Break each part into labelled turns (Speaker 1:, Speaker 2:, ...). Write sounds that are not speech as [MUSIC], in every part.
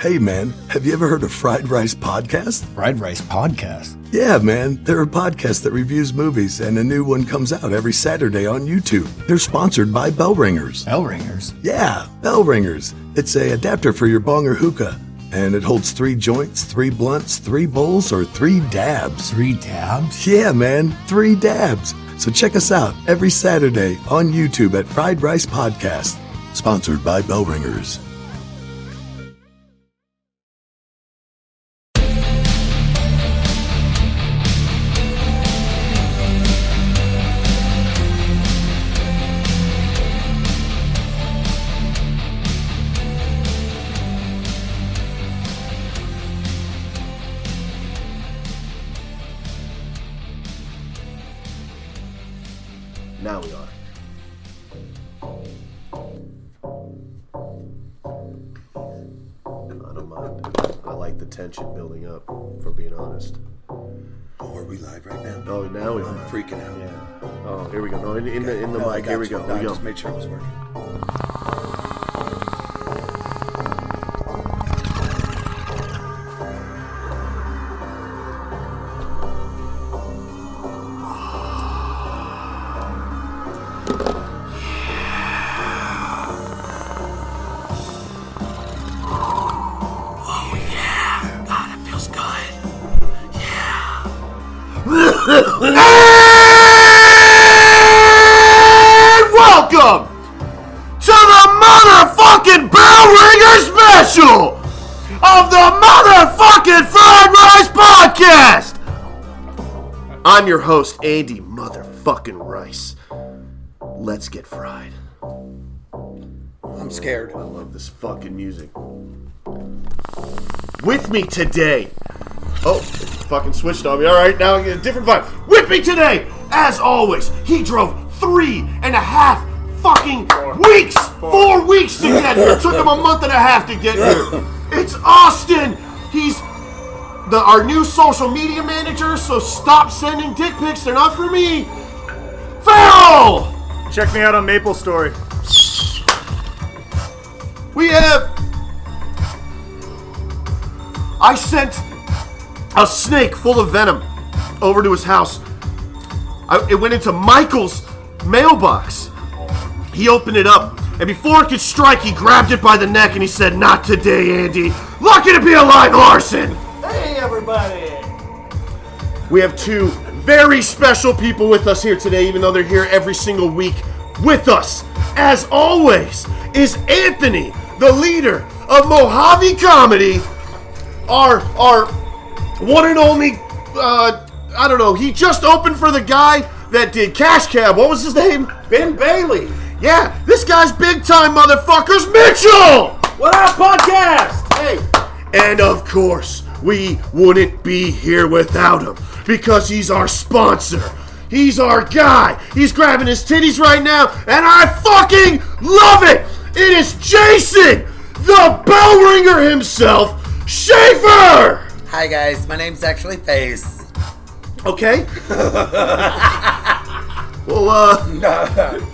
Speaker 1: Hey man, have you ever heard of Fried Rice Podcast?
Speaker 2: Fried Rice Podcast.
Speaker 1: Yeah, man, there are podcasts that reviews movies, and a new one comes out every Saturday on YouTube. They're sponsored by Bell Ringers.
Speaker 2: Bell ringers.
Speaker 1: Yeah, Bell Ringers. It's a adapter for your bong or hookah, and it holds three joints, three blunts, three bowls, or three dabs.
Speaker 2: Three dabs.
Speaker 1: Yeah, man, three dabs. So check us out every Saturday on YouTube at Fried Rice Podcast, sponsored by Bell Ringers.
Speaker 3: Now we are. I don't mind. I like the tension building up, for being honest.
Speaker 4: Oh, are we live right now?
Speaker 3: Oh, now we
Speaker 4: I'm
Speaker 3: are.
Speaker 4: freaking out.
Speaker 3: Yeah. Oh, here we go. No, in, in the in the
Speaker 4: No, I
Speaker 3: mic.
Speaker 4: got
Speaker 3: Here we
Speaker 4: you.
Speaker 3: go. Here
Speaker 4: No, I
Speaker 3: we go.
Speaker 4: just made sure it was working.
Speaker 3: And welcome to the motherfucking Bell Ringer special of the motherfucking Fried Rice Podcast. I'm your host, Andy Motherfucking Rice. Let's get fried.
Speaker 4: I'm scared.
Speaker 3: I love this fucking music. With me today. Oh, fucking switched on me. All right, now I get a different vibe. With me today, as always, he drove three and a half fucking weeks, four weeks to get
Speaker 4: [LAUGHS]
Speaker 3: here. Took him a month and a half to get here. It's Austin. He's the our new social media manager. So stop sending dick pics. They're not for me. Farrell.
Speaker 5: Check me out on Maple Story.
Speaker 3: We have. I sent a snake full of venom over to his house. I, it went into Michael's mailbox. He opened it up, and before it could strike, he grabbed it by the neck and he said, Not today, Andy. Lucky to be alive, Larson!
Speaker 5: Hey, everybody!
Speaker 3: We have two very special people with us here today, even though they're here every single week with us. As always, is Anthony, the leader of Mojave Comedy, our our one and only. Uh, I don't know. He just opened for the guy that did Cash Cab. What was his name? Ben Bailey. Yeah, this guy's big time, motherfuckers. Mitchell.
Speaker 5: What up, podcast?
Speaker 3: Hey, and of course, we wouldn't be here without him because he's our sponsor. He's our guy. He's grabbing his titties right now, and I fucking love it. It is Jason, the bell ringer himself, Schaefer.
Speaker 6: Hi guys, my name's actually Face.
Speaker 3: [LAUGHS] Okay. well, uh. [LAUGHS]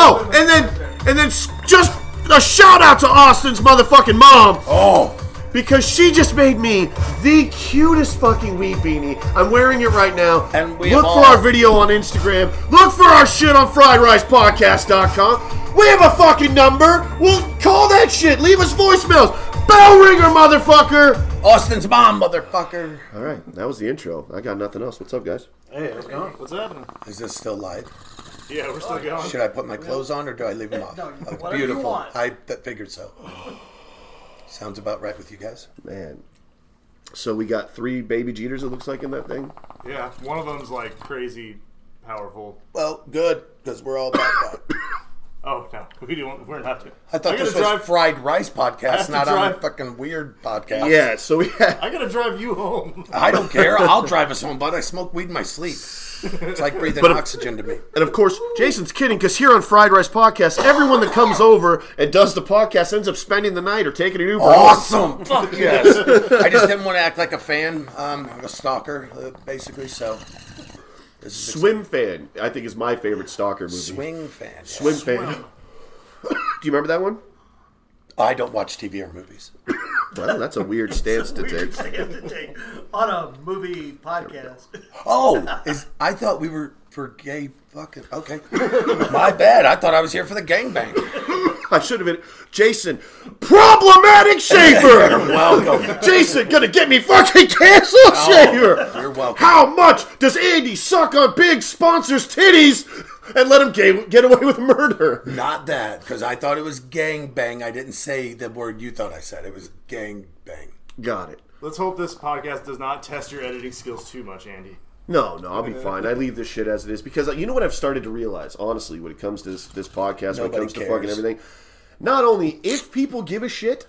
Speaker 3: Oh, and then, and then, s- just a shout out to Austin's motherfucking mom.
Speaker 4: Oh,
Speaker 3: because she just made me the cutest fucking weed beanie. I'm wearing it right now.
Speaker 6: And we
Speaker 3: look
Speaker 6: have
Speaker 3: for
Speaker 6: all-
Speaker 3: our video on Instagram. Look for our shit on FriedRicePodcast.com. We have a fucking number. We'll call that shit. Leave us voicemails. Bell ringer, motherfucker.
Speaker 6: Austin's mom, motherfucker.
Speaker 3: All right, that was the intro. I got nothing else. What's up, guys?
Speaker 5: Hey, how's it going? What's happening?
Speaker 4: is this still live?
Speaker 5: Yeah, we're still going.
Speaker 4: Should I put my clothes on or do I leave them off?
Speaker 6: No,
Speaker 4: Oh,
Speaker 6: whatever you
Speaker 4: beautiful.
Speaker 6: want.
Speaker 4: I that figured so. Sounds about right with you guys.
Speaker 3: Man. So we got three baby Jeters. It looks like in that thing.
Speaker 5: Yeah, one of them's like crazy powerful.
Speaker 4: Well, good because we're all about that.
Speaker 5: Oh, no, [LAUGHS] we don't, we're not. Too.
Speaker 4: I thought
Speaker 5: I
Speaker 4: this
Speaker 5: gotta
Speaker 4: was
Speaker 5: drive,
Speaker 4: fried rice podcast,
Speaker 5: to
Speaker 4: not on a
Speaker 5: drive-
Speaker 4: fucking weird podcast.
Speaker 3: Yeah. So we [LAUGHS] had.
Speaker 5: I gotta drive you home. [LAUGHS]
Speaker 4: I don't care. I'll drive us home, but I smoke weed in my sleep. It's like breathing
Speaker 3: But if-
Speaker 4: oxygen to me.
Speaker 3: And of course, Jason's kidding because here on Fried Rice Podcast, everyone that comes over and does the podcast ends up spending the night or taking an Uber.
Speaker 4: Awesome.
Speaker 6: Fuck
Speaker 4: yes. I just didn't want to act like a fan, um, a stalker, uh, basically. So, this is a
Speaker 3: Swim Fan, I think, is my favorite stalker movie.
Speaker 4: swing fan.
Speaker 3: Swim [LAUGHS] Fan. Do you remember that one?
Speaker 4: I don't watch TV or movies.
Speaker 3: Well, that's a weird stance to
Speaker 7: Weird
Speaker 3: take.
Speaker 7: stand to take on a movie podcast.
Speaker 4: Oh, is I thought we were for gay fucking. Okay, my bad. I thought I was here for the gangbang.
Speaker 3: I should have been Jason.
Speaker 4: [LAUGHS]
Speaker 3: Problematic Schaefer.
Speaker 4: Welcome. Oh,
Speaker 3: Jason gonna get me fucking canceled, Schaefer.
Speaker 4: You're welcome.
Speaker 3: How much does Andy suck on big sponsors' titties and let him ga- get away with murder?
Speaker 4: Not that, because I thought it was gangbang. I didn't say the word you thought I said. It was gangbang.
Speaker 3: Got it.
Speaker 5: Let's hope this podcast does not test your editing skills too
Speaker 4: [LAUGHS]
Speaker 5: much, Andy.
Speaker 3: No, no, I'll be fine. I leave this shit as it is because uh, you know what I've started to realize, honestly, when it comes to this, this podcast, when it
Speaker 4: Nobody
Speaker 3: comes to fucking
Speaker 4: cares.
Speaker 3: everything. Not only if people give a shit,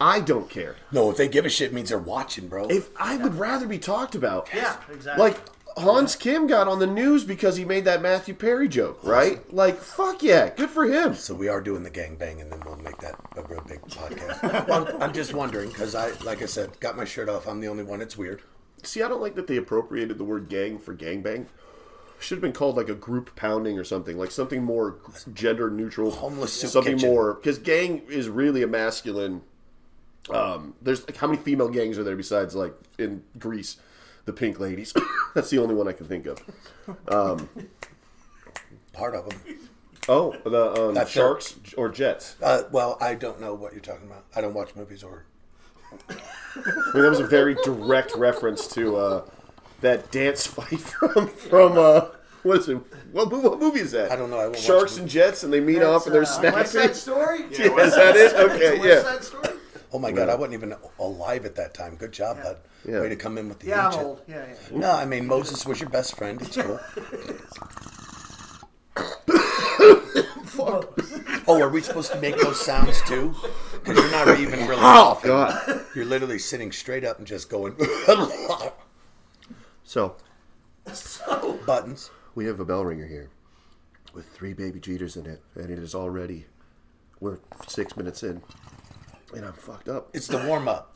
Speaker 3: I don't care.
Speaker 4: No, if they give a shit, it means they're watching, bro.
Speaker 3: If I would rather be talked about.
Speaker 7: Yeah, exactly.
Speaker 3: Like Hans Kim got on the news because he made that Matthew Perry joke, right? Like fuck yeah, good for him.
Speaker 4: so we are doing the gangbang, and then we'll make that a real big
Speaker 7: [LAUGHS]
Speaker 4: podcast. well, I'm- I'm just wondering because I, like I said, got my shirt off. I'm the only one. It's weird.
Speaker 3: See, I don't like that they appropriated the word gang for gangbang. Should have been called like a group pounding or something, like something more gender neutral,
Speaker 4: Homeless soup
Speaker 3: something
Speaker 4: kitchen.
Speaker 3: more because gang is really a masculine. Um, there's like how many female gangs are there besides like in Greece, the Pink Ladies? [COUGHS] That's the only one I can think of.
Speaker 4: Part of them.
Speaker 3: Oh, the um,
Speaker 4: That's it.
Speaker 3: Sharks or Jets.
Speaker 4: Uh, well, I don't know what you're talking about. I don't watch movies or.
Speaker 3: I mean, that was a very direct reference to uh, that dance fight [LAUGHS] from from uh, what is it? What, mo- what movie is that?
Speaker 4: I don't know. I won't watch
Speaker 3: Sharks
Speaker 4: the
Speaker 3: and Jets, and they meet off, and they're
Speaker 7: That's, uh, West
Speaker 3: snapping. [LAUGHS]
Speaker 7: Side Story.
Speaker 5: Yeah, well,
Speaker 3: Is that it? Okay,
Speaker 7: West
Speaker 3: yeah.
Speaker 7: Side Story.
Speaker 4: Oh my god, I wasn't even alive at that time. Good job, bud.
Speaker 3: Yeah.
Speaker 4: Way to come in with the
Speaker 7: Yeah, I'm
Speaker 4: ancient-
Speaker 7: old. Yeah, yeah.
Speaker 4: No, I mean Moses was your best friend.
Speaker 7: [LAUGHS]
Speaker 4: It's cool. oh, are we supposed to make those sounds too? Because you're not even really coughing.
Speaker 3: Oh, God.
Speaker 4: You're literally sitting straight up and just going
Speaker 3: [LAUGHS]
Speaker 4: [LAUGHS]
Speaker 3: So
Speaker 7: So
Speaker 4: buttons.
Speaker 3: we have a bell ringer here with three baby Jeters in it, and it is already we're six minutes in, and I'm fucked up.
Speaker 4: It's the warm up.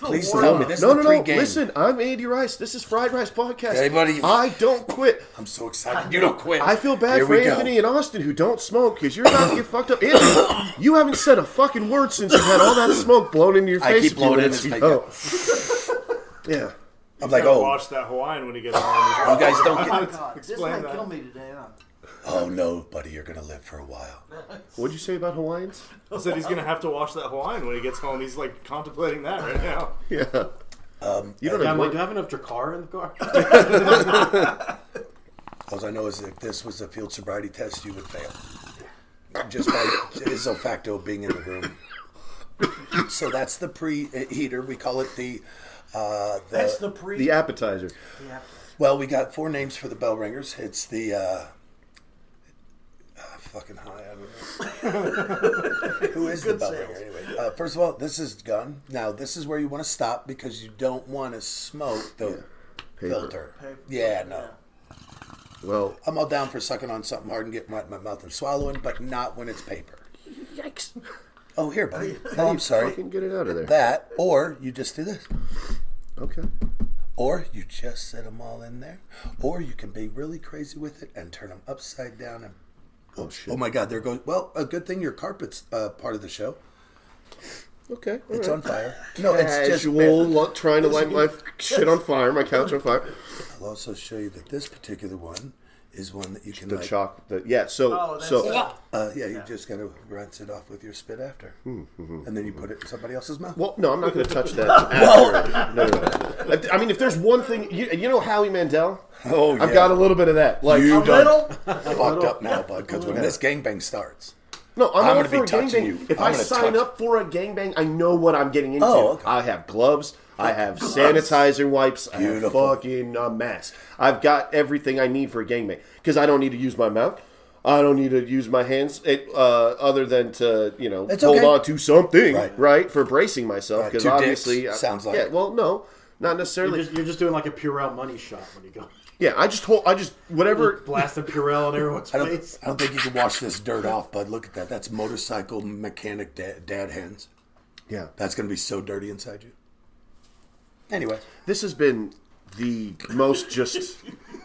Speaker 4: Please
Speaker 7: warm
Speaker 4: tell me
Speaker 7: up.
Speaker 4: this
Speaker 3: no,
Speaker 4: is
Speaker 3: no,
Speaker 4: the
Speaker 3: no!
Speaker 4: pregame.
Speaker 3: Listen, I'm Andy Rice. This is Fried Rice Podcast.
Speaker 4: Hey, buddy.
Speaker 3: I don't quit.
Speaker 4: I'm so excited. You don't quit.
Speaker 3: I feel bad
Speaker 4: Here
Speaker 3: for
Speaker 4: we go.
Speaker 3: Anthony and Austin who don't smoke because you're about to get fucked up. Anthony, you haven't said a fucking word since you had all that smoke blown into your
Speaker 4: I
Speaker 3: face.
Speaker 4: keep
Speaker 3: a few
Speaker 4: blowing in
Speaker 3: minutes
Speaker 4: his
Speaker 3: ago. yeah.
Speaker 4: I'm like,
Speaker 5: Gotta
Speaker 4: oh,
Speaker 5: watch that Hawaiian when he gets home.
Speaker 4: you guys
Speaker 8: Oh
Speaker 4: don't
Speaker 3: [LAUGHS]
Speaker 4: get.
Speaker 7: God, this
Speaker 5: Explain
Speaker 7: might
Speaker 5: that.
Speaker 7: kill me today. Huh?
Speaker 4: Oh no, buddy, you're gonna live for a while.
Speaker 3: What'd you say about Hawaiians?
Speaker 5: I said he's gonna have to watch that Hawaiian when he gets home. He's like contemplating that right now.
Speaker 3: Yeah. you don't
Speaker 8: Yeah, I'm
Speaker 3: have
Speaker 8: like, do
Speaker 3: word-
Speaker 8: I have enough Dracar in the car?
Speaker 4: All I know is if this was a field sobriety test, you would fail. Just by is de facto being in the room. So that's the preheater. We call it the. Uh, the,
Speaker 7: That's the pre.
Speaker 3: the appetizer.
Speaker 7: yeah.
Speaker 4: well, we got four names for the bell ringers. It's the. Uh, uh, fucking high. I don't know. [LAUGHS] Who is the bell ringer anyway? Uh, first of all, this is gun. Now this is where you want to stop because you don't want to smoke the
Speaker 3: Paper.
Speaker 4: filter.
Speaker 7: Paper.
Speaker 4: Yeah, no.
Speaker 3: Well,
Speaker 4: I'm all down for sucking on something hard and getting right in my mouth and swallowing, but not when it's paper. Yikes. Oh, here, buddy. Oh, I'm sorry.
Speaker 3: fucking get it out of there.
Speaker 4: That, or you just do this.
Speaker 3: okay.
Speaker 4: Or you just set them all in there. Or you can be really crazy with it and turn them upside down. And
Speaker 3: Oh, shit.
Speaker 4: oh my God, there goes. Well, a good thing your carpet's uh, part of the show.
Speaker 3: okay. all
Speaker 4: It's
Speaker 3: right.
Speaker 4: on fire. No, it's just.
Speaker 3: Casual, lo- trying to light my f- shit on fire, my couch on fire.
Speaker 4: I'll also show you that this particular one is one that you can.
Speaker 3: The
Speaker 4: like,
Speaker 3: chalk, the, yeah. So,
Speaker 7: Oh, that's
Speaker 3: so
Speaker 4: uh, yeah, you just gotta rinse it off with your spit after, and then you put it in somebody else's mouth.
Speaker 3: Well, no, I'm not going to
Speaker 7: [LAUGHS]
Speaker 3: touch that. after. no, no, no. I- I mean, if there's one thing, you, you know, Howie Mandel.
Speaker 4: Oh,
Speaker 3: I've
Speaker 4: yeah.
Speaker 3: got a little bit of that. Like,
Speaker 4: You
Speaker 7: A little.
Speaker 4: fucked up now, bud, because when this gangbang starts,
Speaker 3: no, I'm,
Speaker 4: I'm
Speaker 3: all
Speaker 4: gonna
Speaker 3: for
Speaker 4: be
Speaker 3: a
Speaker 4: touching
Speaker 3: gangbang.
Speaker 4: you.
Speaker 3: If
Speaker 4: I'm
Speaker 3: i
Speaker 4: gonna
Speaker 3: sign
Speaker 4: touch-
Speaker 3: up for a gangbang, I know what I'm getting into.
Speaker 4: Oh, okay.
Speaker 3: I have gloves. I have sanitizer wipes. I
Speaker 4: Beautiful.
Speaker 3: have fucking a mask. I've got everything I need for a gangbang because I don't need to use my mouth. I don't need to use my hands it, uh, other than to you know
Speaker 4: It's
Speaker 3: hold
Speaker 4: okay.
Speaker 3: on to something
Speaker 4: Right.
Speaker 3: right, for bracing myself
Speaker 4: Right,
Speaker 3: because
Speaker 4: two dicks,
Speaker 3: obviously I-
Speaker 4: sounds like.
Speaker 3: yeah well no not
Speaker 8: [LAUGHS]
Speaker 3: necessarily
Speaker 8: You're just, you're just doing like a Purell money shot when you go. [LAUGHS]
Speaker 3: Yeah, I just hold. I just whatever.
Speaker 8: Blasting Purell on everyone's
Speaker 4: I don't,
Speaker 8: face.
Speaker 4: I don't think you can wash this dirt off, bud. Look at that. That's motorcycle mechanic dad, dad hands.
Speaker 3: Yeah,
Speaker 4: That's going to be so dirty inside you. Anyway,
Speaker 3: this has been the most just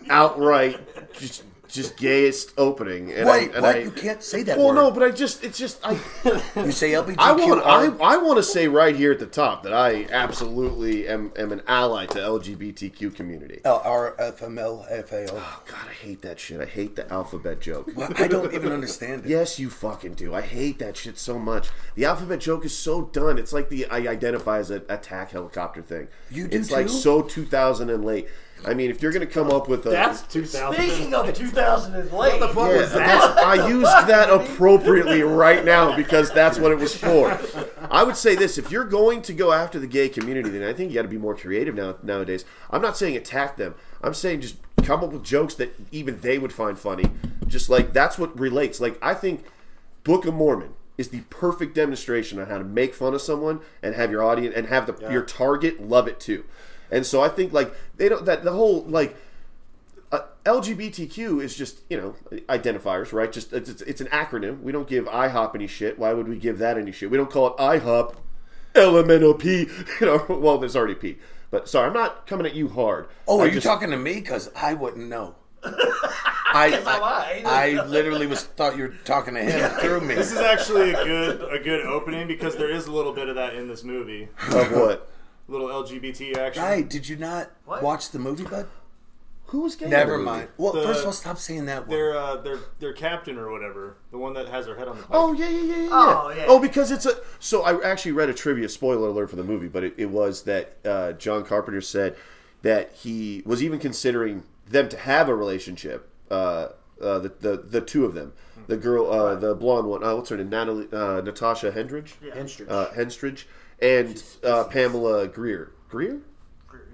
Speaker 3: outright just just gayest opening. And
Speaker 4: Wait,
Speaker 3: I, and
Speaker 4: what?
Speaker 3: I-
Speaker 4: you can't say that
Speaker 3: Well,
Speaker 4: word.
Speaker 3: no, but I just it's just I
Speaker 4: [LAUGHS] You say LBGQ.
Speaker 3: [LAUGHS] I want I, I want to say right here at the top that I absolutely am, am an ally to LGBTQ community.
Speaker 4: L R F M L F A
Speaker 3: [SIGHS]
Speaker 4: O.
Speaker 3: God, I hate that shit. I hate the alphabet joke.
Speaker 4: Well, I don't even understand it.
Speaker 3: Yes, you fucking do. I hate that shit so much. The alphabet joke is so done. It's like the I identify as an attack helicopter thing.
Speaker 4: You do
Speaker 3: It's like
Speaker 4: too?
Speaker 3: so 2000 and late. I mean, if you're gonna come up with a
Speaker 9: That's 2000.
Speaker 10: Speaking of 2000 is late.
Speaker 9: What the fuck
Speaker 3: Yeah,
Speaker 9: was that?
Speaker 3: that's- I used that appropriately right now because that's what it was for. I would say this: if you're going to go after the gay community, then I think you got to be more creative now nowadays. I'm not saying attack them. I'm saying just come up with jokes that even they would find funny. Just like that's what relates. Like I think Book of Mormon is the perfect demonstration on how to make fun of someone and have your audience and have the, your target love it too. And so I think like they don't that the whole like uh, LGBTQ is just you know identifiers, right? Just it's, it's, it's an acronym. We don't give IHOP any shit. Why would we give that any shit? We don't call it IHOP, LMNOP. [LAUGHS] You know, well, there's already P. But sorry, I'm not coming at you hard.
Speaker 4: Oh,
Speaker 3: I
Speaker 4: are you
Speaker 3: just-
Speaker 4: talking to me? Because I wouldn't know. I,
Speaker 10: lied.
Speaker 4: I, I literally was thought you were talking to him through me.
Speaker 5: This is actually a good a good opening because there is a little bit of that in this movie.
Speaker 3: of
Speaker 4: [LAUGHS]
Speaker 3: what?
Speaker 5: A little LGBT action.
Speaker 4: Hey, did you not
Speaker 10: What?
Speaker 4: watch the movie, bud?
Speaker 3: Who's gay? in the
Speaker 4: Never
Speaker 3: movie?
Speaker 4: mind. Well,
Speaker 5: The-
Speaker 4: first of all, stop saying that word.
Speaker 5: Their uh, their their captain or whatever, the one that has her head on the. Pike.
Speaker 3: Oh yeah, yeah, yeah, yeah.
Speaker 10: Oh, yeah.
Speaker 3: Oh, because it's a. So I actually read a trivia spoiler alert for the movie, but it, it was that uh, John Carpenter said that he was even considering them to have a relationship. Uh, uh, the, the the two of them, the girl, uh, the blonde one. Uh, what's her name? Natalie, uh, Natasha Hendridge.
Speaker 9: Henstridge.
Speaker 3: Uh, Henstridge and uh, Pamela Greer. Greer.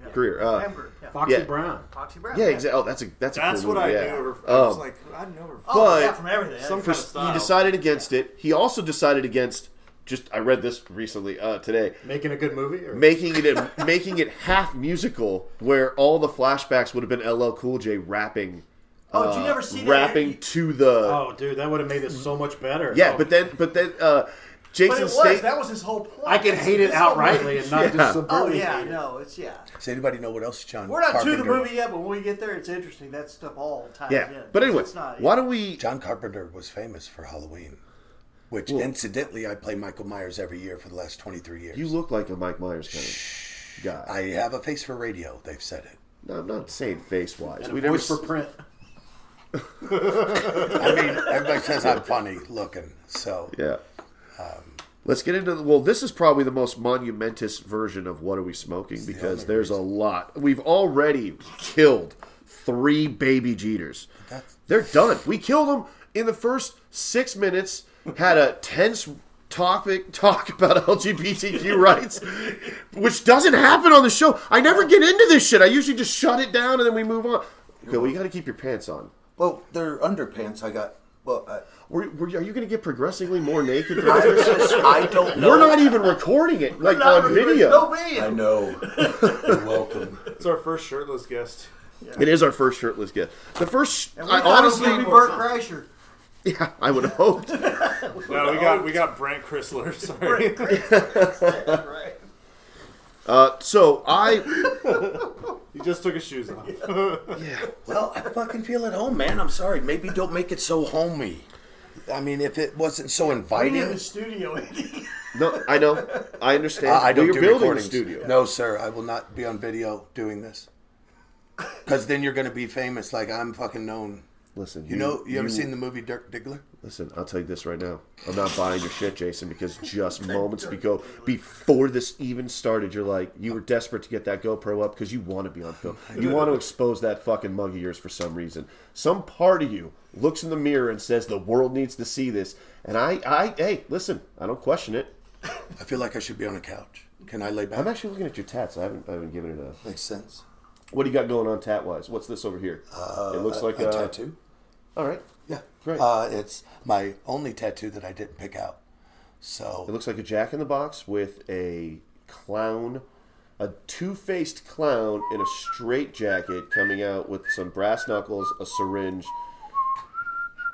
Speaker 10: Yeah.
Speaker 3: Greer. Uh,
Speaker 10: Remember, yeah.
Speaker 9: Foxy
Speaker 3: yeah.
Speaker 9: Brown.
Speaker 10: Foxy Brown.
Speaker 3: yeah, exactly. Oh, that's a that's a.
Speaker 5: that's
Speaker 3: cool
Speaker 5: what I
Speaker 3: movie,
Speaker 5: knew.
Speaker 3: yeah.
Speaker 5: Her, I was
Speaker 3: Um,
Speaker 5: like, I know her.
Speaker 10: Oh, yeah,
Speaker 3: But-
Speaker 10: from everything.
Speaker 5: some kind
Speaker 10: Every
Speaker 5: of
Speaker 10: kind
Speaker 5: style.
Speaker 3: He decided against it. He also decided against. Just I read this recently uh, today.
Speaker 9: Making a good movie? Or?
Speaker 3: making it a, [LAUGHS] making it half musical, where all the flashbacks would have been LL Cool J rapping,
Speaker 10: Oh, did you never see that?
Speaker 3: uh, rapping to the
Speaker 9: oh, dude, that would have made it so much better.
Speaker 3: yeah.
Speaker 9: Oh,
Speaker 3: But then, but then, uh,
Speaker 10: But it
Speaker 3: Jason
Speaker 10: was.
Speaker 3: State.
Speaker 10: That was his whole point.
Speaker 9: I could hate it
Speaker 10: This whole
Speaker 9: outrightly
Speaker 10: movie-
Speaker 9: and not
Speaker 3: Yeah.
Speaker 9: just
Speaker 10: Oh
Speaker 9: subverting
Speaker 10: yeah,
Speaker 9: it.
Speaker 10: no, it's yeah.
Speaker 4: Does anybody know what else John
Speaker 10: We're not
Speaker 4: Carpenter,
Speaker 10: to the movie yet, but when we get there, it's interesting. That stuff all ties
Speaker 3: yeah,
Speaker 10: in.
Speaker 3: but anyway,
Speaker 10: it's not,
Speaker 3: why don't we?
Speaker 4: John Carpenter was famous for Halloween, which incidentally I play Michael Myers every year for the last 23 years.
Speaker 3: You look like a Mike Myers kind of guy.
Speaker 4: I have a face for radio. They've said it.
Speaker 3: no, I'm not saying face wise.
Speaker 9: And
Speaker 3: We
Speaker 9: a
Speaker 3: never
Speaker 9: voice for print.
Speaker 4: I mean, everybody says I'm funny looking, so
Speaker 3: Yeah. Let's get into the, well. This is probably the most monumentous version of what are we smoking because there's a lot. We've already killed three baby Jeters. They're done. We killed them in the first six minutes. Had a tense topic talk about [LAUGHS] LGBTQ rights, which doesn't happen on the show. I never get into this shit. I usually just shut it down and then we move on. Okay, well, you got to keep your pants on.
Speaker 4: Well, they're underpants. I got. Well, I,
Speaker 3: Were, were, you- are you going to get progressively more naked?
Speaker 4: I, just, I don't know.
Speaker 3: We're not even recording it like
Speaker 10: Not
Speaker 3: on
Speaker 10: really-
Speaker 3: video.
Speaker 10: No video.
Speaker 4: I know. [LAUGHS] You're welcome.
Speaker 5: It's our first shirtless guest.
Speaker 3: It is our first shirtless gift. The first,
Speaker 10: And we
Speaker 3: I
Speaker 10: thought it was
Speaker 3: honestly,
Speaker 10: gonna be Bert Kreischer.
Speaker 3: yeah, [LAUGHS] I would have hoped.
Speaker 5: No, we got we got Brent Chrysler. [LAUGHS] Sorry.
Speaker 10: right.
Speaker 3: Uh, so I,
Speaker 5: he just took his shoes off.
Speaker 4: Well, I fucking feel at home, man. I'm sorry. Maybe don't make it so homey. I mean, if it wasn't so
Speaker 10: We need the
Speaker 4: inviting,
Speaker 10: studio, [LAUGHS] Andy.
Speaker 3: no, I know, I understand.
Speaker 4: I, I don't
Speaker 3: You're
Speaker 4: do
Speaker 3: building a
Speaker 4: recordings.
Speaker 3: studio.
Speaker 4: No, sir. I will not be on video doing [LAUGHS] this. Because then you're going to be famous, like I'm fucking known.
Speaker 3: Listen,
Speaker 4: You know, you, ever seen the movie Dirk Diggler?
Speaker 3: Listen, I'll tell you this right now. I'm not buying your shit, Jason, because just moments ago, before this even started, you're like, you were desperate to get that GoPro up because you want to be on
Speaker 4: [LAUGHS]
Speaker 3: film. You want to expose that fucking mug of yours for some reason. Some part of you looks in the mirror and says, the world needs to see this. And I, I, hey, listen, I don't question it.
Speaker 4: I feel like I should be on a couch. Can I lay back?
Speaker 3: I'm actually looking at your tats. I haven't, I haven't given it a.
Speaker 4: Makes sense.
Speaker 3: What do you got going on tat wise? What's this over here? it looks like
Speaker 4: a
Speaker 3: uh,
Speaker 4: tattoo.
Speaker 3: All right.
Speaker 4: Yeah,
Speaker 3: Great.
Speaker 4: Uh, it's my only tattoo that I didn't pick out.
Speaker 3: It
Speaker 4: So
Speaker 3: looks like a Jack in the Box with a clown, a two-faced clown in a straight jacket coming out with some brass knuckles, a syringe,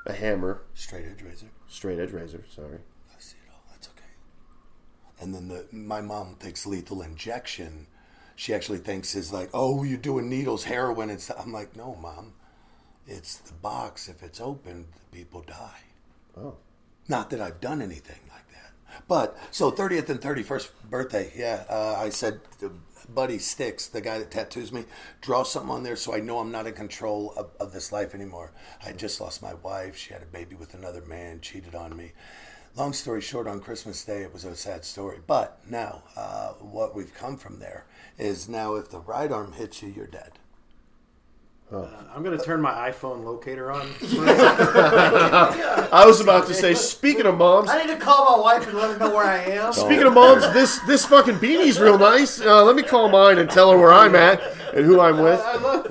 Speaker 3: a hammer,
Speaker 4: straight edge razor.
Speaker 3: straight edge razor. Sorry.
Speaker 4: I see it all. That's okay. And then the my mom thinks lethal injection. She actually thinks is like, oh, you're doing needles, heroin, and stuff. I'm like, no, mom. It's the box. If it's opened, the people die. Oh. Not that I've done anything like that. But so 30th and 31st birthday, yeah, uh, I said to Buddy Sticks, the guy that tattoos me, draw something on there so I know I'm not in control of, of this life anymore. I just lost my wife. She had a baby with another man, cheated on me. Long story short, on Christmas Day, it was a sad story. But now, uh, what we've come from there is now if the right arm hits you, you're dead.
Speaker 1: Uh, I'm gonna turn my iPhone locator on.
Speaker 3: I was about to say, speaking of moms,
Speaker 10: I need to call my wife and let her know where I am.
Speaker 3: speaking of moms, this this fucking beanie's real nice. Uh, let me call mine and tell her where I'm at and who I'm with.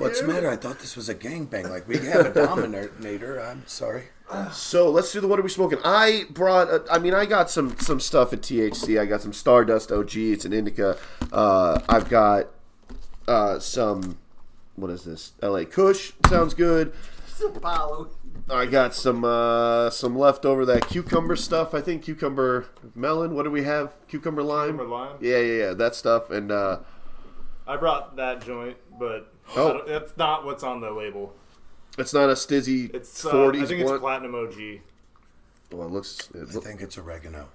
Speaker 4: [LAUGHS] What's the matter? I thought this was a gangbang. Like, we have a dominator. I'm sorry.
Speaker 3: So let's do the what are we smoking? I brought. uh, I mean, I got some some stuff at THC. I got some Stardust OG. It's an indica. Uh, I've got uh, some. What is this? LA Kush sounds good.
Speaker 10: Follow.
Speaker 3: I got some uh, some leftover that cucumber stuff. I think cucumber melon. What do we have? Cucumber lime.
Speaker 5: Cucumber lime?
Speaker 3: Yeah, yeah, yeah. That stuff and uh,
Speaker 5: I brought that joint, but I
Speaker 3: Oh.
Speaker 5: don't- that's not what's on the label.
Speaker 3: it's not a stizzy
Speaker 5: It's uh, I
Speaker 3: forties
Speaker 5: think it's
Speaker 3: one.
Speaker 5: platinum OG.
Speaker 3: well, it looks. It
Speaker 4: I
Speaker 3: loo-
Speaker 4: think it's oregano.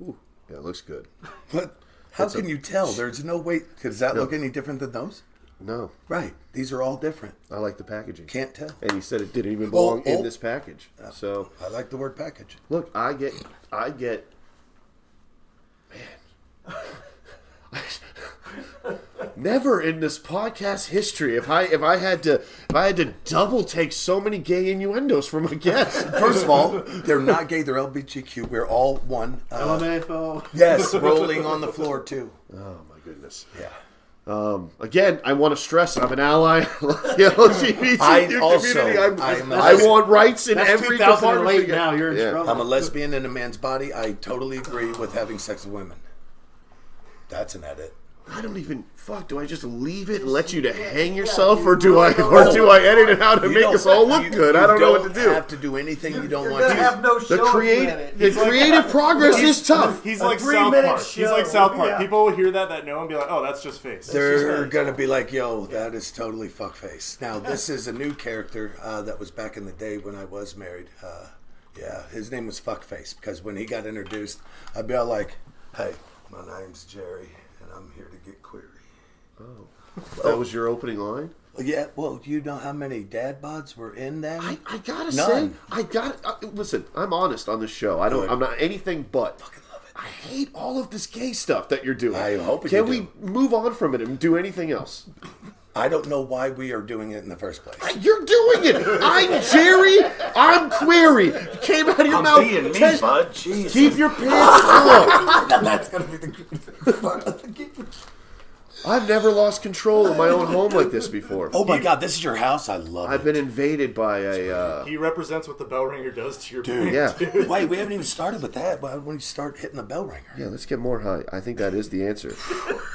Speaker 3: yeah, it looks good.
Speaker 4: But how can you tell? There's no way. Does that look any different than those?
Speaker 3: No,
Speaker 4: Right. These are all different.
Speaker 3: I like the packaging.
Speaker 4: Can't tell.
Speaker 3: and he said it didn't even belong
Speaker 4: Oh, oh.
Speaker 3: in this package.
Speaker 1: Uh,
Speaker 3: So
Speaker 4: I like the word package.
Speaker 3: look, I get, I get, man. [LAUGHS] Never in this podcast history, if I if I had to if I had to double take so many gay innuendos from a guest,
Speaker 1: [LAUGHS]
Speaker 4: First of
Speaker 3: Oh.
Speaker 4: all, they're not gay. They're LBGQ. We're all one. Uh,
Speaker 1: LMFO.
Speaker 4: yes, [LAUGHS] rolling on the floor too.
Speaker 3: oh my goodness! Um,
Speaker 4: Yeah.
Speaker 3: Again, I want to stress I'm an ally of the [LAUGHS] LGBTQ
Speaker 4: I also-
Speaker 3: community. I'm,
Speaker 4: I am a-
Speaker 3: I want rights in
Speaker 1: That's
Speaker 3: every
Speaker 1: 2000 and
Speaker 3: department.
Speaker 1: late now. You're in
Speaker 3: Yeah.
Speaker 1: trouble.
Speaker 4: I'm a lesbian in a man's body. I totally agree with having sex with women. That's an edit.
Speaker 3: I don't even fuck. Do I just leave it and let you to hang yourself, or do I or do I edit it out to make
Speaker 4: don't-
Speaker 3: us all look
Speaker 4: you-
Speaker 3: good?
Speaker 4: you
Speaker 3: I don't know what to
Speaker 4: don't
Speaker 3: do.
Speaker 4: Have to do anything you don't
Speaker 10: You're
Speaker 4: want
Speaker 10: gonna have
Speaker 4: to.
Speaker 10: no show
Speaker 3: The
Speaker 10: if you
Speaker 3: creative
Speaker 10: edit.
Speaker 3: the creative progress is
Speaker 4: [LAUGHS]
Speaker 3: tough.
Speaker 5: He's
Speaker 10: A
Speaker 5: like South
Speaker 10: three-minute
Speaker 5: Park. He's like
Speaker 10: show.
Speaker 5: South Park.
Speaker 10: Yeah.
Speaker 5: People will hear that that know and be like, "Oh, that's just face."
Speaker 4: They're gonna be like, "Yo, that is totally fuckface." Now, this is a new character uh, that was back in the day when I was married. Uh, yeah, his name was Fuckface because when he got introduced, I'd be all like, "Hey, my name's Jerry, and I'm here to get query."
Speaker 3: That was your opening line.
Speaker 4: Yeah, well, you know how many dad bods were in that?
Speaker 3: I, I gotta say,
Speaker 4: None.
Speaker 3: I got. to Listen, I'm honest on this show. I don't.
Speaker 4: Good.
Speaker 3: I'm not anything but.
Speaker 4: love it.
Speaker 3: I hate all of this gay stuff that you're doing.
Speaker 4: I hope you
Speaker 3: Can
Speaker 4: do.
Speaker 3: we move on from it and do anything else? Uh,
Speaker 4: I don't know why we are doing it in the first place.
Speaker 3: You're doing it. I'm Jerry. I'm Query. Came out of your mouth. Ted,
Speaker 4: bud. Jesus.
Speaker 3: keep your pants [LAUGHS] on.
Speaker 4: That's gonna be the
Speaker 3: I've never lost control of my own home like this before.
Speaker 4: Oh my god, this is your house. I love
Speaker 3: I've
Speaker 4: it.
Speaker 3: been invaded by a. Uh,
Speaker 5: He represents what the bell ringer does to your brain.
Speaker 3: yeah,
Speaker 4: Wait, we haven't even started with that. Why don't you start hitting the bell ringer?
Speaker 3: yeah. Let's get more high. I think that is the answer.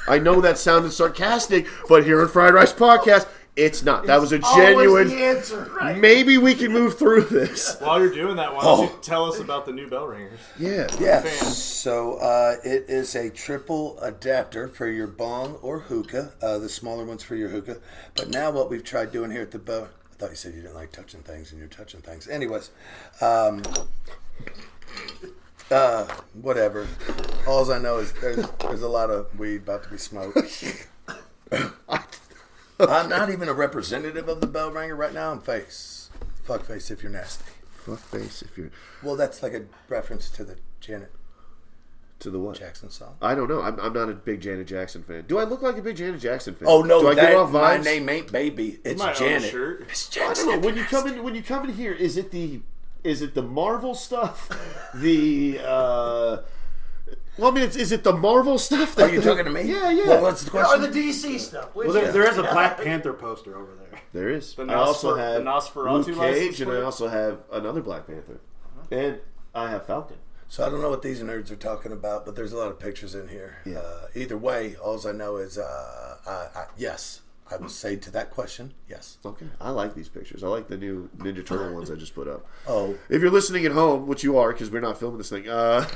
Speaker 3: I know that sounded sarcastic, but here on Fried Rice Podcast, it's not. That was a
Speaker 10: Always the
Speaker 3: genuine.
Speaker 10: answer. Right.
Speaker 3: Maybe we can move through
Speaker 5: [LAUGHS]
Speaker 3: this.
Speaker 5: While you're doing that, why don't
Speaker 4: Oh.
Speaker 5: you tell us about the new bell ringers?
Speaker 3: Yeah.
Speaker 4: Yes. So uh, it is a triple adapter for your bong or hookah. Uh, the smaller ones for your hookah. But now what we've tried doing here at the bell. I thought you said you didn't like touching things, and you're touching things. Anyways, um, uh, whatever. All I know is there's there's a lot of weed about to be smoked. I'm not even a representative of the bell ringer right now. I'm face. Fuck face if you're nasty.
Speaker 3: Fuck face if you're
Speaker 4: Well, that's like a reference to the Janet
Speaker 3: to the what?
Speaker 4: Jackson song.
Speaker 3: I don't know. I'm, I'm not a big Janet Jackson fan. Do I look like a big Janet Jackson fan?
Speaker 4: Oh no,
Speaker 3: Do I
Speaker 4: that,
Speaker 3: give off
Speaker 4: my
Speaker 3: vibes?
Speaker 4: name ain't baby. It's
Speaker 5: might own a
Speaker 4: Janet.
Speaker 5: shirt.
Speaker 4: It's
Speaker 3: I
Speaker 4: Janet.
Speaker 3: don't know. When you come in, when you come in here, is it the is it the Marvel [LAUGHS] stuff? The uh, well, I mean, it's, is it the Marvel stuff? That
Speaker 4: Are you talking to me?
Speaker 3: Yeah, yeah.
Speaker 4: Well, what's the
Speaker 10: Or
Speaker 4: question?
Speaker 10: the DC stuff. Which
Speaker 1: Well, there, there is a Black Panther poster over there.
Speaker 3: there is.
Speaker 5: The
Speaker 3: I also
Speaker 5: Nosfer-
Speaker 3: have
Speaker 5: the Nosferatu
Speaker 3: Luke
Speaker 5: license Uh-huh.
Speaker 3: Cage, and I
Speaker 5: plate?
Speaker 3: also have another Black Panther, and I have Falcon.
Speaker 4: so I don't know what these nerds are talking about, but there's a lot of pictures in here.
Speaker 3: Yeah.
Speaker 4: Uh, either way, all I know is uh, I, I, yes, I will say to that question yes.
Speaker 3: Okay, I like these pictures. I like the new Ninja Turtle ones I just put [LAUGHS] up.
Speaker 4: Oh,
Speaker 3: If you're listening at home, which you are, because we're not filming this thing, [LAUGHS] uh,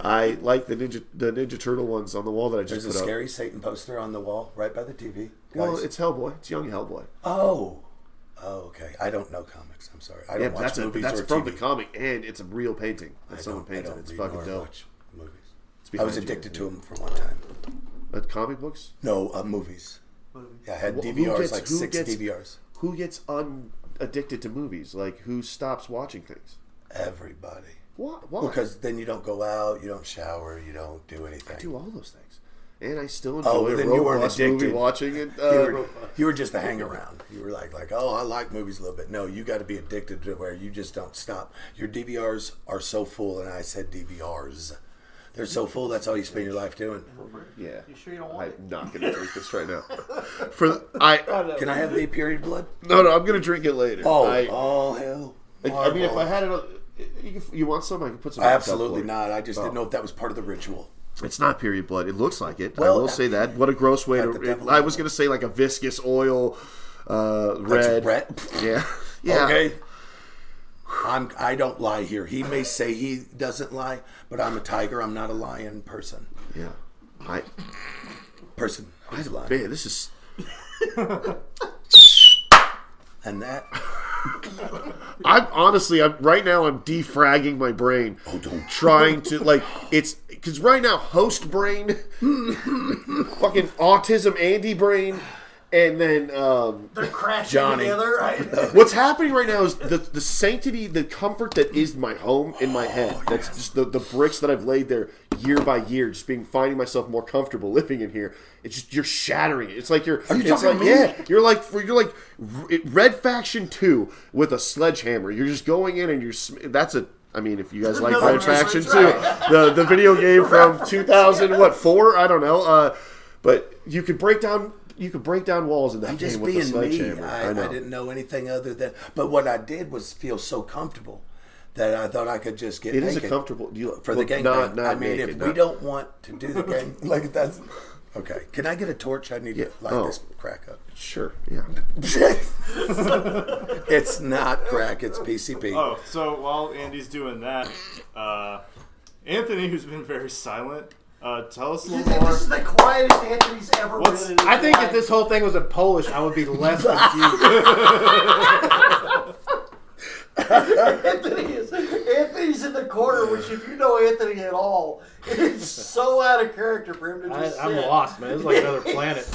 Speaker 3: I like the ninja the Ninja Turtle ones on the wall that I just
Speaker 4: there's a
Speaker 3: put up.
Speaker 4: scary Satan poster on the wall right by the TV.
Speaker 3: well,
Speaker 4: guys.
Speaker 3: it's Hellboy. It's young Hellboy.
Speaker 4: oh, Oh, okay. I don't know comics. I'm sorry. I don't
Speaker 3: Yeah,
Speaker 4: watch
Speaker 3: that's a,
Speaker 4: movies
Speaker 3: that's
Speaker 4: or
Speaker 3: from
Speaker 4: TV.
Speaker 3: the comic, and it's a real painting.
Speaker 4: I
Speaker 3: That someone
Speaker 4: don't, I
Speaker 3: painted.
Speaker 4: don't
Speaker 3: It's
Speaker 4: read
Speaker 3: fucking
Speaker 4: or
Speaker 3: dope.
Speaker 4: watch movies.
Speaker 3: It's
Speaker 4: I
Speaker 3: behind
Speaker 4: was
Speaker 3: you.
Speaker 4: addicted to them for one time.
Speaker 3: Uh, comic books.
Speaker 4: No, uh, movies. Yeah, I had
Speaker 3: Wh- who
Speaker 4: DVRs,
Speaker 3: gets-
Speaker 4: like
Speaker 3: who
Speaker 4: six
Speaker 3: gets-
Speaker 4: DVRs.
Speaker 3: Who gets un- addicted to movies? Like who stops watching things?
Speaker 4: Everybody.
Speaker 3: What? Why?
Speaker 4: Because Oh, then you don't go out, you don't shower, you don't do anything.
Speaker 3: I do all those things, and I still enjoy
Speaker 4: Oh,
Speaker 3: oh,
Speaker 4: well, then you weren't
Speaker 3: robust movie
Speaker 4: addicted.
Speaker 3: watching and
Speaker 4: you,
Speaker 3: uh,
Speaker 4: were, you were just a hang around. You were like, like, oh, I like movies a little bit. No, you got to be addicted to where you just don't stop. Your DVRs are so full, and I said DVRs. They're so full. That's all you spend your life doing.
Speaker 3: yeah.
Speaker 10: You sure you don't want it?
Speaker 3: I'm not gonna drink this
Speaker 10: [LAUGHS]
Speaker 3: right now. For I
Speaker 4: Can I have the period blood?
Speaker 3: no no I'm gonna drink it later.
Speaker 4: Oh,
Speaker 3: I,
Speaker 4: all hell!
Speaker 3: I mean if I
Speaker 4: Marble.
Speaker 3: had it, on- you, can- you want some? I can put some. back up
Speaker 4: absolutely
Speaker 3: for you.
Speaker 4: not. I just didn't know if that was part of the ritual.
Speaker 3: It's not period blood. It looks like it. I
Speaker 4: Well,
Speaker 3: will say that. What a gross way
Speaker 4: at the
Speaker 3: to.
Speaker 4: devil-
Speaker 3: I was going to say like a viscous oil, uh, red.
Speaker 4: red?
Speaker 3: Yeah. [LAUGHS] Yeah.
Speaker 4: Okay. I'm. I don't lie here. He may say he doesn't lie, but I'm a tiger. I'm not a lion person.
Speaker 3: Yeah. I.
Speaker 4: Person. He's lying.
Speaker 3: Man, this is.
Speaker 4: And that.
Speaker 3: I'm honestly, I'm right now. I'm defragging my brain,
Speaker 4: Oh, don't.
Speaker 3: trying to like it's because right now host
Speaker 4: [LAUGHS]
Speaker 3: brain, fucking autism Andy brain, and then um,
Speaker 10: They're crashing
Speaker 4: Johnny.
Speaker 10: together,
Speaker 4: [LAUGHS]
Speaker 10: right?
Speaker 3: [LAUGHS] What's happening right now is the, the sanctity, the comfort that is my home in my
Speaker 4: Oh,
Speaker 3: head. That's just the, the bricks that I've laid there year by year, just being finding myself more comfortable [LAUGHS] living in here. It's just you're shattering it. It's like you're.
Speaker 4: you
Speaker 3: it's
Speaker 4: talking
Speaker 3: like
Speaker 4: to me?
Speaker 3: yeah. You're like you're like Red Faction Two with a sledgehammer. You're just going in and you're. sm- That's a. I mean, if you guys like
Speaker 10: Another
Speaker 3: Red Faction
Speaker 10: reference,
Speaker 3: Two, the the video game from 2000 what four? I don't know. Uh, but you could break down. You could break down walls in that
Speaker 4: I'm
Speaker 3: game
Speaker 4: just
Speaker 3: with a
Speaker 4: being me.
Speaker 3: sledgehammer.
Speaker 4: I, I,
Speaker 3: know.
Speaker 4: didn't know anything other than. But what I did was feel so comfortable that I thought I could just get
Speaker 3: It is
Speaker 4: naked
Speaker 3: a comfortable do you,
Speaker 4: for the
Speaker 3: well,
Speaker 4: gang.
Speaker 3: Not,
Speaker 4: Not,
Speaker 3: not
Speaker 4: I mean,
Speaker 3: naked,
Speaker 4: if
Speaker 3: not-
Speaker 4: we don't want to do
Speaker 3: [LAUGHS]
Speaker 4: the gang, like that's okay. Can I get a torch? I need to light
Speaker 3: Oh.
Speaker 4: this crack up. [LAUGHS]
Speaker 3: sure, yeah.
Speaker 4: it's not crack. It's PCP.
Speaker 5: Oh, so while Andy's doing that, uh, Anthony, who's been very silent, uh, tell us a
Speaker 10: You
Speaker 5: little
Speaker 10: think
Speaker 5: more.
Speaker 10: this is the quietest Anthony's ever
Speaker 5: What's-
Speaker 10: been in his
Speaker 11: I think
Speaker 10: life?
Speaker 11: if this whole thing was in Polish, I would be less confused.
Speaker 10: Anthony is Anthony's in the corner, which if you know Anthony at all, [LAUGHS] it's so out of character for him to
Speaker 11: I,
Speaker 10: just
Speaker 11: I'm
Speaker 10: sit.
Speaker 11: lost, man. It's like another planet.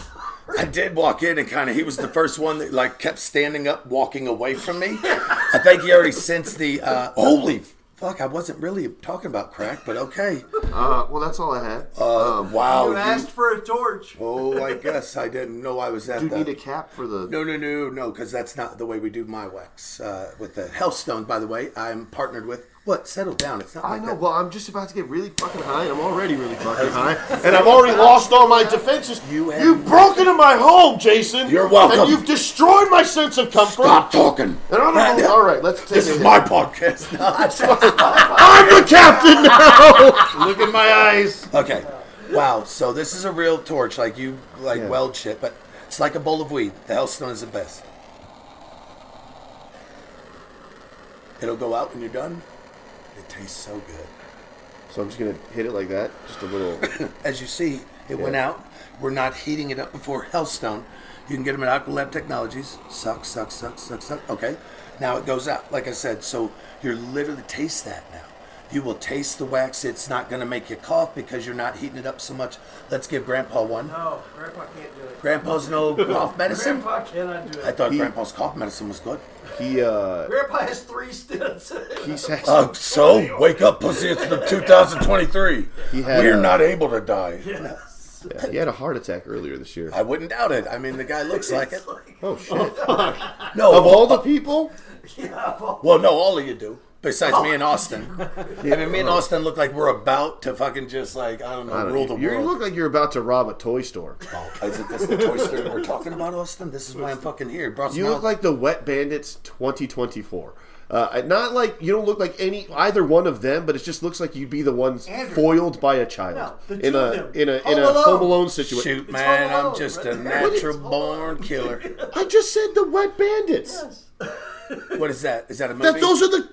Speaker 4: I did walk in and kind of he was the first one that like kept standing up, walking away from me. I think he already sensed the uh, holy fuck. I wasn't really [LAUGHS] talking about crack, but okay.
Speaker 3: Uh, well, that's all I had.
Speaker 4: Uh, wow.
Speaker 10: You
Speaker 4: you-
Speaker 10: asked for a torch.
Speaker 4: oh, I guess I didn't know I was at
Speaker 3: do you
Speaker 4: that.
Speaker 3: need a cap for the?
Speaker 4: No, no, no, no, because that's not the way we do my wax. Uh, with the Hellstone, by the way, I'm partnered with. What? Settle down. It's not.
Speaker 3: I
Speaker 4: Like
Speaker 3: know.
Speaker 4: that.
Speaker 3: Well, I'm just about to get really fucking high. and I'm already really fucking
Speaker 4: [LAUGHS]
Speaker 3: high, and I've already lost all my defenses.
Speaker 4: You have-
Speaker 3: You've broken into my home, Jason.
Speaker 4: You're welcome.
Speaker 3: And you've destroyed my sense of comfort.
Speaker 4: Stop talking.
Speaker 3: I don't know. All right, let's take
Speaker 4: This
Speaker 3: it. [LAUGHS]
Speaker 4: is my podcast.
Speaker 3: I'm the captain now. [LAUGHS]
Speaker 11: Look in my eyes.
Speaker 4: Okay. Wow. So this is a real torch, like you like weld shit, but it's like a bowl of weed. The Hellstone is the best. It'll go out when you're done. It tastes so good.
Speaker 3: so I'm just gonna hit it like that, just a little.
Speaker 4: As you see, it went out. We're not heating it up before Hellstone. You can get them at Aqualab Technologies. Suck, suck, suck, suck, suck. Okay. Now it goes out. Like I said, so you're literally taste that now. You will taste the wax. It's not going to make you cough because you're not heating it up so much. Let's give Grandpa one.
Speaker 10: No, Grandpa can't do it.
Speaker 4: Grandpa's
Speaker 3: [LAUGHS]
Speaker 4: no cough medicine.
Speaker 10: Grandpa cannot do
Speaker 4: I
Speaker 10: it.
Speaker 4: thought Grandpa's cough medicine was good.
Speaker 3: He uh,
Speaker 10: Grandpa has three [LAUGHS] stints.
Speaker 3: he says
Speaker 10: Oh,
Speaker 4: Uh, so wake up, pussy! It's the 2023.
Speaker 3: He had,
Speaker 4: We're
Speaker 3: uh,
Speaker 4: not able to die.
Speaker 10: yes.
Speaker 3: he had a heart attack earlier this year.
Speaker 4: I wouldn't doubt it. I mean, the guy looks
Speaker 3: [LAUGHS]
Speaker 4: like it.
Speaker 3: Oh shit!
Speaker 4: No,
Speaker 3: Of all the people,
Speaker 10: Yeah, well,
Speaker 4: well, no, all of you do. Besides me
Speaker 3: [LAUGHS]
Speaker 4: and Austin. I mean, me and Austin look like we're about to fucking just like I don't know,
Speaker 3: I don't
Speaker 4: rule
Speaker 3: know,
Speaker 4: the
Speaker 3: you,
Speaker 4: world.
Speaker 3: you look like you're about to rob a toy store.
Speaker 4: Is it this the Toy Story we're talking about, Austin? This is why I'm fucking here. Brought
Speaker 3: You look like the Wet Bandits 2024. Uh, not like you don't look like any either one of them, but it just looks like you'd be the ones
Speaker 10: Andrew.
Speaker 3: foiled by a child
Speaker 10: No, the
Speaker 3: in
Speaker 10: two
Speaker 3: a
Speaker 10: of them.
Speaker 3: in a in
Speaker 10: Home
Speaker 3: a
Speaker 10: Alone.
Speaker 3: Home Alone situation.
Speaker 4: shoot, man.
Speaker 10: Home
Speaker 4: I'm
Speaker 10: Alone,
Speaker 4: just a
Speaker 10: right?
Speaker 4: natural
Speaker 10: It's Home
Speaker 4: born killer.
Speaker 3: I just said the Wet Bandits.
Speaker 4: What is that? Is that a movie?
Speaker 3: That those are the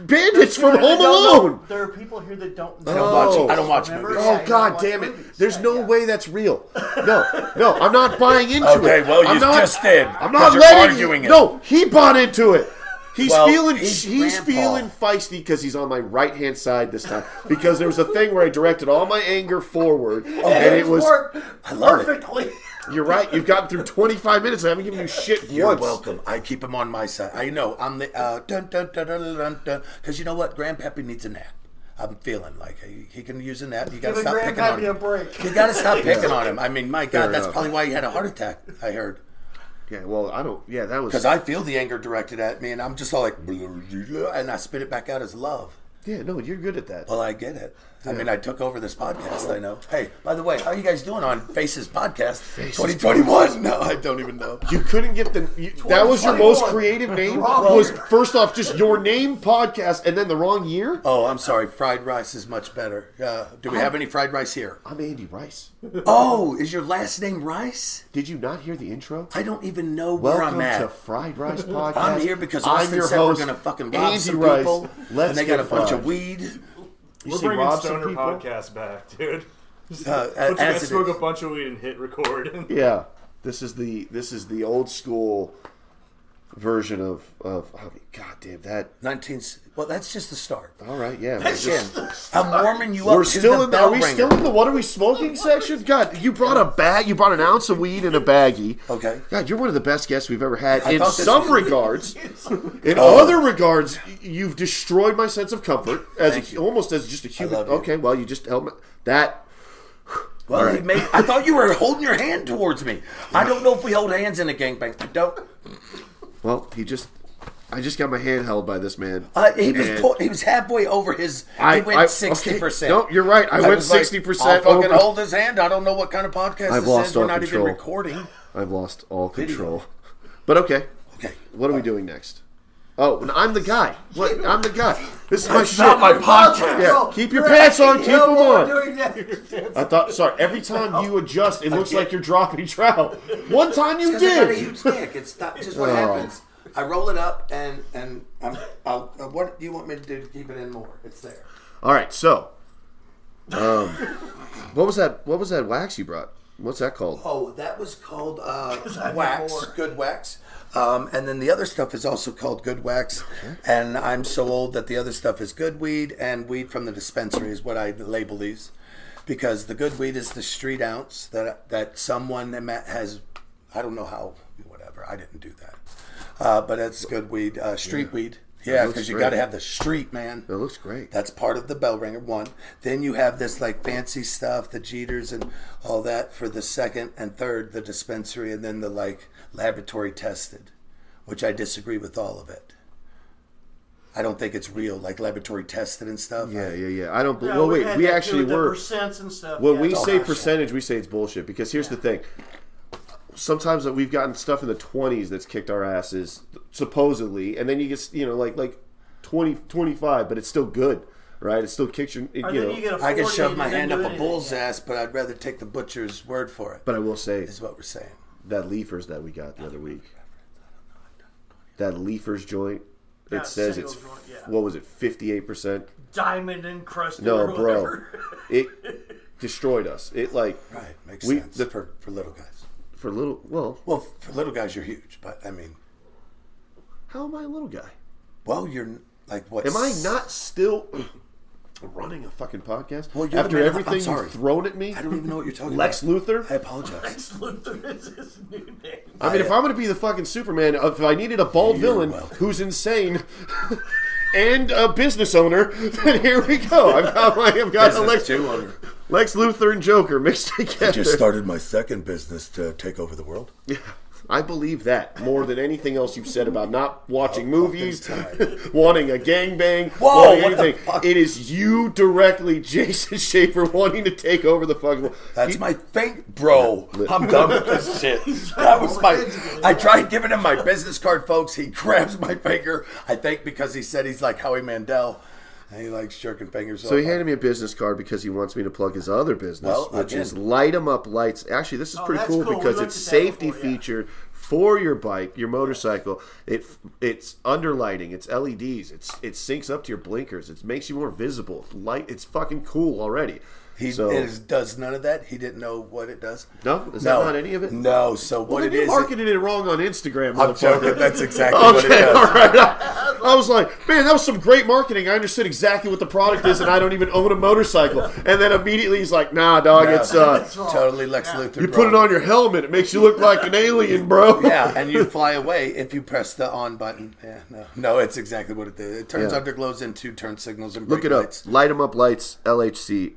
Speaker 3: bandits from
Speaker 10: They
Speaker 3: Home
Speaker 10: don't know-
Speaker 3: Alone.
Speaker 10: There are people here that don't know.
Speaker 4: don't watch- I don't watch
Speaker 10: Remember?
Speaker 4: movies.
Speaker 10: Yeah,
Speaker 3: Oh
Speaker 10: you don't
Speaker 3: God
Speaker 10: watch
Speaker 3: damn it!
Speaker 10: movies.
Speaker 3: There's
Speaker 10: Yeah,
Speaker 3: no
Speaker 10: yeah.
Speaker 3: way that's real. No, no, I'm not buying into
Speaker 4: Okay,
Speaker 3: it.
Speaker 4: well,
Speaker 3: I'm
Speaker 4: you
Speaker 3: not-
Speaker 4: just did,
Speaker 3: I'm
Speaker 4: 'cause
Speaker 3: not
Speaker 4: you're
Speaker 3: letting
Speaker 4: arguing it.
Speaker 3: No, he bought into it. He's
Speaker 4: Well,
Speaker 3: feeling he's,
Speaker 4: he's grandpa.
Speaker 3: feeling feisty because he's on my right hand side this time because there was a thing where I directed all my anger
Speaker 10: [LAUGHS]
Speaker 3: forward and it was
Speaker 10: Worked
Speaker 4: love it.
Speaker 10: perfectly.
Speaker 3: you're right you've gotten through 25 minutes I haven't given you shit
Speaker 4: You're
Speaker 3: once.
Speaker 4: welcome. I keep him on my side. I know. I'm the uh, dun dun dun dun dun dun. Because you know what, Grandpappy needs a nap. I'm feeling like he, he can use a nap. You gotta
Speaker 10: Give
Speaker 4: stop picking on
Speaker 10: Grandpappy a
Speaker 4: him.
Speaker 10: break.
Speaker 4: You
Speaker 3: [LAUGHS]
Speaker 4: gotta stop picking on him. I mean, my God,
Speaker 3: Fair
Speaker 4: that's
Speaker 3: enough.
Speaker 4: probably why he had a heart attack. I heard.
Speaker 3: Yeah, well I don't. Yeah, that was
Speaker 4: Because I feel the anger directed at me, and I'm just all like, "Blah, blah, blah," and I spit it back out as love.
Speaker 3: yeah. No, you're good at that.
Speaker 4: Well, I get it. I mean, I took over this podcast. I know. Hey, by the way, how are you guys doing on Faces Podcast 2021? No, I don't even know.
Speaker 3: You couldn't get the. You, that was your most
Speaker 10: 2021.
Speaker 3: creative name.
Speaker 10: Wrong
Speaker 3: Was
Speaker 10: year.
Speaker 3: first off just your name podcast, and then the wrong year.
Speaker 4: Oh, I'm sorry. Fried rice is much better. Uh, do we
Speaker 3: Oh.
Speaker 4: have any fried rice here?
Speaker 3: I'm Andy Rice.
Speaker 4: Oh, is your last name Rice?
Speaker 3: Did you not hear the intro?
Speaker 4: I don't even know where
Speaker 3: Welcome
Speaker 4: I'm at.
Speaker 3: to Fried Rice Podcast.
Speaker 4: [LAUGHS] I'm here because Austin said we're gonna fucking rob
Speaker 3: Andy
Speaker 4: some
Speaker 3: Rice.
Speaker 4: people,
Speaker 3: Let's
Speaker 4: and they
Speaker 3: get
Speaker 4: got a bunch
Speaker 3: fried.
Speaker 4: of weed.
Speaker 3: You
Speaker 5: We're
Speaker 3: see,
Speaker 5: bringing
Speaker 3: rob some
Speaker 5: Stoner
Speaker 3: people?
Speaker 5: Podcast back, dude.
Speaker 4: Uh,
Speaker 5: Put you guys
Speaker 4: as it
Speaker 5: smoke
Speaker 4: is.
Speaker 5: a bunch of weed and hit [LAUGHS] record.
Speaker 3: Yeah, this is the this is the old school version of of. I mean, God damn that!
Speaker 4: 19. Well, that's just the start.
Speaker 3: All right, yeah. We're,
Speaker 4: Again, I'm warming you up.
Speaker 3: we're
Speaker 4: to
Speaker 3: still
Speaker 4: the
Speaker 3: in.
Speaker 4: bell
Speaker 3: Are we
Speaker 4: ringer.
Speaker 3: still in the what are we smoking section? God, you brought a bag. You brought an ounce of weed in a baggie.
Speaker 4: Okay.
Speaker 3: God, you're one of the best guests we've ever had.
Speaker 4: I
Speaker 3: in
Speaker 4: thought this
Speaker 3: some
Speaker 4: was- [LAUGHS]
Speaker 3: regards, in
Speaker 4: Oh.
Speaker 3: other regards, y- you've destroyed my sense of comfort as
Speaker 4: Thank
Speaker 3: a,
Speaker 4: you.
Speaker 3: almost as just a human.
Speaker 4: love you.
Speaker 3: Okay, well, you just help me. That
Speaker 4: Well,
Speaker 3: All
Speaker 4: he
Speaker 3: right.
Speaker 4: made, I thought you were holding your hand towards me. I don't know if we hold hands in a gangbang. I don't.
Speaker 3: well, he just. I just got my hand held by this man.
Speaker 4: Uh, he was
Speaker 3: And-
Speaker 4: po- he was halfway over his. he went sixty percent.
Speaker 3: Okay. No, you're right. I, went
Speaker 4: was like,
Speaker 3: sixty percent
Speaker 4: I'll fucking
Speaker 3: over.
Speaker 4: hold his hand. I don't know what kind of podcast
Speaker 3: I've
Speaker 4: this
Speaker 3: lost
Speaker 4: is. We're
Speaker 3: all
Speaker 4: not
Speaker 3: control.
Speaker 4: even recording.
Speaker 3: I've lost all control. [LAUGHS] But okay,
Speaker 4: Okay.
Speaker 3: what are we doing next? Oh, and I'm the guy. What? I'm the guy. This is my shit.
Speaker 4: not my
Speaker 10: [LAUGHS]
Speaker 4: podcast.
Speaker 3: Yeah, keep your pants on. Keep
Speaker 10: No
Speaker 3: them
Speaker 10: more
Speaker 3: on.
Speaker 10: doing that.
Speaker 3: I thought. Sorry. Every time you adjust, it looks like you're dropping [LAUGHS] trout. One time you
Speaker 4: Because I got a
Speaker 3: did.
Speaker 4: huge dick.
Speaker 3: [LAUGHS]
Speaker 4: It's not just what
Speaker 3: Oh.
Speaker 4: happens. I roll it up and and I'm, I'll, uh, what do you want me to do to keep it in more? It's there.
Speaker 3: All right. So, um, what was that? What was that wax you brought? What's that called?
Speaker 4: Oh, that was called uh,
Speaker 10: need
Speaker 4: wax,
Speaker 10: more.
Speaker 4: good wax. Um, and then the other stuff is also called good wax. And I'm so old that the other stuff is good weed and weed from the dispensary is what I label these, because the good weed is the street ounce that that someone ima- has. I don't know how, whatever. I didn't do that, uh, but it's good weed, uh, street weed. Yeah,
Speaker 3: looks
Speaker 4: because you
Speaker 3: great.
Speaker 4: got to have the street man.
Speaker 3: That looks great.
Speaker 4: That's part of the bell ringer one. Then you have this like fancy stuff, the Jeters and all that for the second and third, the dispensary, and then the like laboratory tested, which I disagree with all of it. I don't think it's real, like laboratory tested and stuff.
Speaker 3: Yeah,
Speaker 4: I-
Speaker 3: yeah, yeah. I don't.
Speaker 10: Yeah,
Speaker 3: well,
Speaker 10: we've
Speaker 3: wait.
Speaker 10: had
Speaker 3: We
Speaker 10: that too
Speaker 3: actually
Speaker 10: with the
Speaker 3: were.
Speaker 10: percents and stuff.
Speaker 3: When
Speaker 10: yeah.
Speaker 3: we
Speaker 4: all
Speaker 3: say
Speaker 4: bullshit.
Speaker 3: percentage, we say it's bullshit because here's the thing. Sometimes that we've gotten stuff in the 20s that's kicked our asses supposedly, and then you get you know like like 20 25, but it's still good, right? It still kicks your you
Speaker 10: Or
Speaker 3: know.
Speaker 10: then you get a
Speaker 4: I can
Speaker 10: 40
Speaker 4: shove
Speaker 10: and
Speaker 4: my
Speaker 10: you
Speaker 4: hand
Speaker 10: didn't do
Speaker 4: up a
Speaker 10: anything.
Speaker 4: bull's ass, but I'd rather take the butcher's word for it.
Speaker 3: but I will say
Speaker 4: Is what we're saying.
Speaker 3: that leafers that we got the other week, that leafers joint, it
Speaker 10: Yeah,
Speaker 3: says
Speaker 10: single
Speaker 3: it's
Speaker 10: joint,
Speaker 3: f-
Speaker 10: yeah.
Speaker 3: what was it 58 percent?
Speaker 10: Diamond encrusted.
Speaker 3: No,
Speaker 10: or
Speaker 3: bro,
Speaker 10: whatever.
Speaker 3: it destroyed us. It like
Speaker 4: Right. Makes
Speaker 3: We-
Speaker 4: sense
Speaker 3: the-
Speaker 4: for, for little guys.
Speaker 3: for little well,
Speaker 4: Well, for little guys, you're huge, but I mean,
Speaker 3: how am I a little guy?
Speaker 4: well, you're like what?
Speaker 3: Am I not still [CLEARS THROAT] running a fucking podcast
Speaker 4: Well, you're the
Speaker 3: after
Speaker 4: man- I'm
Speaker 3: everything
Speaker 4: sorry.
Speaker 3: you've thrown at me?
Speaker 4: I don't even know what you're talking
Speaker 3: Lex
Speaker 4: about. I
Speaker 3: Luthor.
Speaker 4: apologize.
Speaker 10: Lex Luthor is his new name.
Speaker 3: I mean, if I'm going to be the fucking Superman, uh, if I needed a bald
Speaker 4: You're
Speaker 3: villain
Speaker 4: welcome.
Speaker 3: who's insane [LAUGHS] and a business owner, [LAUGHS] then here we go. I've got like I've got a Lex, Lex Luthor and Joker mixed together. I,
Speaker 4: just started my second business to take over the world.
Speaker 3: believe that more than anything else you've said about not watching movies,
Speaker 4: time.
Speaker 3: [LAUGHS] wanting a gangbang,
Speaker 4: Whoa,
Speaker 3: wanting
Speaker 4: what the
Speaker 3: anything.
Speaker 4: fuck?
Speaker 3: It is you directly, [LAUGHS] Jason Schaefer, wanting to take over the fucking. world.
Speaker 4: That's my faint, bro. [LAUGHS] I'm done with this shit. That was my. I tried giving him my business card, folks. He grabs my finger. I think because he said he's like Howie Mandel, and he likes jerking fingers.
Speaker 3: So he handed me a business card because he wants me to plug his other business,
Speaker 4: Well,
Speaker 3: which
Speaker 4: again.
Speaker 3: is Light 'em Up Lights. Actually, this is pretty
Speaker 10: Oh, that's
Speaker 3: cool,
Speaker 10: cool. We
Speaker 3: because
Speaker 10: looked
Speaker 3: it's
Speaker 10: at that
Speaker 3: safety
Speaker 10: before, yeah.
Speaker 3: feature for your bike, your motorcycle. It it's underlighting, it's LEDs, it's it syncs up to your blinkers, it makes you more visible. Light, it's fucking cool already.
Speaker 4: He
Speaker 3: so,
Speaker 4: is, does none of that. He didn't know what it does.
Speaker 3: No? Is that not any of it?
Speaker 4: No. So
Speaker 3: well,
Speaker 4: what
Speaker 3: then
Speaker 4: it
Speaker 3: you
Speaker 4: is?
Speaker 3: marketed it wrong on Instagram,
Speaker 4: I'm
Speaker 3: motherfucker.
Speaker 4: joking.
Speaker 3: [LAUGHS]
Speaker 4: That's exactly what it
Speaker 3: Okay,
Speaker 4: does.
Speaker 3: all right. I, I was like, man, that was some great marketing. I understood exactly what the product is, and I don't even own a motorcycle. And then immediately he's like, nah, dog, it's uh,
Speaker 4: totally Lex Luthor.
Speaker 3: you put it on your helmet. It makes you look like an alien, bro.
Speaker 4: [LAUGHS] yeah, and
Speaker 3: [LAUGHS]
Speaker 4: you fly away if you press the on button. Yeah, no, no, it's exactly what it does. It turns
Speaker 3: Yeah.
Speaker 4: underglows into turn signals and
Speaker 3: Look
Speaker 4: brake
Speaker 3: it up.
Speaker 4: lights.
Speaker 3: Light 'em up lights. LHC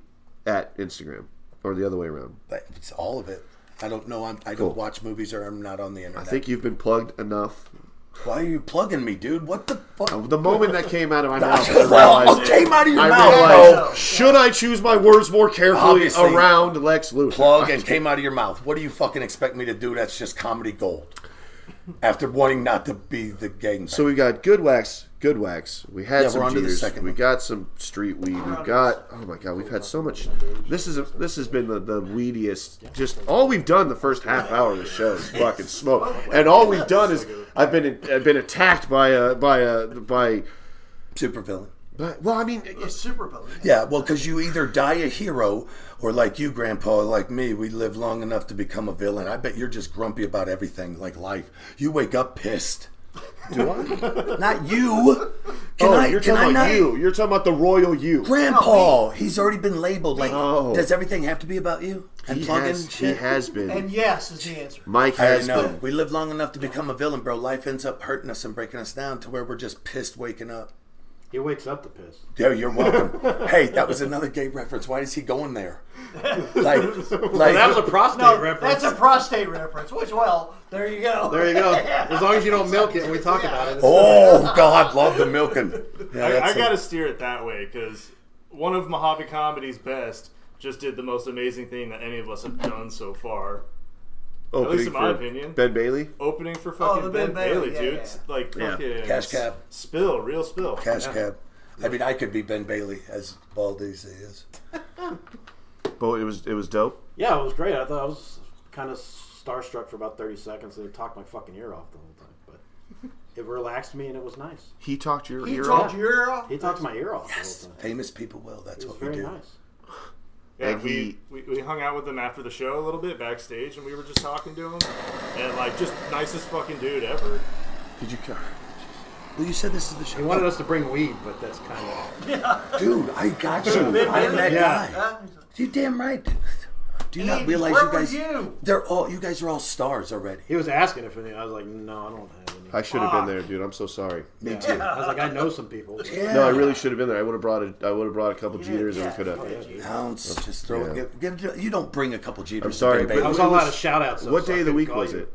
Speaker 3: at Instagram or the other way around.
Speaker 4: But it's all of it. I don't know. I'm, I
Speaker 3: Cool.
Speaker 4: don't watch movies or I'm not on the
Speaker 3: I
Speaker 4: internet.
Speaker 3: think you've been plugged enough.
Speaker 4: Why are you plugging me, dude? What the fuck?
Speaker 3: The moment that came out of my mouth,
Speaker 4: [LAUGHS]
Speaker 3: I
Speaker 4: Well,
Speaker 3: realized.
Speaker 4: it came out of your
Speaker 3: I
Speaker 4: mouth.
Speaker 3: realized.
Speaker 4: bro.
Speaker 3: Should I choose my words more carefully
Speaker 4: Obviously.
Speaker 3: around Lex Luthor?
Speaker 4: Plug and came out of your mouth. What do you fucking expect me to do? That's just comedy gold. After wanting not to be the gang.
Speaker 3: So we got good wax, good wax. We had
Speaker 4: Yeah,
Speaker 3: some
Speaker 4: we're on to the
Speaker 3: Jeters.
Speaker 4: second
Speaker 3: we
Speaker 4: one.
Speaker 3: got some street weed. We've got oh my god, we've had so much. This is a, this has been the, the weediest. Just all we've done the first half hour of the show is fucking smoke, and all we've done is I've been I've been attacked by a by a by.
Speaker 4: super villain.
Speaker 3: by- Well, I mean, it's-
Speaker 10: Super Bowl.
Speaker 4: Yeah, well, because you either die a hero, or like you, Grandpa, like me, we live long enough to become a villain. I bet you're just grumpy about everything, like life. You wake up pissed.
Speaker 3: do I?
Speaker 4: Not
Speaker 3: [LAUGHS]
Speaker 4: you. Can
Speaker 3: Oh,
Speaker 4: I?
Speaker 3: you're
Speaker 4: can I
Speaker 3: talking about
Speaker 4: not?
Speaker 3: you. You're talking about the royal you.
Speaker 4: Grandpa, he's already been labeled. Like,
Speaker 3: No.
Speaker 4: does everything have to be about you? And
Speaker 3: He
Speaker 4: plug
Speaker 3: has,
Speaker 4: in
Speaker 3: he
Speaker 4: shit.
Speaker 3: has been.
Speaker 10: And yes is the answer.
Speaker 3: Mike
Speaker 4: I
Speaker 3: has
Speaker 4: know.
Speaker 3: been.
Speaker 4: We live long enough to become a villain, bro. Life ends up hurting us and breaking us down to where we're just pissed waking up.
Speaker 12: He wakes up to piss.
Speaker 4: Yo, you're
Speaker 12: [LAUGHS]
Speaker 4: welcome. hey, that was another gay reference. Why is he going there? Like, like
Speaker 12: [LAUGHS] That was a prostate
Speaker 10: No,
Speaker 12: reference.
Speaker 10: that's a prostate reference. Which, well, there you go.
Speaker 12: there you go. As long as you don't milk it, and we talk about it.
Speaker 4: Oh God, love the milking. Yeah,
Speaker 5: I,
Speaker 4: that's
Speaker 5: I
Speaker 4: a-
Speaker 5: gotta steer it that way because one of Mojave Comedy's best just did the most amazing thing that any of us have done so far.
Speaker 3: Opening
Speaker 5: least in my
Speaker 3: for
Speaker 5: opinion.
Speaker 3: Ben Bailey.
Speaker 5: Opening for
Speaker 10: Oh, the
Speaker 5: fucking Ben
Speaker 10: Ben Bailey,
Speaker 5: Bailey,
Speaker 10: yeah,
Speaker 5: dude.
Speaker 10: yeah.
Speaker 5: It's Like
Speaker 3: Yeah.
Speaker 5: fucking
Speaker 4: Cash cab.
Speaker 5: spill, real spill.
Speaker 4: cash
Speaker 5: Yeah.
Speaker 4: cab. I mean, I could be Ben Bailey as bald as he is.
Speaker 3: But it was it was dope.
Speaker 12: Yeah, it was great. I thought I was kind of starstruck for about 30 seconds. They talked my fucking ear off the whole time, but it relaxed me and it was nice.
Speaker 3: He talked your
Speaker 10: He
Speaker 3: ear
Speaker 10: told
Speaker 3: off.
Speaker 10: you.
Speaker 12: He talked my ear off the whole time.
Speaker 4: Famous people will. That's
Speaker 12: It was
Speaker 4: what we
Speaker 12: very
Speaker 4: do.
Speaker 12: nice.
Speaker 5: Yeah,
Speaker 3: And
Speaker 5: we,
Speaker 3: he-
Speaker 5: we, we hung out with him after the show a little bit backstage, and we were just talking to him, and like just nicest fucking dude ever.
Speaker 3: Did you?
Speaker 4: Well, you said this is the
Speaker 12: He
Speaker 4: show,
Speaker 12: wanted us to bring weed, but that's kind of
Speaker 4: dude. Oh, I got you. I'm that guy. You damn right. Do you not
Speaker 10: Andy,
Speaker 4: realize
Speaker 10: where
Speaker 4: you
Speaker 10: were
Speaker 4: guys?
Speaker 10: you?
Speaker 4: They're all. You guys are all stars already.
Speaker 12: he was asking if any. I was like, no, I don't have any.
Speaker 3: I should have been there, dude. I'm so sorry.
Speaker 4: Me too.
Speaker 12: I was like, I know some
Speaker 3: [LAUGHS]
Speaker 12: people.
Speaker 4: Yeah.
Speaker 3: No, Oh, I really should have been there. I would have brought a, I would have brought a couple Jeters, and we could have.
Speaker 4: Ounce, just throw
Speaker 3: Yeah.
Speaker 4: it. Give, give, you don't bring a couple Jeters.
Speaker 3: I'm sorry,
Speaker 4: to Ben
Speaker 3: but-
Speaker 12: I
Speaker 4: Bailey.
Speaker 12: was on a lot of shout outs.
Speaker 3: What day of the week was it?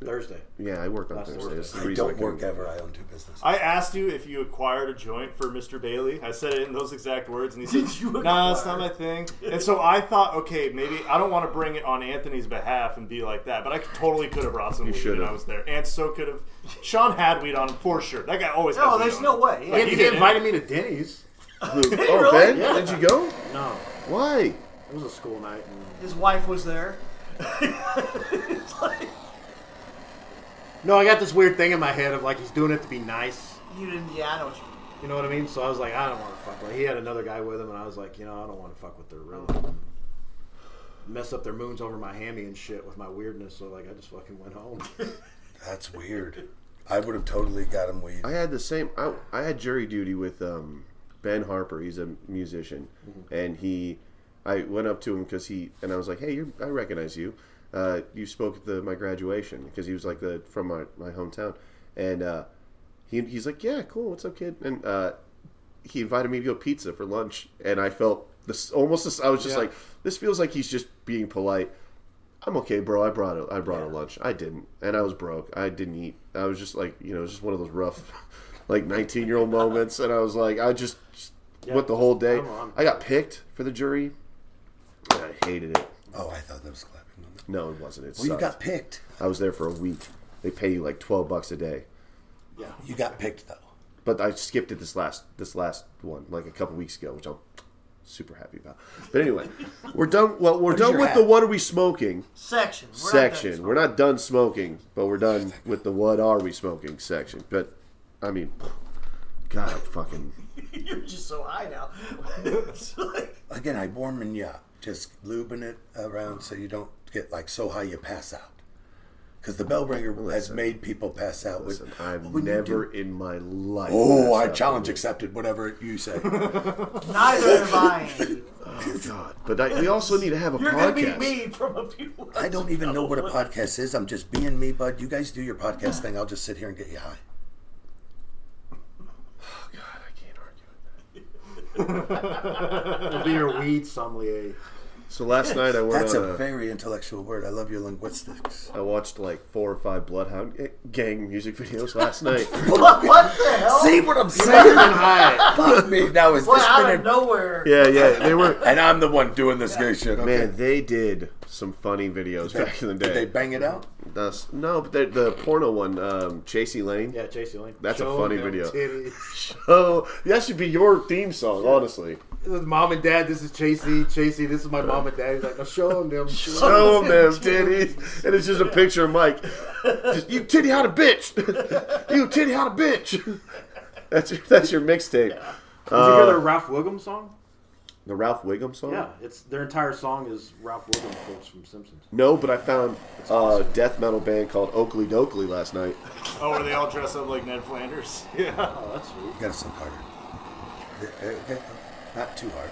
Speaker 12: Thursday.
Speaker 3: Yeah, I worked on
Speaker 12: Last
Speaker 3: Thursday. That's the
Speaker 4: I
Speaker 3: reason I
Speaker 4: don't work
Speaker 3: couldn't-
Speaker 4: ever. I own two businesses.
Speaker 5: I asked you if you acquired a joint for Mr. Bailey. I said it in those exact words, and
Speaker 10: [LAUGHS]
Speaker 5: he said,
Speaker 10: Did you
Speaker 5: "Nah, it's not my thing." And so I thought, okay, maybe I don't want to bring it on Anthony's behalf and be like that, but I could- totally could have brought some weed,
Speaker 3: should
Speaker 5: and
Speaker 3: have.
Speaker 5: I was there, and so could have. Sean had weed on him for sure. That guy always.
Speaker 10: No,
Speaker 5: had
Speaker 10: there's
Speaker 5: weed
Speaker 10: no
Speaker 5: on him.
Speaker 10: way.
Speaker 5: Like,
Speaker 12: He,
Speaker 5: he
Speaker 12: he
Speaker 5: didn't invite
Speaker 12: invited me to Denny's.
Speaker 3: Oh,
Speaker 10: Really?
Speaker 3: Ben, did you go?
Speaker 12: No,
Speaker 3: Why?
Speaker 12: it was a school night. And
Speaker 10: His wife was there. [LAUGHS] it's like
Speaker 12: No, I got this weird thing in my head of like he's doing it to be nice.
Speaker 10: you didn't. Yeah, I know what you mean.
Speaker 12: You know what I mean? So I was like, I don't want to fuck. Like he had another guy with him, and I was like, you know, I don't want to fuck with their rhythm. Mess up their moons over my hammy and shit with my weirdness. So like, I just fucking went home. [LAUGHS]
Speaker 4: That's weird. I would have totally got him weed.
Speaker 3: I had the same. I, I had jury duty with um, Ben Harper. He's a musician, and he, I went up to him because he and I was like, "Hey, you're, I recognize you. Uh, you spoke at the, my graduation because he was like the from my, my hometown." And uh, he he's like, "Yeah, cool. What's up, kid?" And uh, he invited me to go pizza for lunch, and I felt this almost. This, I was just
Speaker 12: Yeah.
Speaker 3: like, "This feels like he's just being polite." I'm okay, bro. I brought a, I brought a lunch. I didn't, and I was broke. I didn't eat. I was just like, you know, it was just one of those rough, [LAUGHS] like 19 year old moments. And I was like, I just, just went the whole day.
Speaker 12: Come on.
Speaker 3: I got picked for the jury. I hated it.
Speaker 4: Oh, I thought that was clapping.
Speaker 3: No, it wasn't. It
Speaker 4: Well, you
Speaker 3: sucked.
Speaker 4: got picked.
Speaker 3: I was there for a week. They pay you like 12 bucks a day.
Speaker 4: You got picked though.
Speaker 3: But I skipped it this last this last one like a couple weeks ago, which I'll super happy about. But anyway, we're done. Well, we're done
Speaker 4: your
Speaker 3: with
Speaker 4: hat?
Speaker 3: the what are we smoking
Speaker 10: Section. We're not done
Speaker 3: section.
Speaker 10: smoking.
Speaker 3: we're not done smoking, but we're done with the what are we smoking section. But I mean, God, I'm fucking.
Speaker 10: [LAUGHS] You're just so high now. [LAUGHS] It's like-
Speaker 4: Again, I warming you up, just lubing it around so you don't get like so high you pass out. Because the bell ringer has made people pass out. with-
Speaker 3: Listen,
Speaker 4: What
Speaker 3: I've
Speaker 4: would you
Speaker 3: never
Speaker 4: do?
Speaker 3: in my life.
Speaker 4: Oh,
Speaker 3: messed
Speaker 4: I
Speaker 3: up
Speaker 4: challenge
Speaker 3: with-
Speaker 4: accepted. Whatever you say.
Speaker 10: neither am I.
Speaker 4: [LAUGHS]
Speaker 10: Andy.
Speaker 3: God, but I, we also need to have a
Speaker 10: You're gonna be
Speaker 3: podcast.
Speaker 10: me from a few. Months
Speaker 4: I don't even know what a podcast is. I'm just being me, bud. You guys do your podcast thing. I'll just sit here and get you high.
Speaker 3: God, I can't argue with
Speaker 12: It'll be your weed sommelier.
Speaker 3: that. So last night I went
Speaker 4: That's
Speaker 3: on
Speaker 4: a very intellectual word. I love your linguistics.
Speaker 3: I watched like four or five Bloodhound eh, gang music
Speaker 4: [LAUGHS]
Speaker 3: videos last night.
Speaker 10: What, what the hell?
Speaker 4: See what I'm saying?
Speaker 3: Hi.
Speaker 4: [LAUGHS] Fuck me. Now is
Speaker 10: Boy,
Speaker 4: this
Speaker 10: out
Speaker 4: been
Speaker 10: of
Speaker 4: a-
Speaker 10: nowhere.
Speaker 3: Yeah, yeah, they were.
Speaker 4: And I'm the one doing this gay shit. [LAUGHS] Okay.
Speaker 3: Man, they did some funny videos back in the
Speaker 4: Did
Speaker 3: day.
Speaker 4: they bang it out?
Speaker 3: That's, no, but the, the porno one, um, Chasey Lane.
Speaker 12: Yeah, JC Lane.
Speaker 3: That's a
Speaker 12: Show
Speaker 3: funny
Speaker 12: them
Speaker 3: video. [LAUGHS]
Speaker 12: titties.
Speaker 3: Oh, that should be your theme song, honestly.
Speaker 12: This is mom and dad. This is Chasey. Chasey, this is my mom and dad. He's like, now show them
Speaker 3: [LAUGHS]
Speaker 12: them.
Speaker 3: Show 'em them titties, and it's just a picture of Mike. Just, you titty out a bitch. [LAUGHS] you titty out a bitch. That's your, that's your mixtape.
Speaker 12: Did you hear the Ralph Wiggum song?
Speaker 3: The Ralph Wiggum song.
Speaker 12: Yeah, it's their entire song is Ralph Wiggum quotes from Simpsons.
Speaker 3: No, but I found a death metal band called Oakley Dokley last night.
Speaker 5: Oh, where they all dress up like Ned Flanders? [LAUGHS] Yeah.
Speaker 12: Oh, that's sweet.
Speaker 4: You gotta suck harder. Yeah, Okay. Not too hard.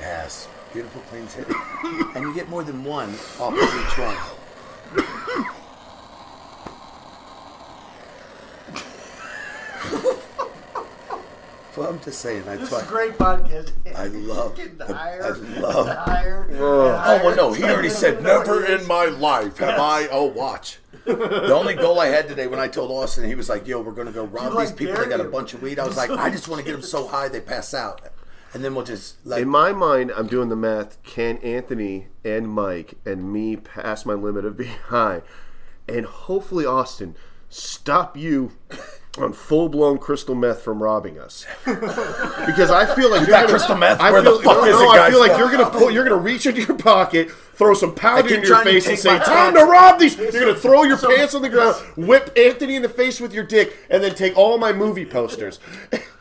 Speaker 4: Yes. Beautiful clean tip. and you get more than one off of each [LAUGHS] one. well, I'm just saying. That's
Speaker 10: This
Speaker 4: why
Speaker 10: is a great podcast.
Speaker 4: I love.
Speaker 10: Getting
Speaker 4: the-
Speaker 10: higher.
Speaker 4: I
Speaker 10: and
Speaker 4: love.
Speaker 10: higher. and
Speaker 4: Oh
Speaker 10: higher.
Speaker 4: well, no.
Speaker 10: It's
Speaker 4: He
Speaker 10: like,
Speaker 4: already
Speaker 10: you don't
Speaker 4: said,
Speaker 10: even know
Speaker 4: "Never
Speaker 10: what it
Speaker 4: in
Speaker 10: is."
Speaker 4: my life have I." Oh, watch. The only goal I had today when I told Austin, he was like, "Yo, we're gonna go rob
Speaker 10: You,
Speaker 4: these
Speaker 10: like,
Speaker 4: people. They got a
Speaker 10: dare
Speaker 4: bunch of weed." I was like, "I just want to get them so high they pass out, and then we'll just like."
Speaker 3: In my mind, I'm doing the math. Can Anthony and Mike and me pass my limit of being [LAUGHS] high? And hopefully, Austin, stop you on full blown crystal meth from robbing us. Because I feel like you're
Speaker 4: got
Speaker 3: gonna,
Speaker 4: crystal meth?
Speaker 3: I
Speaker 4: Where the
Speaker 3: feel,
Speaker 4: fuck
Speaker 3: no,
Speaker 4: is
Speaker 3: no,
Speaker 4: it,
Speaker 3: I feel
Speaker 4: guys?
Speaker 3: like you're gonna pull, you're gonna reach into your pocket, throw some powder
Speaker 4: keep
Speaker 3: into your
Speaker 4: trying to
Speaker 3: face, and
Speaker 4: take
Speaker 3: say,
Speaker 4: my
Speaker 3: "Time
Speaker 4: pants."
Speaker 3: to rob these." You're gonna throw your pants on the ground, whip Anthony in the face with your dick, and then take all my movie posters.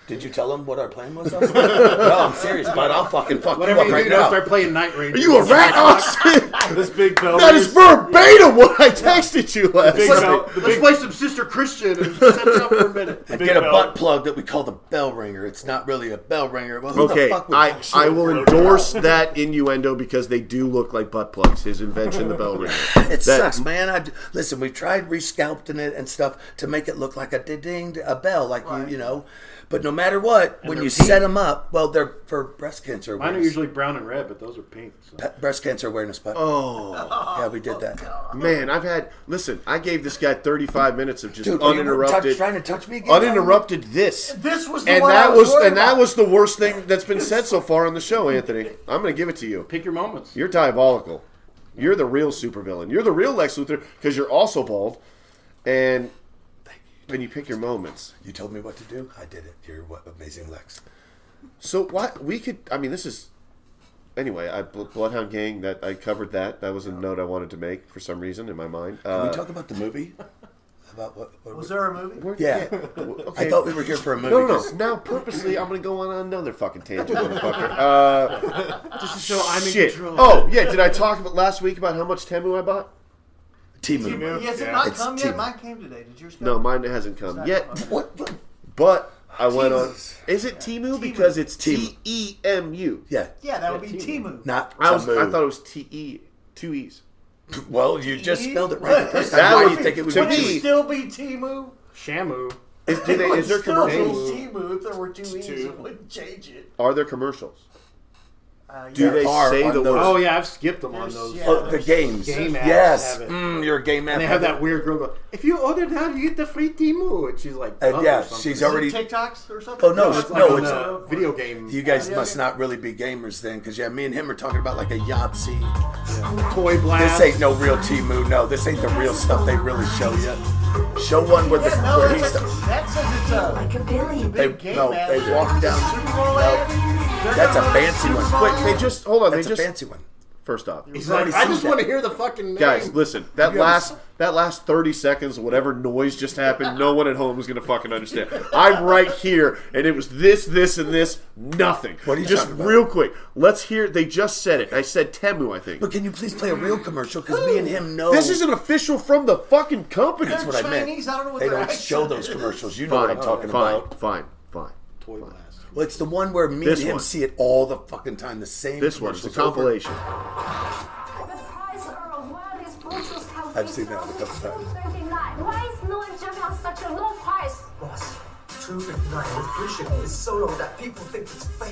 Speaker 4: Did you tell him what our plan was? Austin? no, I'm serious, bud. I'll fucking fuck
Speaker 12: Whatever
Speaker 4: you up
Speaker 12: you do,
Speaker 4: right
Speaker 12: don't
Speaker 4: now.
Speaker 12: start playing Night Ranger.
Speaker 3: Are you a rat,
Speaker 4: [LAUGHS]
Speaker 3: Austin?
Speaker 5: This big bell.
Speaker 3: That is verbatim what I texted you last
Speaker 5: Big
Speaker 3: night.
Speaker 5: bell. The
Speaker 12: Let's
Speaker 5: big,
Speaker 12: play some Sister Christian and set it up for a minute.
Speaker 4: And
Speaker 5: Big
Speaker 4: get a
Speaker 5: bell.
Speaker 4: butt plug that we call the bell ringer. It's not really a bell ringer. Well, who
Speaker 3: Okay,
Speaker 4: the fuck would
Speaker 3: I, I will
Speaker 5: Sure.
Speaker 3: endorse that innuendo because they do look like butt plugs. His invention, the
Speaker 4: [LAUGHS]
Speaker 3: bell ringer.
Speaker 4: It
Speaker 3: That-
Speaker 4: sucks, man. I listen. We've tried rescalping it and stuff to make it look like a ding, a bell, like you, you know. But no matter what, when you set 'em set them up, well, they're for breast cancer.
Speaker 12: Mine are
Speaker 4: Awareness.
Speaker 12: usually brown and red, but those are pink. So.
Speaker 4: Pe- breast cancer awareness. But
Speaker 3: Oh
Speaker 4: yeah, we did that.
Speaker 3: man, I've had. Listen, I gave this guy 35 minutes of just
Speaker 4: Dude, are you touch-
Speaker 3: uninterrupted,
Speaker 4: trying to touch me again.
Speaker 3: uninterrupted this,
Speaker 10: This was the
Speaker 3: and
Speaker 10: one I
Speaker 3: that
Speaker 10: was
Speaker 3: was
Speaker 10: worried
Speaker 3: and that
Speaker 10: about.
Speaker 3: was the worst thing that's been said so far on the show, Anthony. I'm gonna give it to you.
Speaker 12: Pick your moments.
Speaker 3: You're diabolical. You're the real supervillain. You're the real Lex Luthor because you're also bald, and and you pick your moments.
Speaker 4: You told me what to do. I did it. You're what, amazing, Lex.
Speaker 3: So why we could? I mean, this is anyway. I Bl- Bloodhound Gang. That I covered that. That was a note I wanted to make for some reason in my mind.
Speaker 4: Can
Speaker 3: Uh,
Speaker 4: we talk about the movie? [LAUGHS] About what? what
Speaker 10: Was there a movie?
Speaker 3: where-
Speaker 4: Yeah.
Speaker 3: Okay.
Speaker 4: I thought we were here for a movie.
Speaker 3: no, no, no.
Speaker 4: 'cause-
Speaker 3: Now, purposely, I'm going to go on another fucking tangent, motherfucker. Uh,
Speaker 12: Just to show I'm in
Speaker 3: shit.
Speaker 12: control.
Speaker 3: Oh, yeah. Did I talk about last week about how much Temu I bought?
Speaker 4: Timu.
Speaker 5: Yeah.
Speaker 10: He has it not
Speaker 4: It's
Speaker 10: come
Speaker 4: Timmy.
Speaker 10: yet? Mine came today. Did yours come?
Speaker 3: No, mine hasn't come
Speaker 10: not
Speaker 3: yet.
Speaker 10: come
Speaker 4: What? the-
Speaker 3: But I went on.
Speaker 4: Jesus.
Speaker 3: Is it Temu? Because it's
Speaker 4: Temu.
Speaker 3: T E M U.
Speaker 4: Yeah.
Speaker 10: [LAUGHS] Yeah, that would be Timu.
Speaker 4: Not.
Speaker 3: I was. I
Speaker 4: Tamu.
Speaker 3: thought it was T E. Two E's.
Speaker 4: Well, you just
Speaker 10: T?
Speaker 4: spelled it right the first time.
Speaker 3: That
Speaker 4: Why do
Speaker 3: would-
Speaker 4: you think it would
Speaker 3: to
Speaker 4: be
Speaker 10: Would
Speaker 3: me,
Speaker 4: Timu?
Speaker 10: it still be Timu?
Speaker 12: Shamu.
Speaker 3: Is, do they,
Speaker 10: It would
Speaker 3: is there
Speaker 10: still be
Speaker 3: commercials?
Speaker 10: Timu if there were two E's.
Speaker 5: two.
Speaker 10: It wouldn't change it.
Speaker 3: Are there commercials?
Speaker 10: Uh,
Speaker 3: Do
Speaker 10: yeah.
Speaker 3: they
Speaker 4: are
Speaker 3: say
Speaker 4: on
Speaker 3: the
Speaker 4: those-
Speaker 3: word?
Speaker 12: Oh yeah, I've skipped them on those.
Speaker 10: Yeah.
Speaker 4: Oh, the games.
Speaker 12: Game apps
Speaker 4: yes.
Speaker 12: have it.
Speaker 4: Mm, you're a game app.
Speaker 12: And they have that weird girl go, if you order now, you get the free Timu. And she's like,
Speaker 4: And
Speaker 12: "Duh," or
Speaker 4: yeah,
Speaker 12: something.
Speaker 4: she's already.
Speaker 10: TikToks or something?
Speaker 4: Oh no,
Speaker 12: It's
Speaker 4: it's,
Speaker 12: like
Speaker 4: no,
Speaker 12: on
Speaker 4: it's.
Speaker 12: a video game
Speaker 4: You guys must not really be gamers then, because yeah, me and him are talking about like a Yahtzee.
Speaker 12: toy blast.
Speaker 4: This ain't no real Timu. No, this ain't the real stuff they really show you. Show one where the
Speaker 10: Yeah, no,
Speaker 4: where he's.
Speaker 10: that's a, that says it's a
Speaker 13: Like a billion.
Speaker 4: They
Speaker 10: big game
Speaker 4: no,
Speaker 10: app.
Speaker 4: they walk down.
Speaker 10: Super Bowl ad.
Speaker 4: That's a fancy one.
Speaker 3: Wait, they just hold on.
Speaker 4: That's
Speaker 3: they
Speaker 4: a
Speaker 3: just
Speaker 4: fancy one.
Speaker 3: first off,
Speaker 14: He's like, I just want to hear the fucking name.
Speaker 3: guys, listen. That last that last thirty seconds, whatever noise just happened, no one at home is gonna fucking understand. I'm right here, and it was this, this, and this. Nothing.
Speaker 4: What are you
Speaker 3: just
Speaker 4: talking about?
Speaker 3: real quick? Let's hear. They just said it. I said Temu. I think
Speaker 4: But can you please play a real commercial? Because me and him know
Speaker 3: this is an official from the fucking company.
Speaker 4: that's what I meant.
Speaker 10: Chinese, I don't know what
Speaker 4: they
Speaker 10: their
Speaker 4: don't
Speaker 10: accent
Speaker 4: show those
Speaker 10: is.
Speaker 4: commercials. You know what I'm talking
Speaker 3: fine,
Speaker 4: about.
Speaker 3: Fine, fine,
Speaker 14: Toy
Speaker 3: fine.
Speaker 14: Blast.
Speaker 4: Well, it's the one where me
Speaker 3: This
Speaker 4: and him
Speaker 3: one.
Speaker 4: see it all the fucking time. The same.
Speaker 3: This one's a
Speaker 4: commercials over.
Speaker 3: compilation.
Speaker 4: I've seen that a couple times.
Speaker 12: Why is no one jump on such a low price?
Speaker 1: Boss, 259 nutrition is so low that people think it's fake.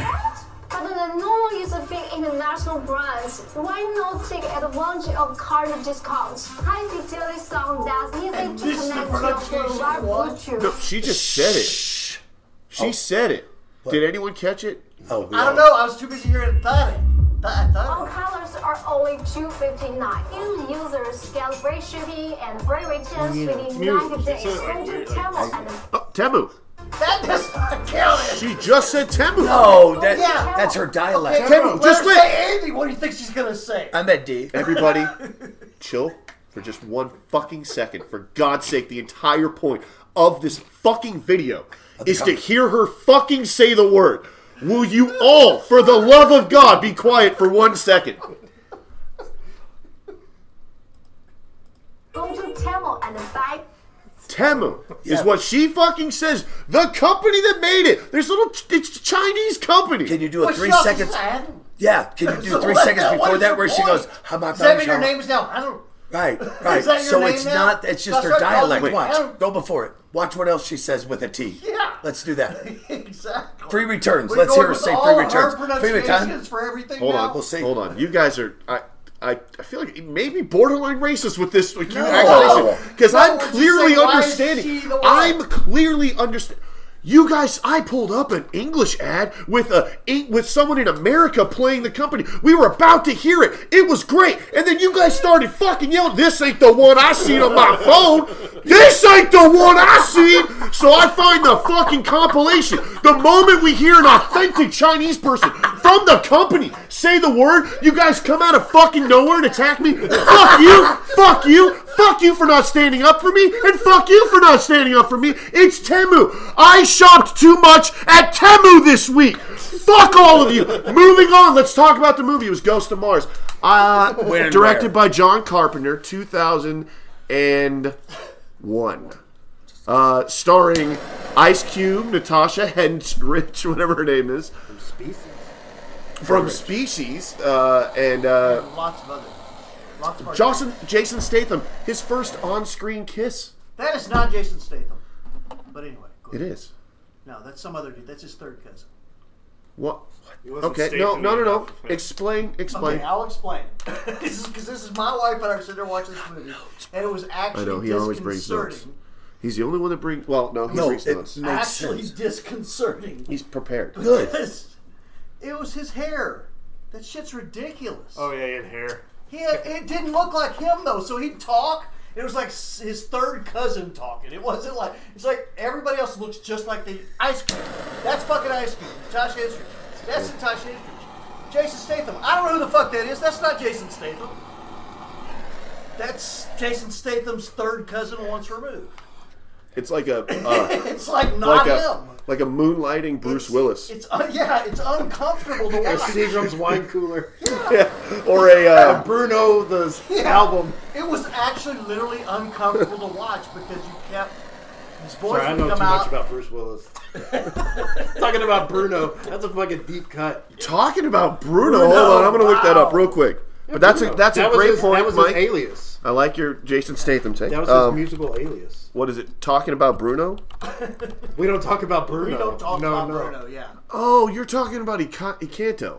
Speaker 12: What? But the normal use of big international brands, why not take advantage of current discounts? High fidelity sound does easily to
Speaker 10: is the
Speaker 12: connect to your
Speaker 10: pronunciation
Speaker 12: right
Speaker 10: you want?
Speaker 12: Bluetooth.
Speaker 3: No, she just said it.
Speaker 4: Shh.
Speaker 3: She said it. Did anyone catch it?
Speaker 4: Oh, we
Speaker 10: I don't
Speaker 4: all-
Speaker 10: know. I was too busy hearing Thai. Thai,
Speaker 12: All
Speaker 10: Thai.
Speaker 12: colors are only $2.59. New users get free shipping and free
Speaker 5: Oh,
Speaker 12: returns within 90 days.
Speaker 5: She said it like
Speaker 12: Go to
Speaker 5: weird, like-
Speaker 12: Temu and
Speaker 3: Oh, Temu.
Speaker 10: That does not count. it.
Speaker 3: She just said Temu.
Speaker 4: Oh, that,
Speaker 10: Yeah.
Speaker 4: that's her dialect.
Speaker 3: Temu, just
Speaker 10: Let her
Speaker 3: wait.
Speaker 10: say Andy. What do you think she's gonna say?
Speaker 4: I'm at D.
Speaker 3: Everybody, chill for just one fucking second. For God's sake, the entire point of this fucking video is to hear her fucking say the word. Will you all, for the love of God, be quiet for one second?
Speaker 12: go to Temu and buy
Speaker 3: Temu is what she fucking says. The company that made it. There's little. It's a Chinese company.
Speaker 4: Can you do a
Speaker 10: But she
Speaker 4: three
Speaker 10: also
Speaker 4: seconds?
Speaker 10: said-
Speaker 4: Yeah. Can you do
Speaker 10: [LAUGHS] So
Speaker 4: three
Speaker 10: what-
Speaker 4: seconds
Speaker 10: what
Speaker 4: before
Speaker 10: is
Speaker 4: that
Speaker 10: your
Speaker 4: where she
Speaker 10: point?
Speaker 4: goes, "How about
Speaker 10: Does that mean
Speaker 4: Dong
Speaker 10: your
Speaker 4: Zhao?"
Speaker 10: name is now? I don't.
Speaker 4: Right, right.
Speaker 10: that your
Speaker 4: So
Speaker 10: name
Speaker 4: it's
Speaker 10: now?
Speaker 4: not. It's just
Speaker 10: That's
Speaker 4: her
Speaker 10: right, Dong
Speaker 4: dialect.
Speaker 10: Wait. Zhao.
Speaker 4: Watch. Go before it. Watch what else she says with a T.
Speaker 10: Yeah.
Speaker 4: Let's do that.
Speaker 10: [LAUGHS] Exactly.
Speaker 4: Free returns.
Speaker 10: We're
Speaker 4: Let's
Speaker 10: going
Speaker 4: hear her
Speaker 10: with
Speaker 4: say
Speaker 10: all
Speaker 4: free
Speaker 10: her
Speaker 4: returns. Free returns.
Speaker 10: pronunciations for everything
Speaker 3: Hold
Speaker 10: now?
Speaker 3: on,
Speaker 4: We'll see.
Speaker 3: Hold on, you guys are. I, I, I feel like maybe borderline racist with this like,
Speaker 4: No.
Speaker 3: because
Speaker 10: Oh. No,
Speaker 3: I'm
Speaker 10: we're just
Speaker 3: clearly
Speaker 10: saying, why is she
Speaker 3: understanding.
Speaker 10: the one?
Speaker 3: I'm clearly understanding. You guys, I pulled up an English ad with a with someone in America playing the company. We were about to hear it. It was great, and then you guys started fucking yelling. This ain't the one I seen on my phone. This ain't the one I seen. So I find the fucking compilation. The moment we hear an authentic Chinese person from the company say the word, you guys come out of fucking nowhere and attack me. Fuck you. Fuck you. Fuck you for not standing up for me, and fuck you for not standing up for me. It's Temu. I shopped too much at Temu this week. Fuck all of you. Moving on, let's talk about the movie. It was Ghost of Mars, uh,
Speaker 4: and
Speaker 3: directed by
Speaker 4: where?
Speaker 3: John Carpenter, two thousand and one, uh, starring Ice Cube, Natasha Henrich, [LAUGHS] whatever her name is, from Species, uh, and. Uh,
Speaker 10: Lots of other. Lots of other-
Speaker 3: Jason, Jason Statham, his first on-screen kiss.
Speaker 10: That is not Jason Statham. But anyway. go
Speaker 3: It
Speaker 10: ahead.
Speaker 3: is.
Speaker 10: No, that's some other dude. That's his third cousin.
Speaker 3: What?
Speaker 5: wasn't
Speaker 3: Okay, no,
Speaker 5: Statham
Speaker 3: no, no, no.
Speaker 5: enough.
Speaker 3: Explain, explain.
Speaker 10: Okay, I'll explain. [LAUGHS] this is because this is my wife and I were sitting there watching this movie, and it was actually
Speaker 3: I know, he
Speaker 10: disconcerting.
Speaker 3: always brings notes. He's the only one that brings. Well, no, he
Speaker 4: No,
Speaker 3: brings
Speaker 4: it
Speaker 3: notes.
Speaker 4: makes
Speaker 10: Actually
Speaker 4: sense.
Speaker 10: disconcerting.
Speaker 3: He's prepared.
Speaker 4: Good.
Speaker 10: [LAUGHS] Because it was his hair. That shit's ridiculous.
Speaker 5: Oh yeah, he had hair.
Speaker 10: He had, it didn't look like him though. So he'd talk. It was like s- his third cousin talking. It wasn't like it's like everybody else looks just like the ice cream. That's fucking ice cream. Natasha Henstridge. That's Natasha Henstridge. Jason Statham. I don't know who the fuck that is. That's not Jason Statham. That's Jason Statham's third cousin once removed.
Speaker 3: It's like a, uh,
Speaker 10: It's
Speaker 3: [LAUGHS]
Speaker 10: like
Speaker 3: like
Speaker 10: not
Speaker 3: a,
Speaker 10: him.
Speaker 3: like a moonlighting Bruce Willis,
Speaker 10: It's un- yeah. It's uncomfortable to watch.
Speaker 14: Seagram's wine cooler.
Speaker 3: [LAUGHS] or a uh,
Speaker 14: Bruno the album.
Speaker 10: It was actually literally uncomfortable to watch because you kept these boys
Speaker 14: Sorry, I
Speaker 10: would
Speaker 14: know
Speaker 10: come
Speaker 14: too
Speaker 10: out.
Speaker 14: much about Bruce Willis. [LAUGHS] Talking about Bruno, that's a fucking deep cut.
Speaker 3: talking about Bruno.
Speaker 10: Bruno,
Speaker 3: Hold on, I'm gonna look that up
Speaker 10: wow.
Speaker 3: real quick. But that's a
Speaker 14: Bruno.
Speaker 3: that's a
Speaker 14: That was
Speaker 3: great
Speaker 14: his-
Speaker 3: point,
Speaker 14: That was
Speaker 3: Mike.
Speaker 14: his alias.
Speaker 3: I like your Jason Statham take.
Speaker 14: That was
Speaker 3: Um,
Speaker 14: his musical alias.
Speaker 3: what is it? Talking about Bruno?
Speaker 14: We don't talk about Bruno.
Speaker 10: We don't talk
Speaker 14: no,
Speaker 10: about
Speaker 14: no.
Speaker 10: Bruno, yeah.
Speaker 3: Oh, you're talking about Ica- Icanto.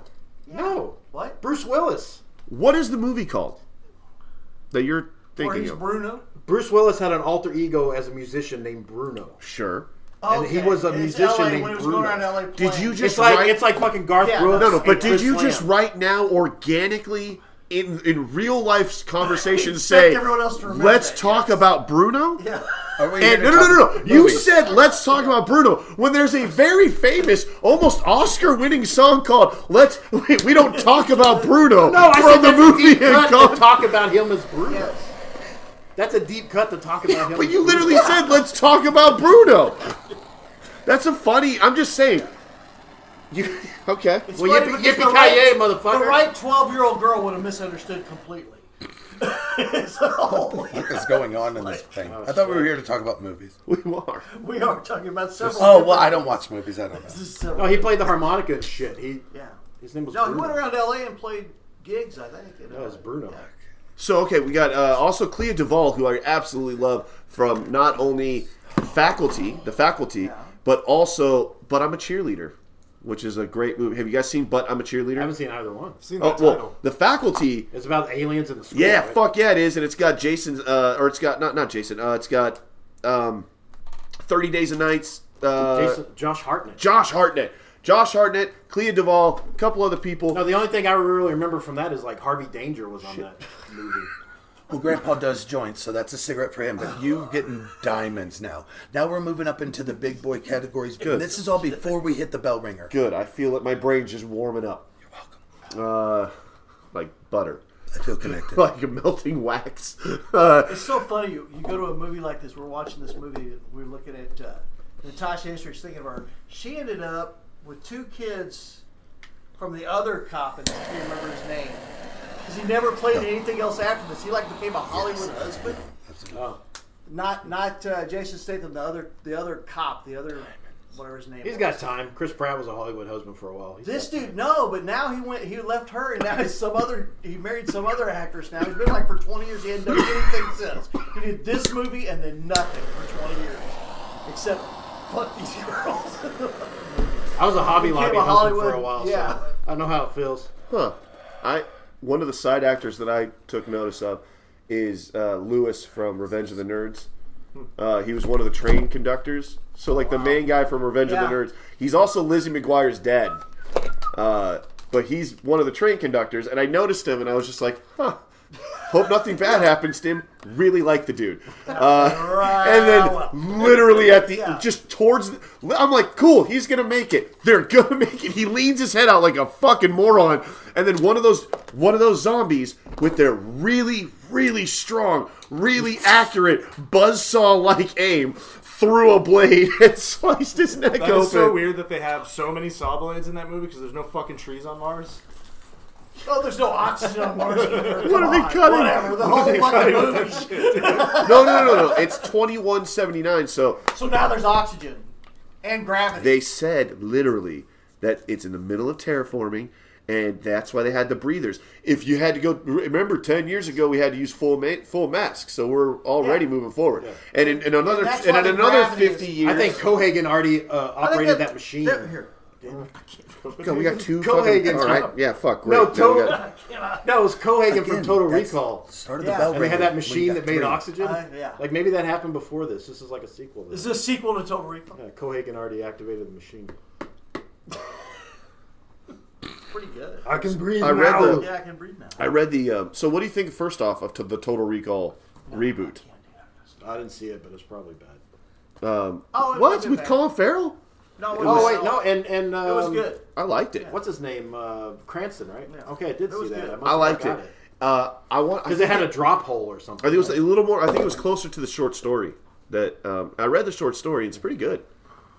Speaker 14: No,
Speaker 10: What?
Speaker 14: Bruce Willis.
Speaker 3: What is the movie called that you're
Speaker 10: Or
Speaker 3: thinking
Speaker 10: he's
Speaker 3: of?
Speaker 10: Bruno.
Speaker 14: Bruce Willis had an alter ego as a musician named Bruno.
Speaker 3: Sure.
Speaker 10: Oh,
Speaker 14: he was a musician named
Speaker 10: when it was
Speaker 14: Bruno.
Speaker 10: going around LA
Speaker 3: Did
Speaker 10: playing.
Speaker 3: you just
Speaker 14: It's like
Speaker 3: write,
Speaker 14: it's like fucking Garth
Speaker 10: Yeah,
Speaker 14: Brooks.
Speaker 3: no no? But
Speaker 14: and
Speaker 3: did
Speaker 14: Chris
Speaker 3: you just
Speaker 14: Lamb.
Speaker 3: right now organically in in real life conversations
Speaker 10: [LAUGHS] Expect
Speaker 3: say
Speaker 10: everyone else to remember
Speaker 3: let's
Speaker 10: that,
Speaker 3: talk
Speaker 10: yes."
Speaker 3: about Bruno?
Speaker 10: Yeah.
Speaker 4: Are we
Speaker 3: And no,
Speaker 4: gonna
Speaker 3: no, no, no,
Speaker 4: talk
Speaker 3: no. You
Speaker 4: movies?
Speaker 3: said let's talk about Bruno when there's a very famous, almost Oscar-winning song called "Let's." [LAUGHS] We, we don't talk about Bruno
Speaker 5: No, I
Speaker 3: from
Speaker 5: said
Speaker 3: the
Speaker 5: that's a
Speaker 3: movie
Speaker 5: deep
Speaker 3: and
Speaker 5: cut
Speaker 3: called
Speaker 5: to talk about him as Bruno. That's a deep cut to talk about him.
Speaker 3: But
Speaker 5: as
Speaker 3: you
Speaker 5: Bruno.
Speaker 3: literally said, "Let's talk about Bruno." That's a funny. I'm just saying. You [LAUGHS] okay?
Speaker 10: It's
Speaker 5: Well,
Speaker 10: funny
Speaker 5: yippee-
Speaker 10: because the
Speaker 5: yippee-ki-yay, motherfucker.
Speaker 10: The
Speaker 3: [LAUGHS]
Speaker 10: right 12 year old girl would have misunderstood completely. [LAUGHS] so,
Speaker 4: What is going on in
Speaker 10: [LAUGHS]
Speaker 4: this thing?
Speaker 10: Oh,
Speaker 4: I thought we were here to talk about movies.
Speaker 3: We are.
Speaker 10: we are talking about several.
Speaker 4: Oh well, I don't watch movies. I don't know.
Speaker 10: [LAUGHS] don't.
Speaker 5: No, he played the harmonica and shit. He
Speaker 10: Yeah.
Speaker 5: his name was
Speaker 10: No, he
Speaker 5: Bruno.
Speaker 10: went around LA and played gigs, I think. you know.
Speaker 5: That was Bruno.
Speaker 3: So okay, we got uh, also Clea Duvall, who I absolutely love from not only Faculty, the Faculty, but also But I'm a Cheerleader, which is a great movie. Have you guys seen But I'm a Cheerleader?
Speaker 5: I haven't seen either one.
Speaker 15: Seen
Speaker 3: Oh
Speaker 15: that
Speaker 3: well,
Speaker 15: title.
Speaker 3: the Faculty.
Speaker 5: It's about aliens in the school.
Speaker 3: Yeah,
Speaker 5: right?
Speaker 3: fuck yeah, it is, and it's got Jason, uh, or it's got not not Jason, uh, it's got um, Thirty Days and Nights. Uh,
Speaker 5: Jason, Josh Hartnett.
Speaker 3: Josh Hartnett. Josh Hartnett, Clea Duvall, a couple other people.
Speaker 5: no, the only thing I really remember from that is like Harvey Danger was on that movie.
Speaker 4: Well, Grandpa does joints, so that's a cigarette for him. But you getting diamonds now. Now we're moving up into the big boy categories.
Speaker 3: Good.
Speaker 4: This is all before we hit the bell ringer.
Speaker 3: Good. I feel it. My brain's just warming up. You're welcome. Uh, like butter,
Speaker 4: I feel connected.
Speaker 3: [LAUGHS] like melting wax. Uh,
Speaker 10: It's so funny. You, you go to a movie like this. We're watching this movie. We're looking at uh, Natasha Histories. Thinking of her. She ended up with two kids from the other cop, and I can't remember his name because he never played in anything else after this. He like became a Hollywood husband.
Speaker 5: Oh.
Speaker 10: Not not uh, Jason Statham. The other the other cop. The other whatever his name.
Speaker 5: He's
Speaker 10: was.
Speaker 5: got time. Chris Pratt was a Hollywood husband for a while. He's
Speaker 10: This dude, no, but now he went. He left her, and now he's some other. He married some other actress. Now he's been like for twenty years. He hadn't done anything since. He did this movie and then nothing for twenty years, except fuck these girls. [LAUGHS]
Speaker 5: I was a Hobby Lobby
Speaker 10: a
Speaker 5: husband for a
Speaker 10: Hollywood-
Speaker 5: while.
Speaker 10: yeah.
Speaker 5: so I know how it feels.
Speaker 3: huh. I one of the side actors that I took notice of is uh, Lewis from Revenge of the Nerds. Uh, he was one of the train conductors. So like the main guy from Revenge of
Speaker 10: Yeah.
Speaker 3: the Nerds. He's also Lizzie McGuire's dad. Uh, but he's one of the train conductors, and I noticed him, and I was just like, huh. Hope nothing bad happens to him. Really like the dude. Uh, and then literally at the just towards, the, I'm like, cool, he's gonna make it. They're gonna [LAUGHS] make it. He leans his head out like a fucking moron, and then one of those one of those zombies with their really really strong, really accurate buzzsaw like aim threw a blade [LAUGHS] and sliced his neck
Speaker 15: That
Speaker 3: open.
Speaker 15: is so weird that they have so many saw blades in that movie because there's no fucking trees on Mars.
Speaker 10: oh, there's no oxygen on Mars. either.
Speaker 3: What are
Speaker 10: Come
Speaker 3: they
Speaker 10: on,
Speaker 3: cutting?
Speaker 10: Whatever.
Speaker 3: What
Speaker 10: The whole
Speaker 3: are they
Speaker 10: fucking
Speaker 3: cutting?
Speaker 10: movie.
Speaker 3: no, no, no, no, no. It's twenty one seventy nine. So
Speaker 10: So now there's oxygen and gravity.
Speaker 3: they said literally that it's in the middle of terraforming, and that's why they had the breathers. If you had to go, remember ten years ago we had to use full ma- full masks, so we're already
Speaker 10: Yeah.
Speaker 3: moving forward. And in, in another
Speaker 10: And that's
Speaker 3: and
Speaker 10: why
Speaker 3: in
Speaker 10: the
Speaker 3: another
Speaker 10: gravity is-
Speaker 3: fifty
Speaker 5: I
Speaker 3: years,
Speaker 5: think Cohagen already uh,
Speaker 10: I think
Speaker 5: operated that, machine.
Speaker 10: that- here.
Speaker 3: God, we got two.
Speaker 5: Cohagen's
Speaker 3: Fucking, all right,
Speaker 5: gone.
Speaker 3: yeah, fuck. Great.
Speaker 5: No,
Speaker 3: Now we
Speaker 5: total.
Speaker 3: got-
Speaker 5: No, it was Cohagen
Speaker 4: Again,
Speaker 5: from Total
Speaker 4: that's-
Speaker 5: Recall.
Speaker 4: Started
Speaker 10: Yeah.
Speaker 4: the bell
Speaker 5: And
Speaker 4: ringer.
Speaker 5: they had that
Speaker 4: when you
Speaker 5: machine
Speaker 4: got
Speaker 5: that made
Speaker 4: three.
Speaker 5: oxygen.
Speaker 10: Uh, yeah.
Speaker 5: Like maybe that happened before this. This is like a sequel. To
Speaker 10: This
Speaker 5: this.
Speaker 10: is a sequel to Total Recall.
Speaker 5: Yeah, Cohagen already activated the machine.
Speaker 10: Pretty good.
Speaker 5: I can breathe
Speaker 3: I read the-
Speaker 10: Yeah, I can breathe now.
Speaker 3: I read the. Um, so, what do you think first off of to the Total Recall reboot?
Speaker 5: I didn't see it, but it's probably bad.
Speaker 3: Um,
Speaker 10: Oh, it
Speaker 3: what
Speaker 10: wasn't
Speaker 3: with
Speaker 10: bad.
Speaker 3: Colin Farrell?
Speaker 10: No, it
Speaker 5: Oh
Speaker 10: was-
Speaker 5: wait, no, and and um,
Speaker 10: It was good.
Speaker 3: I liked it.
Speaker 5: What's his name? Uh, Cranston, right?
Speaker 10: Yeah.
Speaker 5: Okay, I did
Speaker 10: It was
Speaker 5: see that.
Speaker 10: good.
Speaker 5: I, must
Speaker 3: I
Speaker 5: have
Speaker 3: liked it.
Speaker 5: got it
Speaker 3: Uh, I want
Speaker 5: because it had a drop hole or something.
Speaker 3: I think it was a little more. I think it was closer to the short story that um, I read. The short story. It's pretty good.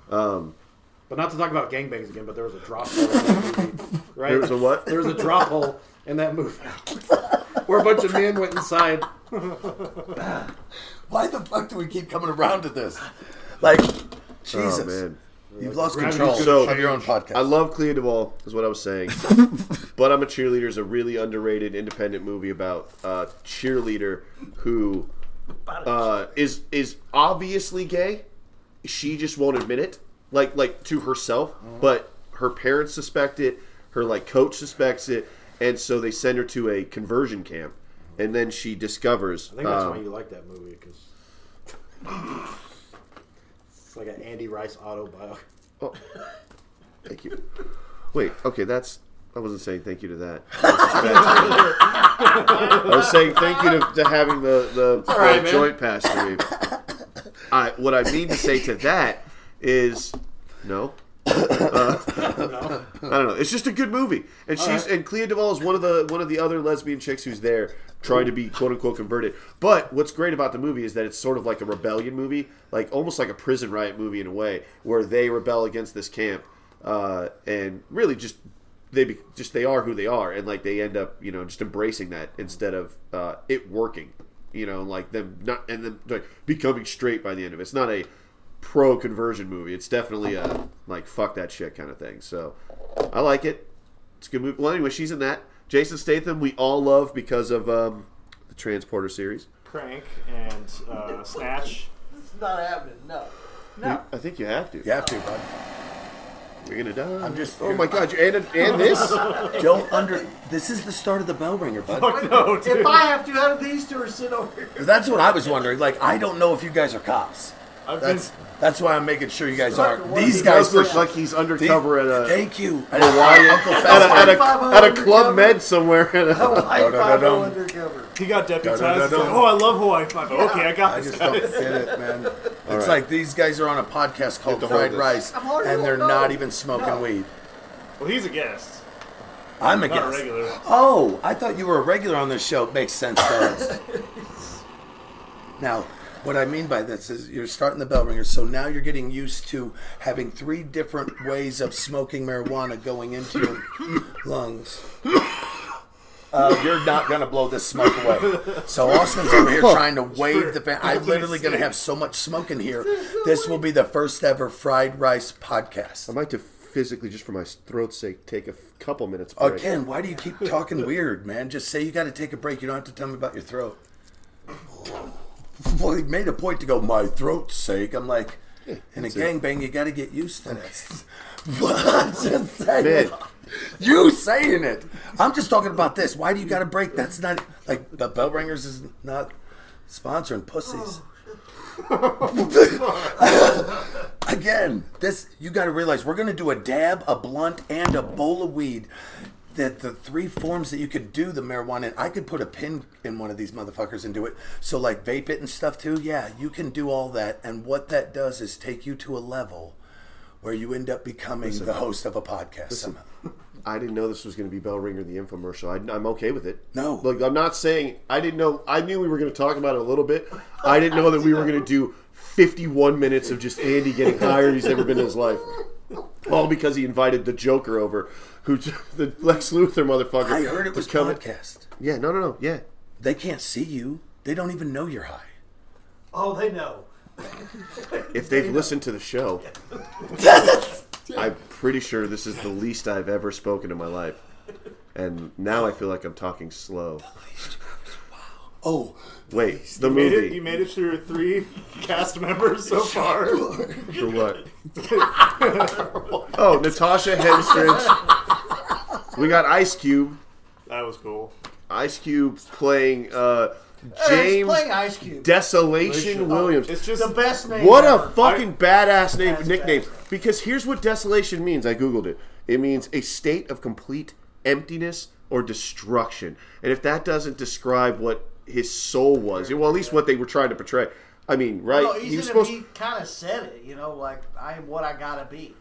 Speaker 5: But not to talk about gangbangs again, but there was a drop hole. In that movie,
Speaker 3: [LAUGHS]
Speaker 5: right?
Speaker 3: There was a what?
Speaker 5: There was a drop hole in that movie [LAUGHS] where a bunch of men went inside.
Speaker 4: Why the fuck do we keep coming around to [LAUGHS] this? Like, Jesus,
Speaker 3: Oh man,
Speaker 4: you've lost
Speaker 5: Gravity's
Speaker 4: control
Speaker 3: gonna So-
Speaker 4: of your own podcast.
Speaker 3: I love Clea Duvall. Is what I was saying.
Speaker 5: [LAUGHS]
Speaker 3: but I'm a cheerleader is a really underrated independent movie about a cheerleader who uh, is is obviously gay. She just won't admit it, like like to herself.
Speaker 5: Mm-hmm.
Speaker 3: But her parents suspect it. Her like coach suspects it, and so they send her to a conversion camp. And then she discovers.
Speaker 5: I think that's
Speaker 3: um,
Speaker 5: why you like that movie because it's like an Andy Rice autobiography.
Speaker 3: Oh, thank you. Wait, okay, that's. I wasn't saying thank you to
Speaker 5: [LAUGHS]
Speaker 3: that. I was saying thank you to, to having the, the, the
Speaker 5: all right, man.
Speaker 3: joint pass to me. I, what I mean to say to that is no. Uh, I don't know. It's just a good movie, and
Speaker 16: All
Speaker 3: she's
Speaker 16: right.
Speaker 3: and Clea Duvall is one of the one of the other lesbian chicks who's there trying to be quote unquote converted. But what's great about the movie is that it's sort of like a rebellion movie, like almost like a prison riot movie in a way, where they rebel against this camp, uh, and really just they be, just they are who they are, and like they end up you know just embracing that instead of uh, it working, you know, like them not and then like becoming straight by the end of it. It's not a pro conversion movie. It's definitely a like fuck that shit kind of thing. So I like it. It's a good movie. Well, anyway, she's in that. Jason Statham, we all love because of um, the Transporter series.
Speaker 5: Crank and uh, [LAUGHS] Snatch.
Speaker 10: It's not happening. No.
Speaker 3: You- I think you have to.
Speaker 1: You have to, bud.
Speaker 3: You're gonna die.
Speaker 1: I'm just.
Speaker 3: Oh my god! you- And and
Speaker 1: [LAUGHS]
Speaker 3: this.
Speaker 1: Don't under. This is the start of the bell ringer, bud.
Speaker 10: If I have to, how do these two are sitting over here?
Speaker 1: That's what I was wondering. Like, I don't know if you guys are cops.
Speaker 5: I've
Speaker 1: That's
Speaker 5: been-
Speaker 1: that's why I'm making sure you guys
Speaker 10: Start
Speaker 1: aren't.
Speaker 10: to worry.
Speaker 1: These
Speaker 10: He
Speaker 1: guys
Speaker 3: does look [LAUGHS]
Speaker 1: look
Speaker 3: like he's undercover at a-
Speaker 1: Thank you,
Speaker 3: Hawaii,
Speaker 1: Uncle
Speaker 3: at a, at a, at a
Speaker 10: 500
Speaker 3: club med somewhere. [LAUGHS] at a-
Speaker 10: Hawaii
Speaker 1: No, no, no,
Speaker 10: 50
Speaker 1: no.
Speaker 10: undercover.
Speaker 5: He got deputized.
Speaker 1: no,
Speaker 5: He's like,
Speaker 1: no.
Speaker 5: oh, I love Hawaii Five. Okay, I got
Speaker 1: I
Speaker 5: this.
Speaker 1: just don't get it, man. It's like these guys are on a podcast called
Speaker 3: to hold
Speaker 1: Fried
Speaker 3: this.
Speaker 1: Rice,
Speaker 10: I'm already
Speaker 1: and they're
Speaker 10: holding
Speaker 1: not
Speaker 10: on.
Speaker 1: even smoking
Speaker 10: No.
Speaker 1: weed.
Speaker 5: Well, he's a guest,
Speaker 1: I'm a
Speaker 5: not a
Speaker 1: guest.
Speaker 5: regular.
Speaker 1: Oh, I thought you were a regular on this show. Makes sense. Does. now, what I mean by this is you're starting the bell ringer, so now you're getting used to having three different ways of smoking marijuana going into [COUGHS] your lungs. Uh, you're not gonna blow this smoke away. So Austin's over here trying to wave the fan. I'm literally gonna have so much smoke in here. This will be the first ever fried rice
Speaker 3: I
Speaker 1: podcast.
Speaker 3: might to physically, just for my throat's sake, take a f- couple minutes. Break.
Speaker 1: Again, why do you keep talking weird, man? Just say you got to take a break. You don't have to tell me about your throat. Well, he made a point to go, my throat's sake. I'm like, in a gangbang, you got to get used to this. [LAUGHS] What? Just saying it.
Speaker 3: Man.
Speaker 1: You saying it. I'm just talking about this. Why do you got to break? That's not, like, the bell ringers is not sponsoring pussies. Again, this you got to realize we're going to do a dab, a blunt, and a bowl of weed. That the three forms that you could do the marijuana in, I could put a pin in one of these motherfuckers and do it. So like vape it and stuff too. Yeah, you can do all that. And what that does is take you to a level where you end up becoming the host of a podcast somehow.
Speaker 3: I didn't know this was going to be Bell Ringer the infomercial. I, am okay with it.
Speaker 1: No.
Speaker 3: look, I'm not saying I didn't know. I knew we were going to talk about it a little bit. I didn't know that we were going to do 51 minutes of just Andy getting higher he's ever been in his life, all because he invited the Joker over, who [LAUGHS] the Lex Luthor motherfucker.
Speaker 1: I heard it
Speaker 3: to
Speaker 1: was
Speaker 3: come-
Speaker 1: podcast.
Speaker 3: Yeah, no, no, no. Yeah,
Speaker 1: They can't see you. They don't even know you're high.
Speaker 10: Oh, they know.
Speaker 3: if they've listened to the
Speaker 5: [LAUGHS]
Speaker 3: show, I'm pretty sure this is the least I've ever spoken in my life. And now I feel like I'm talking slow.
Speaker 1: Oh,
Speaker 3: Wait, the
Speaker 5: You made,
Speaker 3: movie.
Speaker 5: it, you made it through three [LAUGHS] cast members so far.
Speaker 3: For
Speaker 5: [LAUGHS]
Speaker 3: what? oh, Natasha Henstridge. We got Ice Cube.
Speaker 5: That was cool.
Speaker 3: Ice Cube playing uh,
Speaker 10: Hey, he's
Speaker 3: James
Speaker 10: playing Ice Cube.
Speaker 3: Desolation Williams.
Speaker 5: Oh, It's just
Speaker 10: the best name.
Speaker 3: What
Speaker 10: ever.
Speaker 3: a fucking badass name
Speaker 10: That's
Speaker 3: nickname.
Speaker 10: badass.
Speaker 3: Because here's what desolation means. I googled it. It means a state of complete emptiness or destruction. And if that doesn't describe what his soul was, well, at least what they were trying to portray. I mean, right?
Speaker 10: Well,
Speaker 3: He
Speaker 10: he's
Speaker 3: was
Speaker 10: supposed...
Speaker 3: supposed-
Speaker 10: he kind of said it, you know, like I am what I gotta be.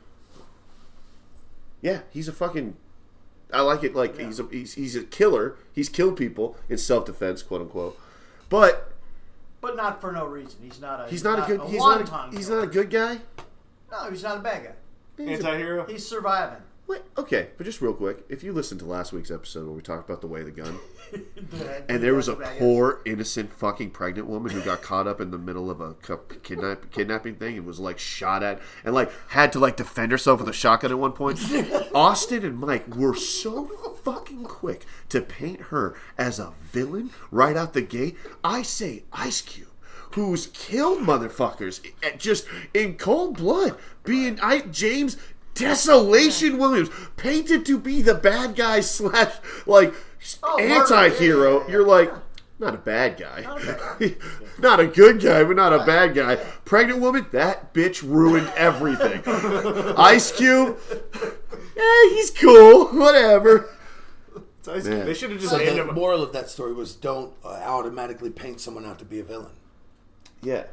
Speaker 3: Yeah, he's a fucking. I like it. Like he's a he's, he's a killer. He's killed people in self defense, quote unquote. But
Speaker 10: But not for no reason. He's not a.
Speaker 3: he's not, Uh, a good. he's
Speaker 10: wonton
Speaker 3: not. A, he's
Speaker 10: killer.
Speaker 3: not a good guy.
Speaker 10: No, he's not a bad guy.
Speaker 5: anti-hero.
Speaker 10: He's [LAUGHS] surviving.
Speaker 3: What? Okay, but just real quick, if you listened to last week's episode where we talked about the way of the gun, and there was a poor innocent fucking pregnant woman who got caught up in the middle of a cu- kidnap, kidnapping thing and was like shot at and like had to like defend herself with a shotgun at one point. Austin and Mike were so fucking quick to paint her as a villain right out the gate. I say Ice Cube who's killed motherfuckers at- just in cold blood, being I, James Desolation Williams painted to be the bad guy slash like anti-hero. You're like. Not a bad guy. [LAUGHS] not a good guy, but not a bad guy. Pregnant woman, that bitch ruined [LAUGHS] everything. Ice Cube, eh, he's cool, whatever.
Speaker 5: It's Ice
Speaker 3: Man.
Speaker 5: Cube. They should have just
Speaker 1: So
Speaker 5: named
Speaker 1: the
Speaker 5: him.
Speaker 1: moral of that story was don't uh, automatically paint someone out to be a villain.
Speaker 3: Yeah.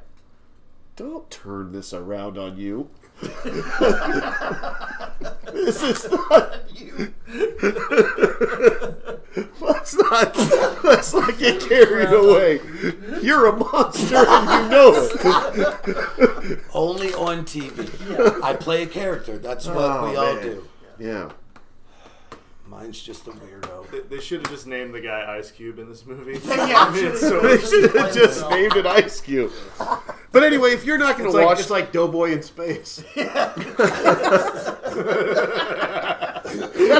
Speaker 3: don't turn this around on [LAUGHS] you. this is not you. let's not let's not get carried away. You're a monster and you know [LAUGHS] it.
Speaker 4: Only on TV.
Speaker 5: [LAUGHS]
Speaker 3: Yeah.
Speaker 4: I play a character. That's what
Speaker 3: Oh,
Speaker 4: we all
Speaker 3: man.
Speaker 4: do.
Speaker 3: Yeah.
Speaker 4: Mine's just a weirdo.
Speaker 5: They, they should have just named the guy Ice Cube in
Speaker 1: [LAUGHS]
Speaker 5: this movie.
Speaker 10: [LAUGHS]
Speaker 3: Yeah, they should have [LAUGHS] just named it Ice Cube. But anyway, if you're not going
Speaker 17: It's
Speaker 3: to
Speaker 17: like-
Speaker 3: watch,
Speaker 17: it's like Doughboy
Speaker 3: [LAUGHS]
Speaker 17: in space.
Speaker 3: That's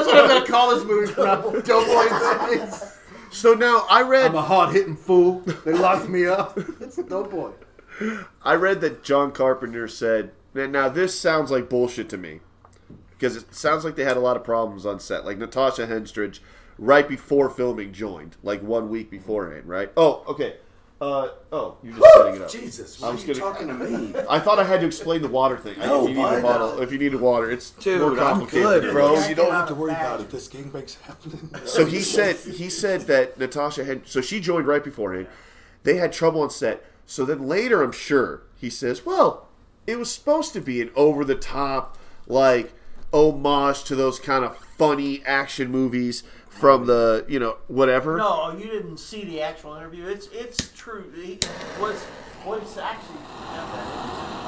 Speaker 3: what I'm going to call this movie from Doughboy in Space. So now I read. I'm a hard hitting fool. They locked me
Speaker 4: [LAUGHS]
Speaker 3: up.
Speaker 17: it's a Doughboy.
Speaker 3: I read that John Carpenter said. "Now- Now this sounds like bullshit to me, because it sounds like they had a lot of problems on set. Like Natasha Henstridge, right before filming, joined like one week beforehand, right? Oh, okay. Uh, oh, you're just setting it up.
Speaker 4: Jesus,
Speaker 3: I
Speaker 4: why are
Speaker 3: was
Speaker 4: you
Speaker 3: gonna-
Speaker 4: talking to me?
Speaker 3: [LAUGHS] I thought I had to explain the water thing. I-
Speaker 4: No, uh,
Speaker 3: if you
Speaker 4: why
Speaker 3: need a bottle,
Speaker 4: not?
Speaker 3: if you need water, it's more
Speaker 4: Dude, I'm
Speaker 3: complicated,
Speaker 4: good,
Speaker 3: bro.
Speaker 4: bro. You don't have to worry about it. This game breaks
Speaker 1: [LAUGHS]
Speaker 4: happening.
Speaker 3: So he said he said that Natasha had so she joined right beforehand. They had trouble on set. So then later, I'm sure he says, "Well, it was supposed to be an over the top like homage to those kind of funny action movies from the you know whatever."
Speaker 10: No, you didn't see the actual interview. It's it's true. He was what's actually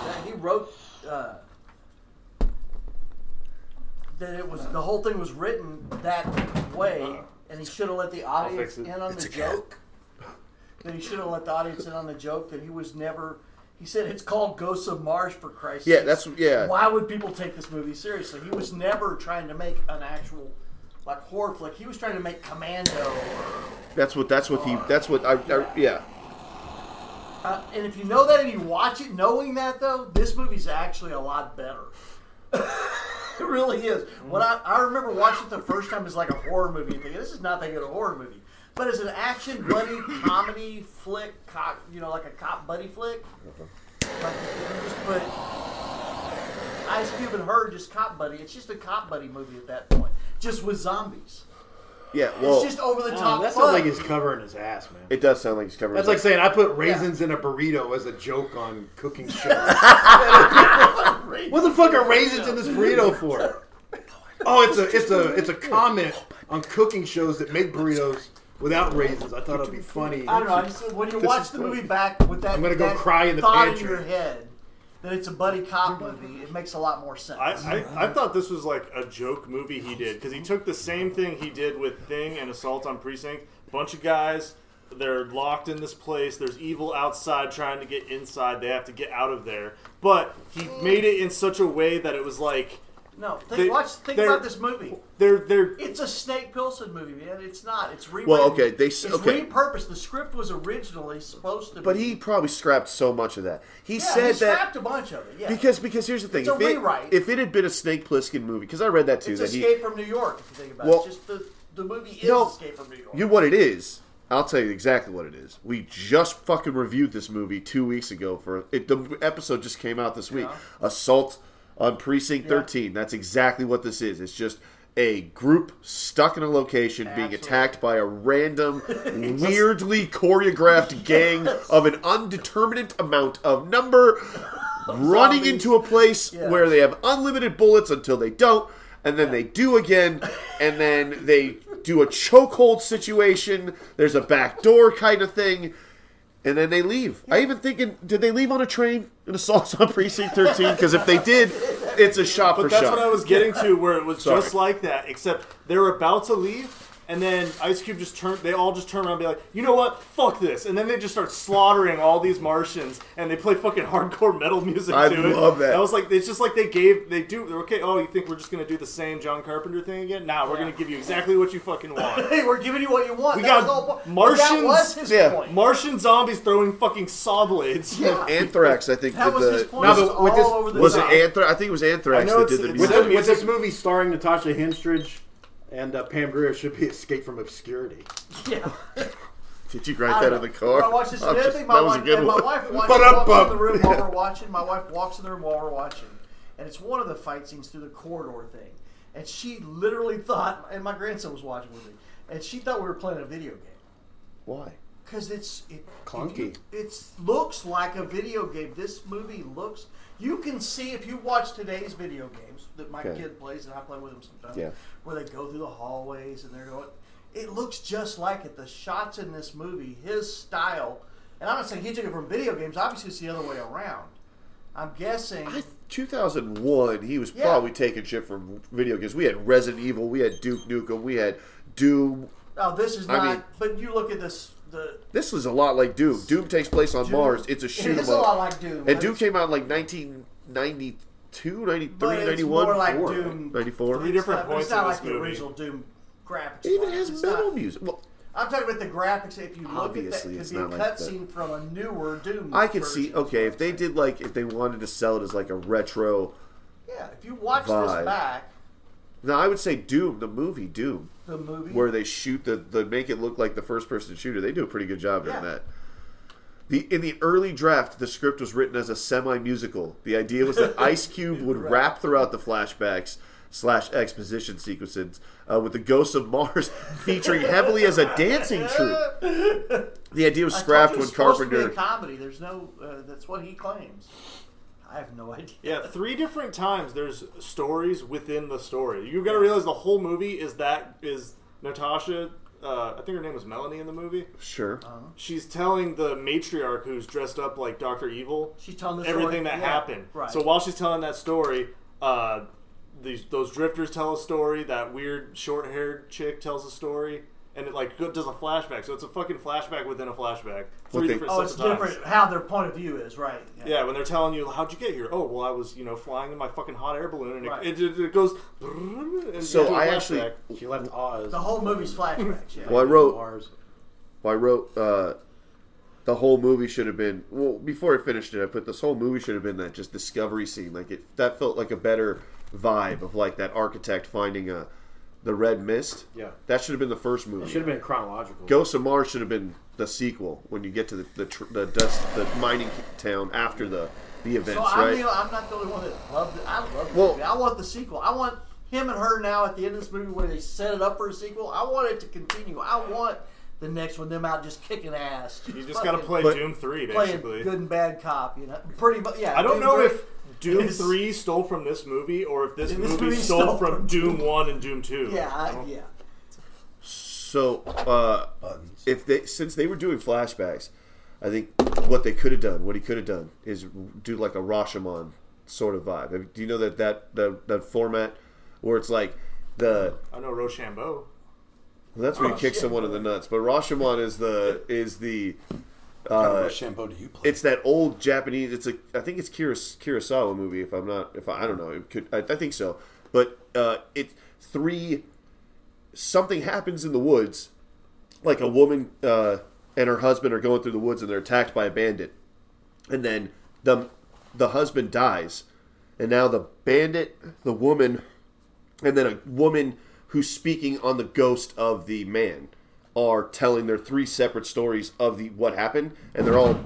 Speaker 10: that he wrote uh, that it was the whole thing was written that way, and he should have let the audience
Speaker 5: fix it.
Speaker 10: in on
Speaker 4: It's
Speaker 10: the
Speaker 4: a cat.
Speaker 10: joke. That he should have let the audience in on the joke that he was never. He said it's called Ghosts of Mars for Christ's
Speaker 3: Yeah,
Speaker 10: sakes.
Speaker 3: that's yeah.
Speaker 10: Why would people take this movie seriously? He was never trying to make an actual like horror flick. He was trying to make Commando.
Speaker 3: That's what that's what he that's what I, I yeah.
Speaker 10: Uh, and if you know that and you watch it knowing that though, this movie's actually a lot better. [LAUGHS] it really is. When I, I remember watching it the first time as like a horror movie and thinking this is not that good a horror movie. But as an action buddy comedy flick, cop, you know, like a cop buddy flick, like you just put Ice Cube and her just cop buddy. It's just a cop buddy movie at that point, just with zombies.
Speaker 3: Yeah, well,
Speaker 10: it's just over the top.
Speaker 17: that sounds
Speaker 10: fun.
Speaker 17: like he's covering his ass, man.
Speaker 3: it does sound like he's covering.
Speaker 17: That's
Speaker 3: it.
Speaker 17: like saying I put raisins in a burrito as a joke on cooking shows. what the fuck are [LAUGHS] raisins in this burrito for? Oh, it's a it's a it's a comment on cooking shows that make burritos without raisins. I thought it'd be funny.
Speaker 10: I don't know. I just, when you
Speaker 3: This
Speaker 10: watch
Speaker 3: is
Speaker 10: the
Speaker 3: funny.
Speaker 10: movie back with that,
Speaker 17: I'm gonna go
Speaker 10: that
Speaker 17: cry in the
Speaker 10: thought
Speaker 17: pantry.
Speaker 10: in your head that it's a buddy cop movie, it makes a lot more sense.
Speaker 5: I, I, I thought this was like a joke movie he did because he took the same thing he did with Thing and Assault on Precinct. Bunch of guys, they're locked in this place. There's evil outside trying to get inside. They have to get out of there. But he made it in such a way that it was like
Speaker 10: no, think,
Speaker 5: They-
Speaker 10: watch. Think
Speaker 5: they're-
Speaker 10: about this movie.
Speaker 5: they're they're
Speaker 10: It's a Snake Pilson movie, man. It's not. It's rewritten.
Speaker 3: Well, okay, they s-
Speaker 10: it's
Speaker 3: okay.
Speaker 10: repurposed. The script was originally supposed to.
Speaker 3: but
Speaker 10: be,
Speaker 3: he probably scrapped so much of that. He
Speaker 10: yeah,
Speaker 3: said
Speaker 10: he
Speaker 3: that
Speaker 10: scrapped a bunch of it. Yeah,
Speaker 3: Because because here's the thing,
Speaker 10: It's a
Speaker 3: if, it,
Speaker 10: rewrite.
Speaker 3: if it had been a Snake Plissken movie, because I read that too,
Speaker 10: it's
Speaker 3: that he
Speaker 10: Escape from New York. If you think about
Speaker 3: Well-
Speaker 10: it, just the the movie is
Speaker 3: No,
Speaker 10: Escape from New York.
Speaker 3: you know what it is. I'll tell you exactly what it is. We just fucking reviewed this movie two weeks ago for it. The episode just came out this week. Assault on Precinct Thirteen. That's exactly what this is. It's just a group stuck in a location being attacked by a
Speaker 10: [LAUGHS]
Speaker 3: random, weirdly choreographed gang of an undeterminate amount of number, running into a place
Speaker 10: Yeah.
Speaker 3: where they have unlimited bullets until they don't, and then they do again, and then they do a chokehold situation. There's a back door kind of thing, and then they leave. I even thinking, did they leave on a train in Assault on Precinct 13? Because if they did, it's a shot for
Speaker 5: But that's
Speaker 3: shot.
Speaker 5: what I was getting to, where it was
Speaker 3: Sorry.
Speaker 5: just like that, except they were about to leave, and then Ice Cube just turned. They all just turn around, and be like, "You know what? Fuck this!" And then they just start slaughtering all these Martians, and they play fucking hardcore metal music.
Speaker 3: I
Speaker 5: to it.
Speaker 3: love that.
Speaker 5: That was like it's just like they gave they do. They're okay. Oh, you think we're just gonna do the same John Carpenter thing again? Nah, we're gonna give you exactly what you fucking want. [LAUGHS]
Speaker 10: hey, we're giving you what you want.
Speaker 5: We got
Speaker 10: that was all, but That
Speaker 5: Martians-
Speaker 10: was his
Speaker 3: yeah,
Speaker 10: point.
Speaker 5: Martian zombies throwing fucking saw blades.
Speaker 3: Anthrax, I think,
Speaker 10: That
Speaker 3: did
Speaker 10: was
Speaker 3: the.
Speaker 10: his point.
Speaker 17: No, but
Speaker 10: It's
Speaker 17: with
Speaker 10: all
Speaker 17: this-
Speaker 10: over the
Speaker 3: Was it
Speaker 10: top.
Speaker 3: Anthrax? I think it was
Speaker 5: I
Speaker 3: Anthrax
Speaker 5: know
Speaker 3: that did
Speaker 5: it's-
Speaker 3: the
Speaker 5: it's-
Speaker 3: music.
Speaker 17: with,
Speaker 5: that
Speaker 17: thi- with this
Speaker 5: music-
Speaker 17: movie starring Natasha Henstridge and uh, Pam Grier, it should be Escape from Obscurity.
Speaker 10: [LAUGHS] yeah.
Speaker 3: Did you write that in the car?
Speaker 10: I
Speaker 3: [LAUGHS]
Speaker 10: watched this.
Speaker 3: I'm
Speaker 10: and the other
Speaker 3: just-
Speaker 10: thing, my
Speaker 3: that was a
Speaker 10: wife,
Speaker 3: good
Speaker 10: and my
Speaker 3: one. [LAUGHS]
Speaker 10: wife watched,
Speaker 3: Ba-dum-bum.
Speaker 10: walks in the
Speaker 3: [LAUGHS]
Speaker 10: room while we're watching. My wife walks in the room while we're watching, and it's one of the fight scenes through the corridor thing. And she literally thought, and my grandson was watching with me, and she thought we were playing a video game
Speaker 3: Why?
Speaker 10: because it's it
Speaker 17: Clunky.
Speaker 10: It looks like a video game. This movie looks. You can see if you watch today's video games that my
Speaker 3: Okay.
Speaker 10: kid plays and I play with him sometimes,
Speaker 3: Yeah.
Speaker 10: where they go through the hallways and they're going. It looks just like it. The shots in this movie, his style, and I'm not saying he took it from video games. Obviously, it's the other way around. I'm guessing.
Speaker 3: 2001, he was
Speaker 10: Yeah.
Speaker 3: probably taking shit from video games. We had Resident Evil, we had Duke Nukem, we had Doom.
Speaker 10: oh, this is
Speaker 3: I
Speaker 10: not.
Speaker 3: mean-
Speaker 10: but you look at this. The
Speaker 3: This was a lot like Doom. Doom takes place on
Speaker 10: Doom-
Speaker 3: Mars.
Speaker 10: [LAUGHS]
Speaker 3: It's a
Speaker 10: it
Speaker 3: shoot 'em
Speaker 10: is a lot
Speaker 3: up.
Speaker 10: like Doom,
Speaker 3: And
Speaker 10: but
Speaker 3: Doom
Speaker 10: it's-
Speaker 3: came out in like 1992, 93,
Speaker 10: But it's
Speaker 3: 91,
Speaker 10: more like
Speaker 3: 94,
Speaker 10: Doom
Speaker 3: 94.
Speaker 5: Three different
Speaker 10: stuff, but
Speaker 5: points
Speaker 10: it's not
Speaker 5: in
Speaker 10: like
Speaker 5: this
Speaker 10: the
Speaker 5: movie.
Speaker 10: original Doom graphics.
Speaker 3: It even
Speaker 10: wise.
Speaker 3: has
Speaker 10: It's
Speaker 3: metal
Speaker 10: not-
Speaker 3: music. Well,
Speaker 10: I'm talking about the graphics. If you look
Speaker 3: Obviously,
Speaker 10: at that,
Speaker 3: it's
Speaker 10: it could
Speaker 3: not
Speaker 10: be a
Speaker 3: like that.
Speaker 10: cutscene from a newer Doom.
Speaker 3: I can
Speaker 10: version.
Speaker 3: see, okay, if they did like, if they wanted to sell it as like a retro.
Speaker 10: Yeah, if you watch
Speaker 3: Vibe.
Speaker 10: this back,
Speaker 3: Now, I would say Doom, the movie Doom,
Speaker 10: the movie.
Speaker 3: where they shoot the, the make it look like the first person shooter. They do a pretty good job doing
Speaker 10: Yeah.
Speaker 3: that. The in the early draft, the script was written as a semi musical. The idea was
Speaker 10: [LAUGHS]
Speaker 3: that Ice Cube would rap throughout the flashbacks slash exposition sequences uh, with the Ghosts of Mars [LAUGHS] featuring heavily as a dancing
Speaker 10: [LAUGHS]
Speaker 3: troupe. The idea was
Speaker 10: I told
Speaker 3: scrapped
Speaker 10: you
Speaker 3: when
Speaker 10: it's supposed to be a
Speaker 3: Carpenter.
Speaker 10: comedy. There's no. Uh, that's what he claims. I have no [LAUGHS] idea.
Speaker 5: Yeah, three different times there's stories within the story. You've got to realize the whole movie is that is Natasha. Uh, I think her name was Melanie in the movie.
Speaker 3: Sure.
Speaker 10: Um,
Speaker 5: She's telling the matriarch who's dressed up like Doctor Evil.
Speaker 10: She's telling the story-
Speaker 5: everything that
Speaker 10: yeah,
Speaker 5: happened.
Speaker 10: right.
Speaker 5: So while she's telling that story, uh, these those drifters tell a story. That weird short-haired chick tells a story, and it like does a flashback. So it's a fucking flashback within a flashback. Three
Speaker 3: What they-
Speaker 5: different
Speaker 10: Oh,
Speaker 5: sets
Speaker 10: it's
Speaker 5: of times.
Speaker 10: different how their point of view is, right?
Speaker 5: Yeah, when they're telling you how'd you get here? Oh, well, I was you know flying in my fucking hot air balloon, and
Speaker 10: Right.
Speaker 5: it, it, it goes. And
Speaker 3: So
Speaker 5: you do a
Speaker 3: I
Speaker 5: flashback.
Speaker 3: actually-
Speaker 17: She left Oz.
Speaker 10: The whole movie's flashbacks. Yeah.
Speaker 3: Well, I wrote-
Speaker 17: Mars.
Speaker 3: Well, I wrote uh, the whole movie should have been well before I finished it. I put this whole movie should have been that just discovery scene. Like it that felt like a better vibe of like that architect finding a the red mist.
Speaker 17: Yeah.
Speaker 3: that should have been the first movie.
Speaker 17: Should have been chronological.
Speaker 3: Ghost of Mars should have been the sequel when you get to the the, tr- the dust the mining town after the the
Speaker 10: So
Speaker 3: events,
Speaker 10: I'm,
Speaker 3: right?
Speaker 10: the, I'm not the only one that loved it. I love it.
Speaker 3: Well-
Speaker 10: I want the sequel. I want him and her now at the end of this movie where they set it up for a sequel. I want it to continue. I want the next one them out just kicking ass.
Speaker 5: you just got to play
Speaker 3: But-
Speaker 5: Doom Three
Speaker 10: playing
Speaker 5: basically.
Speaker 10: good and bad cop. You know, pretty much. Yeah.
Speaker 5: I don't
Speaker 10: Doom
Speaker 5: know
Speaker 10: three
Speaker 5: if Doom
Speaker 10: is-
Speaker 5: Three stole from this movie or if this,
Speaker 10: This
Speaker 5: movie,
Speaker 10: movie
Speaker 5: stole,
Speaker 10: stole
Speaker 5: from
Speaker 10: from
Speaker 5: Doom One and Doom Two.
Speaker 10: Yeah, I, yeah.
Speaker 3: So uh, if they since they were doing flashbacks, I think what they could have done, what he could have done, is do like a Rashomon sort of vibe. Have- Do you know that that that, that format where it's like the
Speaker 5: I know Rochambeau.
Speaker 3: well, that's where
Speaker 4: Oh,
Speaker 3: you kick someone in the nuts, but Rashomon is the is the uh,
Speaker 4: What kind of Rochambeau do you play?
Speaker 3: it's that old Japanese. It's a I think it's Kuros, Kurosawa movie. If I'm not, if I, I don't know, it could I, I think so. But uh, it three something happens in the woods, like a woman uh, and her husband are going through the woods and they're attacked by a bandit, and then the the husband dies, and now the bandit, the woman, and then a woman who's speaking on the ghost of the man are telling their three separate stories of the what happened and they're all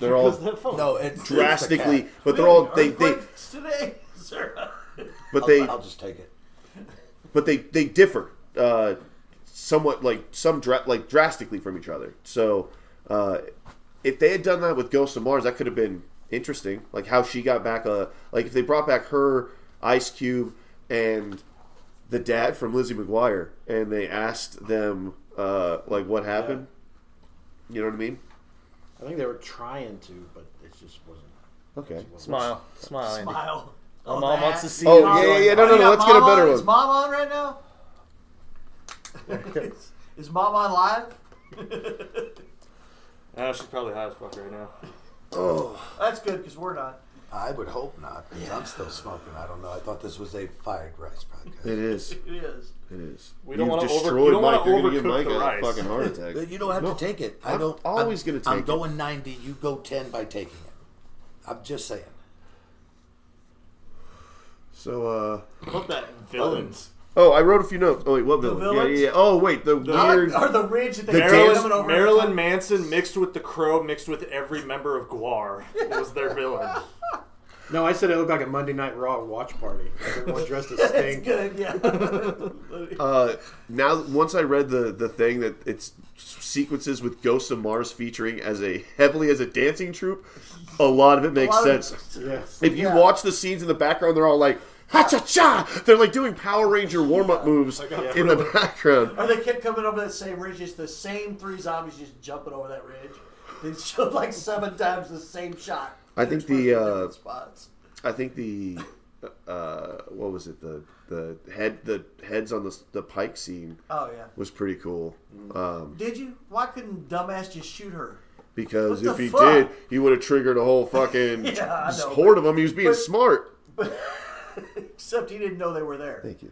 Speaker 3: they're all
Speaker 4: no, it's it's the
Speaker 3: drastically
Speaker 4: cat.
Speaker 3: but they're all they they
Speaker 10: Earthquakes today, [LAUGHS] sir.
Speaker 3: but they
Speaker 4: I'll, I'll just take it. [LAUGHS]
Speaker 3: but they they differ uh somewhat like some dra- like drastically from each other so uh if they had done that with Ghost of Mars that could have been interesting like how she got back uh like if they brought back her Ice Cube and the dad from Lizzie McGuire and they asked them uh like what happened you know what I mean
Speaker 17: I think they were trying to, but it just wasn't.
Speaker 3: okay
Speaker 18: Smile. Smile, Andy.
Speaker 10: Smile.
Speaker 18: My
Speaker 10: Oh,
Speaker 18: mom
Speaker 10: that.
Speaker 18: wants to see
Speaker 3: Oh,
Speaker 18: you.
Speaker 3: yeah,
Speaker 18: enjoy.
Speaker 3: yeah, yeah, no,
Speaker 10: Oh,
Speaker 3: no,
Speaker 10: you
Speaker 3: no,
Speaker 10: got
Speaker 3: let's get a
Speaker 10: mom
Speaker 3: better
Speaker 10: on?
Speaker 3: one.
Speaker 10: Is mom on right
Speaker 3: [LAUGHS]
Speaker 10: now? [LAUGHS] is, is mom on live?
Speaker 5: Ah, she's probably high as fuck right now.
Speaker 10: That's good because we're not.
Speaker 4: I would hope not, because I'm still smoking. I don't know. I thought this was a fired rice podcast.
Speaker 3: it is
Speaker 10: It is.
Speaker 3: It is.
Speaker 5: We don't
Speaker 3: You've
Speaker 5: wanna over-
Speaker 3: destroyed
Speaker 5: you don't wanna
Speaker 3: Mike. You're gonna give
Speaker 5: overcook
Speaker 3: Mike
Speaker 5: the
Speaker 3: a
Speaker 5: rice.
Speaker 3: fucking heart attack.
Speaker 4: But you don't have
Speaker 3: No.
Speaker 4: to take it. I
Speaker 3: I'm
Speaker 4: don't.
Speaker 3: always
Speaker 4: I'm-
Speaker 3: gonna take
Speaker 4: I'm
Speaker 3: it.
Speaker 4: going 90. You go 10 by taking it. I'm just saying.
Speaker 3: So, uh.
Speaker 5: What about that villains?
Speaker 3: Oh, I wrote a few notes. Oh, wait, what villain? yeah,
Speaker 10: villains?
Speaker 3: yeah, yeah. Oh, wait, the weird. [LAUGHS]
Speaker 10: Or the ridge that they
Speaker 3: The
Speaker 10: keep
Speaker 3: dance-
Speaker 10: coming
Speaker 5: Marilyn,
Speaker 10: over. [LAUGHS]
Speaker 5: Marilyn
Speaker 10: [LAUGHS]
Speaker 5: Manson mixed with the Crow, mixed with every member of Guar was their villain.
Speaker 17: No, I said it looked like a Monday Night Raw watch party. Like everyone dressed [LAUGHS] as
Speaker 10: That's
Speaker 17: Sting.
Speaker 10: good. Yeah.
Speaker 3: [LAUGHS] Uh, now, once I read the the thing that it's sequences with Ghosts of Mars featuring as a heavily as a dancing troupe, a lot of it makes
Speaker 10: lot of-
Speaker 3: sense.
Speaker 17: Yes.
Speaker 3: If you watch the scenes in the background, they're all like ha cha cha. They're like doing Power Ranger warm up moves in the background.
Speaker 10: Or they kept coming over that same ridge, just the same three zombies just jumping over that ridge. [LAUGHS] They showed like seven times the same shot.
Speaker 3: I think
Speaker 10: Just
Speaker 3: the,
Speaker 10: from
Speaker 3: uh,
Speaker 10: different spots.
Speaker 3: I think the uh, what was it the the head the heads on the the pike scene
Speaker 10: Oh yeah.
Speaker 3: was pretty cool. Um,
Speaker 10: Did you? Why couldn't dumbass just shoot her?
Speaker 3: because
Speaker 10: What
Speaker 3: if
Speaker 10: the
Speaker 3: he
Speaker 10: fuck?
Speaker 3: did, he would have triggered a whole fucking
Speaker 10: [LAUGHS] Yeah, I know,
Speaker 3: horde of them. He was being
Speaker 10: but-
Speaker 3: smart.
Speaker 10: Except he didn't know they were there.
Speaker 3: Thank you.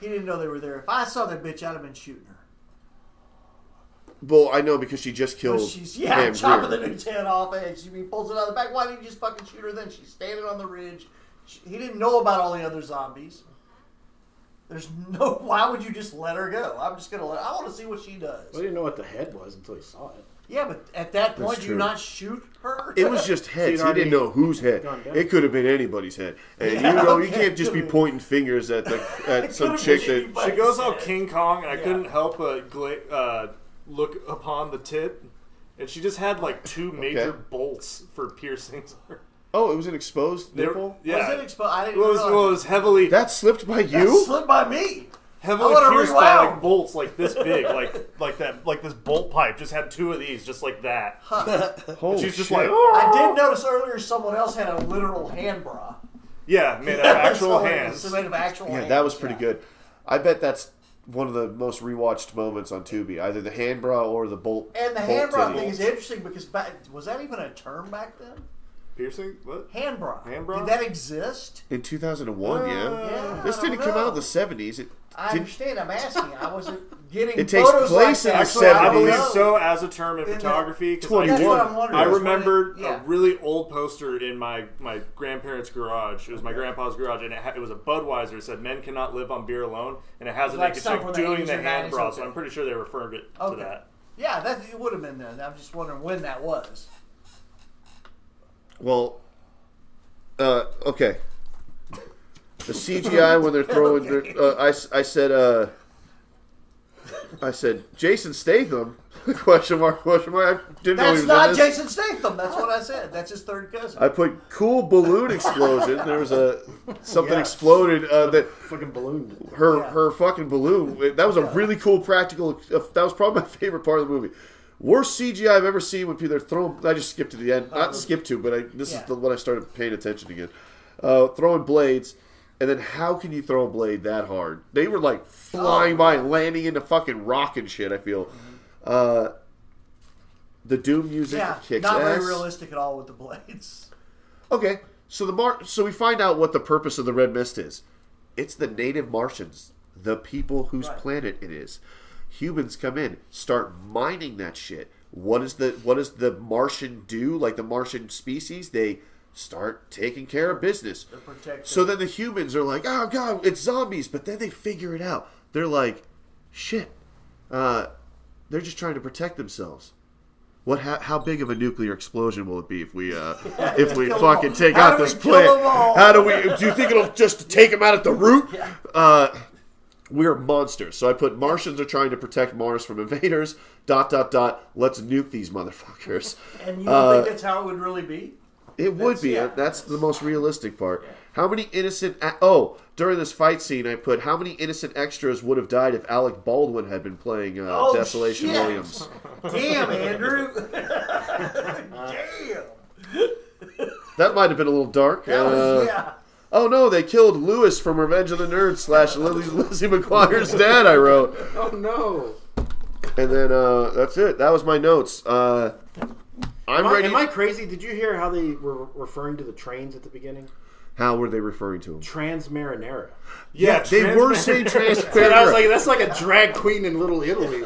Speaker 10: He didn't know they were there. If I saw that bitch, I'd have been shooting her.
Speaker 3: Well, I know because she just killed
Speaker 10: But she's yeah,
Speaker 3: Pam
Speaker 10: chopping
Speaker 3: Grier.
Speaker 10: the dude's head off, and she pulls it out of the back. Why didn't you just fucking shoot her then? She's standing on the ridge. She, he didn't know about all the other zombies. There's no. Why would you just let her go? I'm just gonna let. I want to see what she does.
Speaker 17: I didn't know what the head was until he saw it.
Speaker 10: Yeah, but at that point, do you
Speaker 3: true.
Speaker 10: not shoot her?
Speaker 3: It
Speaker 10: [LAUGHS]
Speaker 3: was
Speaker 5: [LAUGHS]
Speaker 3: just heads. He
Speaker 17: already
Speaker 3: didn't know whose head.
Speaker 17: gone down.
Speaker 3: It could have been anybody's
Speaker 10: [LAUGHS]
Speaker 3: head. And
Speaker 10: Yeah,
Speaker 3: you know, you
Speaker 10: okay.
Speaker 3: can't just be pointing fingers at
Speaker 10: [LAUGHS]
Speaker 3: the at some
Speaker 10: could've
Speaker 3: chick
Speaker 10: been
Speaker 3: that
Speaker 10: anybody.
Speaker 5: She goes all King Kong, and I couldn't help but gla- uh, look upon the tit, and she just had like two major bolts for piercings. [LAUGHS]
Speaker 3: Oh, it was an exposed
Speaker 5: They were-
Speaker 3: nipple?
Speaker 5: yeah,
Speaker 10: Was it exposed? I
Speaker 5: It
Speaker 10: didn't
Speaker 5: was,
Speaker 10: realize.
Speaker 5: it was heavily
Speaker 3: That slipped by
Speaker 10: That
Speaker 3: you?
Speaker 10: slipped by me.
Speaker 5: heavily
Speaker 10: I wanna
Speaker 5: pierced by
Speaker 10: rewound.
Speaker 5: like bolts like this
Speaker 3: [LAUGHS]
Speaker 5: big, like like that, like this bolt pipe. Just had two of these, just like that.
Speaker 3: Holy
Speaker 5: She's just
Speaker 3: shit.
Speaker 5: like, "Oh."
Speaker 10: I did notice earlier someone else had a literal hand bra.
Speaker 5: yeah,
Speaker 3: [LAUGHS]
Speaker 5: made out of actual
Speaker 10: So it was
Speaker 5: hands.
Speaker 10: made of actual
Speaker 3: Yeah,
Speaker 10: hands.
Speaker 3: that was pretty good. I bet that's one of the most rewatched moments on Tubi, either the hand bra or the bolt.
Speaker 10: And the
Speaker 3: bolt
Speaker 10: hand bra
Speaker 3: titty.
Speaker 10: thing is interesting because back, was that even a term back then?
Speaker 5: Piercing? What?
Speaker 10: Hand bra.
Speaker 5: Hand bra?
Speaker 10: Did that exist?
Speaker 3: in 2001, yeah.
Speaker 10: Oh, yeah,
Speaker 3: This
Speaker 10: I
Speaker 3: didn't
Speaker 10: don't
Speaker 3: come out
Speaker 10: know.
Speaker 3: in the 70s. It
Speaker 10: I
Speaker 3: did
Speaker 10: understand. I'm asking.
Speaker 3: [LAUGHS]
Speaker 10: I wasn't getting.
Speaker 3: It takes
Speaker 10: photos
Speaker 3: place
Speaker 10: like
Speaker 3: in
Speaker 10: that,
Speaker 3: the
Speaker 10: so I don't
Speaker 3: 70s.
Speaker 5: I believe
Speaker 10: know.
Speaker 5: so as a term in
Speaker 10: In the-
Speaker 5: photography. 'cause
Speaker 10: That's what I'm
Speaker 3: 21.
Speaker 10: wondering.
Speaker 5: I
Speaker 10: That's what
Speaker 5: remembered
Speaker 10: it- yeah.
Speaker 5: a really old poster in my, my grandparents' garage. It was my grandpa's garage, and it, ha- it was a Budweiser. It said, "Men cannot live on beer alone," and it has a
Speaker 10: Like
Speaker 5: naked
Speaker 10: some
Speaker 5: chick
Speaker 10: from the
Speaker 5: doing
Speaker 10: 80s
Speaker 5: the
Speaker 10: or
Speaker 5: hand
Speaker 10: 90s,
Speaker 5: bra.
Speaker 10: okay.
Speaker 5: So I'm pretty sure they referred it
Speaker 10: Okay.
Speaker 5: to that.
Speaker 10: Yeah, that it would have been then. I'm just wondering when that was.
Speaker 3: Well, uh, okay. The CGI when they're
Speaker 10: [LAUGHS]
Speaker 3: throwing, their, uh, I, s- I said, uh, I said Jason Statham? [LAUGHS] question mark? Question mark? I didn't know he
Speaker 10: That's
Speaker 3: was
Speaker 10: not
Speaker 3: in this.
Speaker 10: Jason Statham. That's what I said. That's his third cousin.
Speaker 3: I put cool balloon explosion. There was a something exploded. Uh, that
Speaker 17: Fucking ballooned.
Speaker 3: her
Speaker 10: Yeah.
Speaker 3: her fucking balloon. That was a really cool practical. Uh, that was probably [LAUGHS] my favorite part of the movie. Worst CGI I've ever seen when people are throwing. I just skipped to the end. Not skipped to, but I, this
Speaker 10: Yeah.
Speaker 3: is the one I started paying attention again. Uh, throwing blades, and then how can you throw a blade that hard? They were like flying
Speaker 10: Oh,
Speaker 3: by and landing into fucking rock and shit. I
Speaker 10: Mm-hmm.
Speaker 3: feel. Uh, the doom music
Speaker 10: yeah,
Speaker 3: kicks
Speaker 10: not
Speaker 3: ass.
Speaker 10: very realistic at all with the blades.
Speaker 3: Okay, so the Mar- so we find out what the purpose of the red mist is. It's the native Martians, the people whose
Speaker 10: Right.
Speaker 3: planet it is. Humans come in, start mining that shit. What is the what does the Martian do? Like the Martian species, they start taking care of business.
Speaker 10: protective.
Speaker 3: So then the humans are like, "Oh god, it's zombies!" But then they figure it out. They're like, "Shit, uh, they're just trying to protect themselves." What? How, how big of a nuclear explosion will it be if we
Speaker 10: [LAUGHS]
Speaker 3: uh, if we
Speaker 10: Kill 'em
Speaker 3: fucking
Speaker 10: all.
Speaker 3: take
Speaker 10: How
Speaker 3: out
Speaker 10: do
Speaker 3: this
Speaker 10: we kill
Speaker 3: plant?
Speaker 10: 'em all?
Speaker 3: How do we? Do you think it'll just take them out at the root? Uh, we're monsters. So I put Martians are trying to protect Mars from invaders. Dot dot dot. Let's nuke these motherfuckers.
Speaker 10: And you don't
Speaker 3: Uh,
Speaker 10: think that's how it would really be?
Speaker 3: It would be.
Speaker 10: yeah.
Speaker 3: That's the most realistic part. How many innocent? a- Oh, during this fight scene, I put how many innocent extras would have died if Alec Baldwin had been playing uh,
Speaker 10: Oh,
Speaker 3: Desolation
Speaker 10: shit.
Speaker 3: Williams?
Speaker 10: [LAUGHS]
Speaker 3: [LAUGHS]
Speaker 10: Damn, Andrew.
Speaker 3: Uh,
Speaker 10: Damn.
Speaker 3: That might have been a little dark.
Speaker 10: That was,
Speaker 3: Uh,
Speaker 10: yeah.
Speaker 3: Oh no, they killed Lewis from Revenge of the Nerds slash Lizzie, [LAUGHS] Lizzie McGuire's dad. I wrote,
Speaker 17: Oh no!
Speaker 3: and then uh, that's it. That was my notes. Uh, I'm
Speaker 17: Am I,
Speaker 3: ready.
Speaker 17: am I crazy? Did you hear how they were referring to the trains at the beginning?
Speaker 3: How were they referring to him?
Speaker 17: Transmarinera.
Speaker 5: Yeah,
Speaker 3: They were
Speaker 5: transparent-
Speaker 17: [LAUGHS]
Speaker 3: saying
Speaker 17: And
Speaker 3: transparent.
Speaker 17: I was like, that's like a drag queen in Little Italy.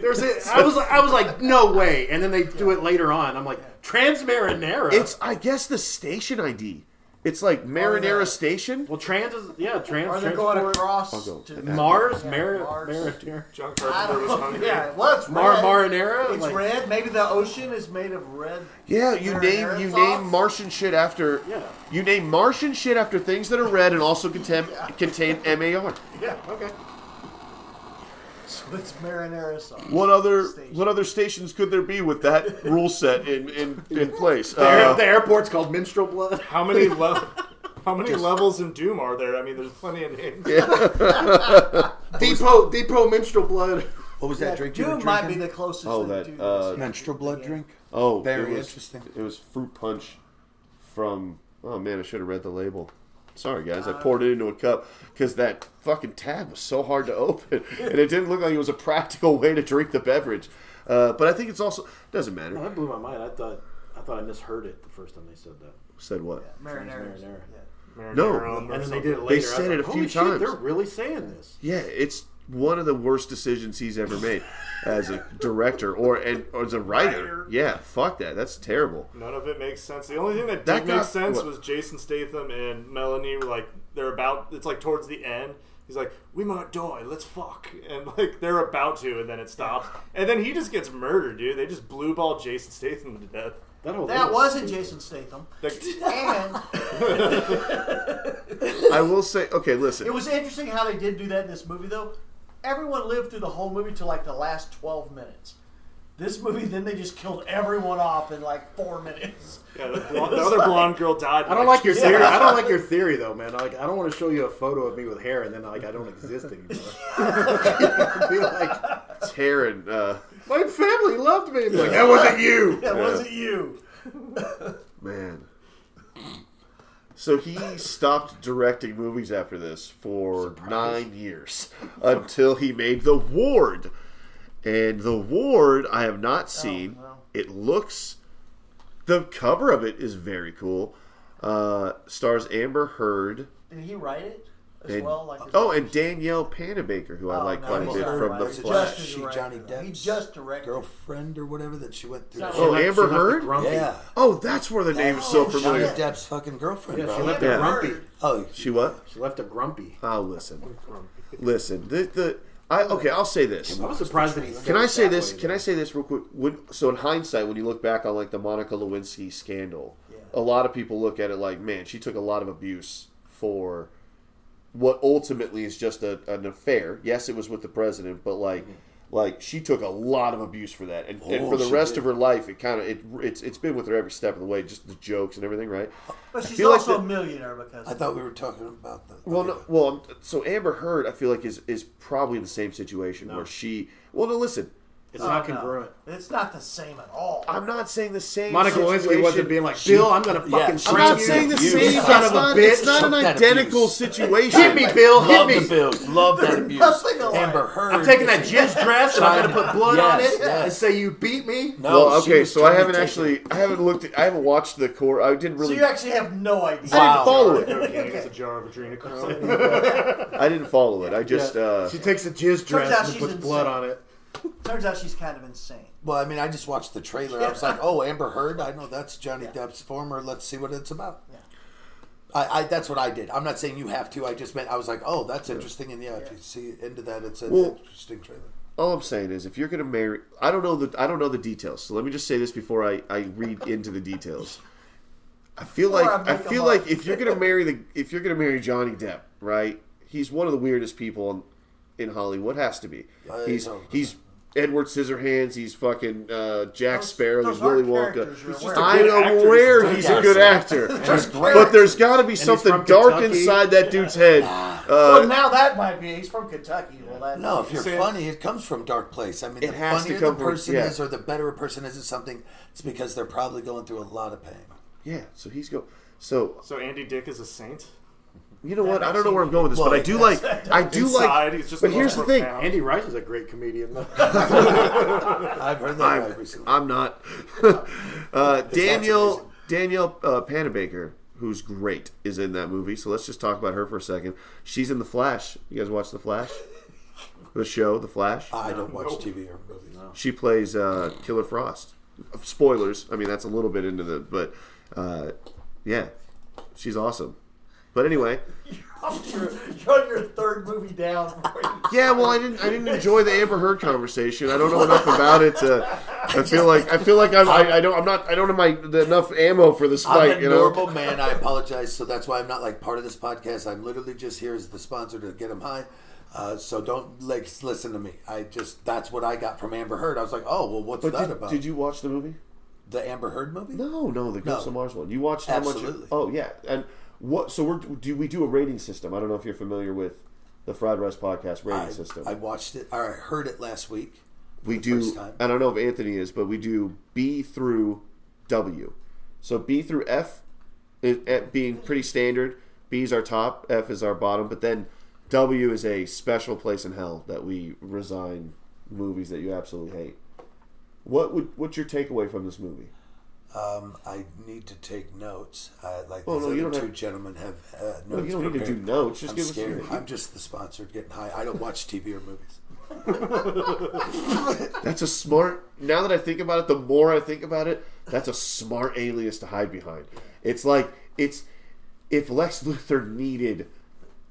Speaker 17: There's a, I was I was like, no way. And then they do it later on. I'm like, Transmarinera.
Speaker 3: it's I guess the station ID. It's like Marinara Station.
Speaker 17: Well, trans is yeah, trans.
Speaker 10: Or they're going
Speaker 17: transport-
Speaker 10: across
Speaker 3: I'll go.
Speaker 10: to
Speaker 17: Mars,
Speaker 10: Yeah,
Speaker 17: Mar-
Speaker 10: Mars.
Speaker 17: Marinara.
Speaker 5: John
Speaker 10: I
Speaker 5: Carpenter
Speaker 10: don't
Speaker 5: was
Speaker 10: know.
Speaker 5: hungry.
Speaker 10: Yeah, well, it's
Speaker 17: Mar-
Speaker 10: red.
Speaker 17: marinara?
Speaker 10: It's
Speaker 17: Like-
Speaker 10: red. Maybe the ocean is made of red.
Speaker 3: Yeah, you
Speaker 10: marinara
Speaker 3: name you
Speaker 10: sauce.
Speaker 3: name Martian shit after
Speaker 17: Yeah.
Speaker 3: you name Martian shit after things that are red and also
Speaker 17: [LAUGHS]
Speaker 3: contain contain MAR.
Speaker 17: Yeah. Okay.
Speaker 10: So it's marinara sauce.
Speaker 3: What other
Speaker 10: Station.
Speaker 3: what other stations could there be with that rule set in in, in place?
Speaker 17: The air-
Speaker 3: Uh,
Speaker 17: the airport's called Minstrel Blood.
Speaker 5: How
Speaker 10: [LAUGHS]
Speaker 5: many le- How many levels in Doom are there? I mean, there's plenty of names.
Speaker 17: Depot, Depot Minstrel Blood.
Speaker 4: What was that drink you were
Speaker 10: Doom might be
Speaker 4: drinking?
Speaker 10: the closest
Speaker 3: Oh,
Speaker 10: thing
Speaker 17: [LAUGHS]
Speaker 3: that,
Speaker 10: to this.
Speaker 3: uh,
Speaker 4: menstrual blood drink.
Speaker 3: oh,
Speaker 4: Very
Speaker 3: it was,
Speaker 4: interesting.
Speaker 3: It was fruit punch from. Oh man, I should have read the label. Sorry guys, I
Speaker 17: Uh,
Speaker 3: poured it into a cup because that fucking tab was so hard to open, [LAUGHS] and it didn't look like it was a practical way to drink the beverage. Uh, but I think it's also doesn't matter.
Speaker 17: That blew my mind. I thought I thought I misheard it the first time they said that.
Speaker 3: Said what?
Speaker 10: marinara.
Speaker 17: Marinara.
Speaker 3: No.
Speaker 17: And then they did it later. I was
Speaker 3: said it
Speaker 17: like,
Speaker 3: a few
Speaker 17: "Holy shit,
Speaker 3: times."
Speaker 17: They're really saying this.
Speaker 3: Yeah, it's one of the worst decisions he's ever made as a director or and or as a writer. Yeah, fuck that. That's terrible.
Speaker 5: None of it makes sense. The only thing that did
Speaker 3: That
Speaker 5: make
Speaker 3: got-
Speaker 5: sense
Speaker 3: what?
Speaker 5: was Jason Statham and Melanie were like they're about it's like towards the end. He's like, We might die, let's fuck and like they're about to and then it stops. And then he just gets murdered, dude. They just blue ball Jason Statham to death.
Speaker 17: That, whole
Speaker 10: That
Speaker 17: thing
Speaker 10: wasn't
Speaker 17: stupid.
Speaker 10: Jason Statham. [LAUGHS]
Speaker 5: Like,
Speaker 10: And
Speaker 3: I will say, okay, listen.
Speaker 10: it was interesting how they did do that in this movie, though. Everyone lived through the whole movie to like the last 12 minutes. This movie, then they just killed everyone off in like four minutes. [LAUGHS]
Speaker 5: yeah, the, blonde, the other blonde girl died.
Speaker 17: I don't like your theory. I don't like your theory though, man. Like I don't want to show you a photo of me with hair and then like I don't exist anymore. [LAUGHS] Be like,
Speaker 3: Taryn, uh,
Speaker 17: my family loved me. Be like, that wasn't you.
Speaker 10: That wasn't you.
Speaker 3: man. So he stopped directing movies after this for nine years until he made The Ward. And The Ward, I have not seen. It looks. The cover of it is very cool. Uh, stars Amber Heard.
Speaker 10: Did he write it as
Speaker 3: And-
Speaker 10: well? Like
Speaker 3: oh, and Danielle Panabaker, who I like
Speaker 10: Oh, no,
Speaker 3: quite a
Speaker 10: he's
Speaker 3: bit
Speaker 10: not
Speaker 3: from
Speaker 10: right.
Speaker 3: The
Speaker 10: He's
Speaker 3: Flash.
Speaker 10: just-
Speaker 4: She
Speaker 10: directed
Speaker 4: Johnny
Speaker 10: it.
Speaker 4: Depp's
Speaker 10: He just directed it.
Speaker 4: girlfriend or whatever that she went through.
Speaker 10: It's not
Speaker 3: Oh,
Speaker 17: She left-
Speaker 3: Amber
Speaker 17: she left the
Speaker 3: Heard?
Speaker 17: grumpy.
Speaker 4: yeah,
Speaker 3: Oh, that's where the name is so
Speaker 4: Johnny
Speaker 3: familiar.
Speaker 4: Depp's fucking girlfriend.
Speaker 17: Yeah, she
Speaker 4: bro.
Speaker 17: left
Speaker 3: Yeah.
Speaker 17: a grumpy.
Speaker 4: Oh,
Speaker 3: She what?
Speaker 17: She left a grumpy.
Speaker 3: Oh, listen, listen. The the I okay. I'll say this.
Speaker 17: I was surprised that he. said
Speaker 3: Can I
Speaker 17: it
Speaker 3: say
Speaker 17: that
Speaker 3: this?
Speaker 17: way,
Speaker 3: Can
Speaker 17: though.
Speaker 3: I say this real quick? When, so in hindsight, when you look back on like the Monica Lewinsky scandal, a lot of people look at it like, man, she took a lot of abuse for what ultimately is just a, an affair. Yes, it was with the president, but
Speaker 17: Mm-hmm.
Speaker 3: like, like she took a lot of abuse for that, and, and
Speaker 4: Oh,
Speaker 3: for the
Speaker 4: she
Speaker 3: rest
Speaker 4: did.
Speaker 3: of her life, it kind of it, it's it's been with her every step of the way, just the jokes and everything, right?
Speaker 17: Uh,
Speaker 10: But she's
Speaker 3: feel like
Speaker 10: also
Speaker 3: the-
Speaker 10: a millionaire because.
Speaker 4: I thought we were talking about the.
Speaker 3: Well, no, well, um, so Amber Heard, I feel like is is probably in the same situation where she. Well, no, listen,
Speaker 17: It's
Speaker 10: Oh,
Speaker 17: not
Speaker 10: no.
Speaker 17: congruent.
Speaker 10: It's not the same at all.
Speaker 3: I'm not saying the same.
Speaker 17: Monica Lewinsky
Speaker 3: situation-
Speaker 17: wasn't being like, Bill, I'm gonna
Speaker 4: Yeah,
Speaker 17: fucking
Speaker 4: she
Speaker 3: I'm
Speaker 17: train
Speaker 3: not
Speaker 17: you.
Speaker 3: saying the
Speaker 17: you
Speaker 3: same. It's
Speaker 17: son of a
Speaker 3: not,
Speaker 17: bitch.
Speaker 3: it's not an
Speaker 4: Took that
Speaker 3: identical
Speaker 4: abuse.
Speaker 3: situation.
Speaker 17: Hit me, Bill. Hit
Speaker 4: Love
Speaker 17: me.
Speaker 4: the Bills. Love that
Speaker 10: [LAUGHS]
Speaker 4: abuse.
Speaker 10: nothing alike.
Speaker 4: Amber Heard.
Speaker 17: I'm taking that
Speaker 4: [LAUGHS]
Speaker 17: jizz dress and I'm gonna put blood on
Speaker 4: Yes,
Speaker 17: it
Speaker 4: yes.
Speaker 17: and say you beat me.
Speaker 4: No,
Speaker 3: Well,
Speaker 4: she
Speaker 3: okay,
Speaker 4: was
Speaker 3: so I
Speaker 4: totally
Speaker 3: haven't
Speaker 4: taking
Speaker 3: actually,
Speaker 4: it.
Speaker 3: I haven't looked, at, I haven't watched the core. I didn't
Speaker 10: so
Speaker 3: really,
Speaker 10: you actually have no idea.
Speaker 3: I
Speaker 4: Wow.
Speaker 3: didn't follow it.
Speaker 5: Cocaine is a jar of adrenochrome.
Speaker 3: I didn't follow it. I just, uh,
Speaker 17: She takes a jizz dress
Speaker 10: out
Speaker 17: and
Speaker 10: she's
Speaker 17: puts blood
Speaker 10: insane.
Speaker 17: on it.
Speaker 10: Turns out she's kind of insane.
Speaker 4: Well, I mean, I just watched the trailer. I was like, "Oh, Amber Heard. I know that's Johnny Depp's former. Let's see what it's about."
Speaker 10: Yeah.
Speaker 4: I, I that's what I did. I'm not saying you have to. I just meant I was like, "Oh, that's interesting." And yeah, if you see into that, it's an
Speaker 3: Well-
Speaker 4: interesting trailer.
Speaker 3: all I'm saying is, if you're gonna marry, I don't know the, I don't know the details. So let me just say this before I, I read into the details. I feel
Speaker 10: Or
Speaker 3: like,
Speaker 10: I make
Speaker 3: I
Speaker 10: 'em
Speaker 3: feel
Speaker 10: up.
Speaker 3: like if you're gonna marry the, if you're gonna marry Johnny Depp, right? He's one of the weirdest people in, in Hollywood. Has to be.
Speaker 4: I
Speaker 3: He's,
Speaker 4: know.
Speaker 3: he's. Edward Scissorhands, he's fucking uh, Jack
Speaker 10: Those-
Speaker 3: Sparrow,
Speaker 10: those
Speaker 3: he's Willy
Speaker 10: aren't
Speaker 3: Wonka.
Speaker 10: characters you're aware
Speaker 3: I
Speaker 5: of. Good
Speaker 3: know
Speaker 5: actors.
Speaker 3: where
Speaker 5: Good
Speaker 3: he's a good actor.
Speaker 4: There's
Speaker 3: But there's got to be something
Speaker 17: from
Speaker 3: dark
Speaker 17: Kentucky.
Speaker 3: inside that dude's head.
Speaker 10: Well,
Speaker 3: Uh,
Speaker 10: now that might be. He's from Kentucky. Well, that
Speaker 4: No, if you're
Speaker 5: Sam-
Speaker 4: funny, it comes from dark place. I mean,
Speaker 3: It
Speaker 4: the
Speaker 3: has to
Speaker 4: funnier
Speaker 3: come
Speaker 4: the
Speaker 3: from-
Speaker 4: person
Speaker 3: yeah.
Speaker 4: is, or the better a person is at something, it's because they're probably going through a lot of pain.
Speaker 3: yeah, so he's go. So
Speaker 5: so Andy Dick is a saint?
Speaker 3: you know what? I don't know where I'm going with this,
Speaker 4: Well,
Speaker 3: but I do
Speaker 4: that's-
Speaker 5: [LAUGHS]
Speaker 3: like. I do
Speaker 5: Inside,
Speaker 3: like.
Speaker 5: he's just
Speaker 3: But
Speaker 5: the
Speaker 3: here's the
Speaker 5: most
Speaker 3: thing.
Speaker 5: profound.
Speaker 17: Andy Rice is a great comedian though. [LAUGHS]
Speaker 4: I've heard that
Speaker 3: I'm,
Speaker 4: guy recently.
Speaker 3: I'm not. [LAUGHS] uh, Daniel Daniel uh, Panabaker, who's great, is in that movie. So let's just talk about her for a second. She's in The Flash. You guys watch The Flash? the show, The Flash.
Speaker 4: I don't watch TV or movies.
Speaker 3: She plays uh, Killer Frost. Spoilers. I mean, that's a little bit into the, but uh, yeah, She's awesome. But anyway,
Speaker 10: You're, [LAUGHS] you're on your third movie down. [LAUGHS] before you-
Speaker 3: yeah. Well, I didn't. I didn't enjoy the Amber Heard conversation. I don't know enough about it. To, I feel like I feel like I'm. I, I don't. I'm not. I don't have my the, enough ammo for this
Speaker 4: I'm
Speaker 3: fight.
Speaker 4: a
Speaker 3: you know.
Speaker 4: normal man. I apologize. So that's why I'm not like part of this podcast. I'm literally just here as the sponsor to get him high. Uh, so don't like listen to me. I just that's what I got from Amber Heard. I was like, oh well, what's
Speaker 3: But
Speaker 4: that
Speaker 3: did,
Speaker 4: about?
Speaker 3: did you watch the movie?
Speaker 4: the Amber Heard movie?
Speaker 3: No, no, the Ghost
Speaker 4: No.
Speaker 3: of Mars one. You watched how
Speaker 4: Absolutely.
Speaker 3: much? Oh yeah, and what? So we're do we do a rating system? I don't know if you're familiar with the Fried Rice Podcast rating
Speaker 4: I,
Speaker 3: system.
Speaker 4: I watched it. Or I heard it last week.
Speaker 3: we
Speaker 4: the first
Speaker 3: do.
Speaker 4: time.
Speaker 3: I don't know if Anthony is, but we do B through W. So B through F, is, at being pretty standard. B is our top. F is our bottom. But then W is a special place in hell that we resign movies that you absolutely hate. What would what's your takeaway from this movie?
Speaker 4: Um, I need to take notes. Uh, like
Speaker 3: Well,
Speaker 4: these
Speaker 3: Oh, no, you
Speaker 4: other
Speaker 3: don't
Speaker 4: two
Speaker 3: have-
Speaker 4: gentlemen have uh, notes.
Speaker 3: No, you don't need to
Speaker 4: prepared.
Speaker 3: do notes. Just
Speaker 4: I'm
Speaker 3: give us your-
Speaker 4: scared. I'm just the sponsor getting high. I don't watch TV or movies.
Speaker 3: That's a smart. Now that I think about it, the more I think about it, that's a smart alias to hide behind. It's like it's if Lex Luthor needed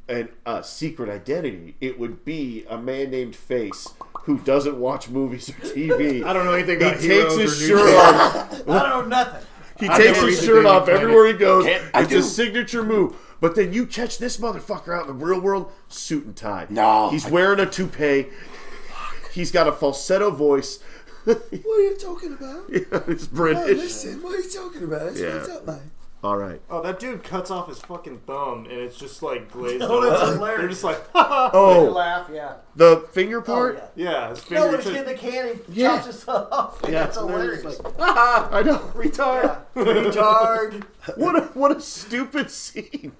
Speaker 3: an, a secret identity, it would be a man named Face who doesn't watch movies or TV.
Speaker 17: [LAUGHS] I don't know anything about
Speaker 3: he takes
Speaker 17: heroes
Speaker 3: his
Speaker 17: or
Speaker 3: shirt
Speaker 17: news.
Speaker 3: off.
Speaker 10: I don't know nothing.
Speaker 17: [LAUGHS]
Speaker 3: He
Speaker 17: I
Speaker 3: takes
Speaker 17: never
Speaker 3: his
Speaker 17: eat
Speaker 3: shirt
Speaker 17: the
Speaker 3: off
Speaker 17: Daily Planet.
Speaker 3: everywhere he goes.
Speaker 4: Can't- I
Speaker 3: it's his
Speaker 4: do.
Speaker 3: signature move. But then you catch this motherfucker out in the real world, suit and tie.
Speaker 4: No.
Speaker 3: he's
Speaker 4: I-
Speaker 3: wearing a toupee. He's got a falsetto voice.
Speaker 4: What are you talking about?
Speaker 3: [LAUGHS] it's British.
Speaker 4: what are you talking about? That's
Speaker 3: Yeah. what's up, All right.
Speaker 5: Oh, that dude cuts off his fucking thumb, and it's just like glazed.
Speaker 10: [LAUGHS] Oh,
Speaker 5: over.
Speaker 10: that's
Speaker 5: They're
Speaker 10: hilarious.
Speaker 5: just like,
Speaker 10: [LAUGHS]
Speaker 5: "Ha, ha."
Speaker 10: You
Speaker 3: Oh,
Speaker 10: laugh, yeah.
Speaker 3: the finger part.
Speaker 10: yeah.
Speaker 5: yeah, his finger.
Speaker 10: No, when he's getting the can, he
Speaker 3: Yeah.
Speaker 10: chops his thumb off. [LAUGHS]
Speaker 3: Yeah,
Speaker 10: That's
Speaker 3: and they're just
Speaker 10: hilarious.
Speaker 3: I know. Retard.
Speaker 10: Yeah. Retard.
Speaker 3: [LAUGHS] What a what a stupid scene.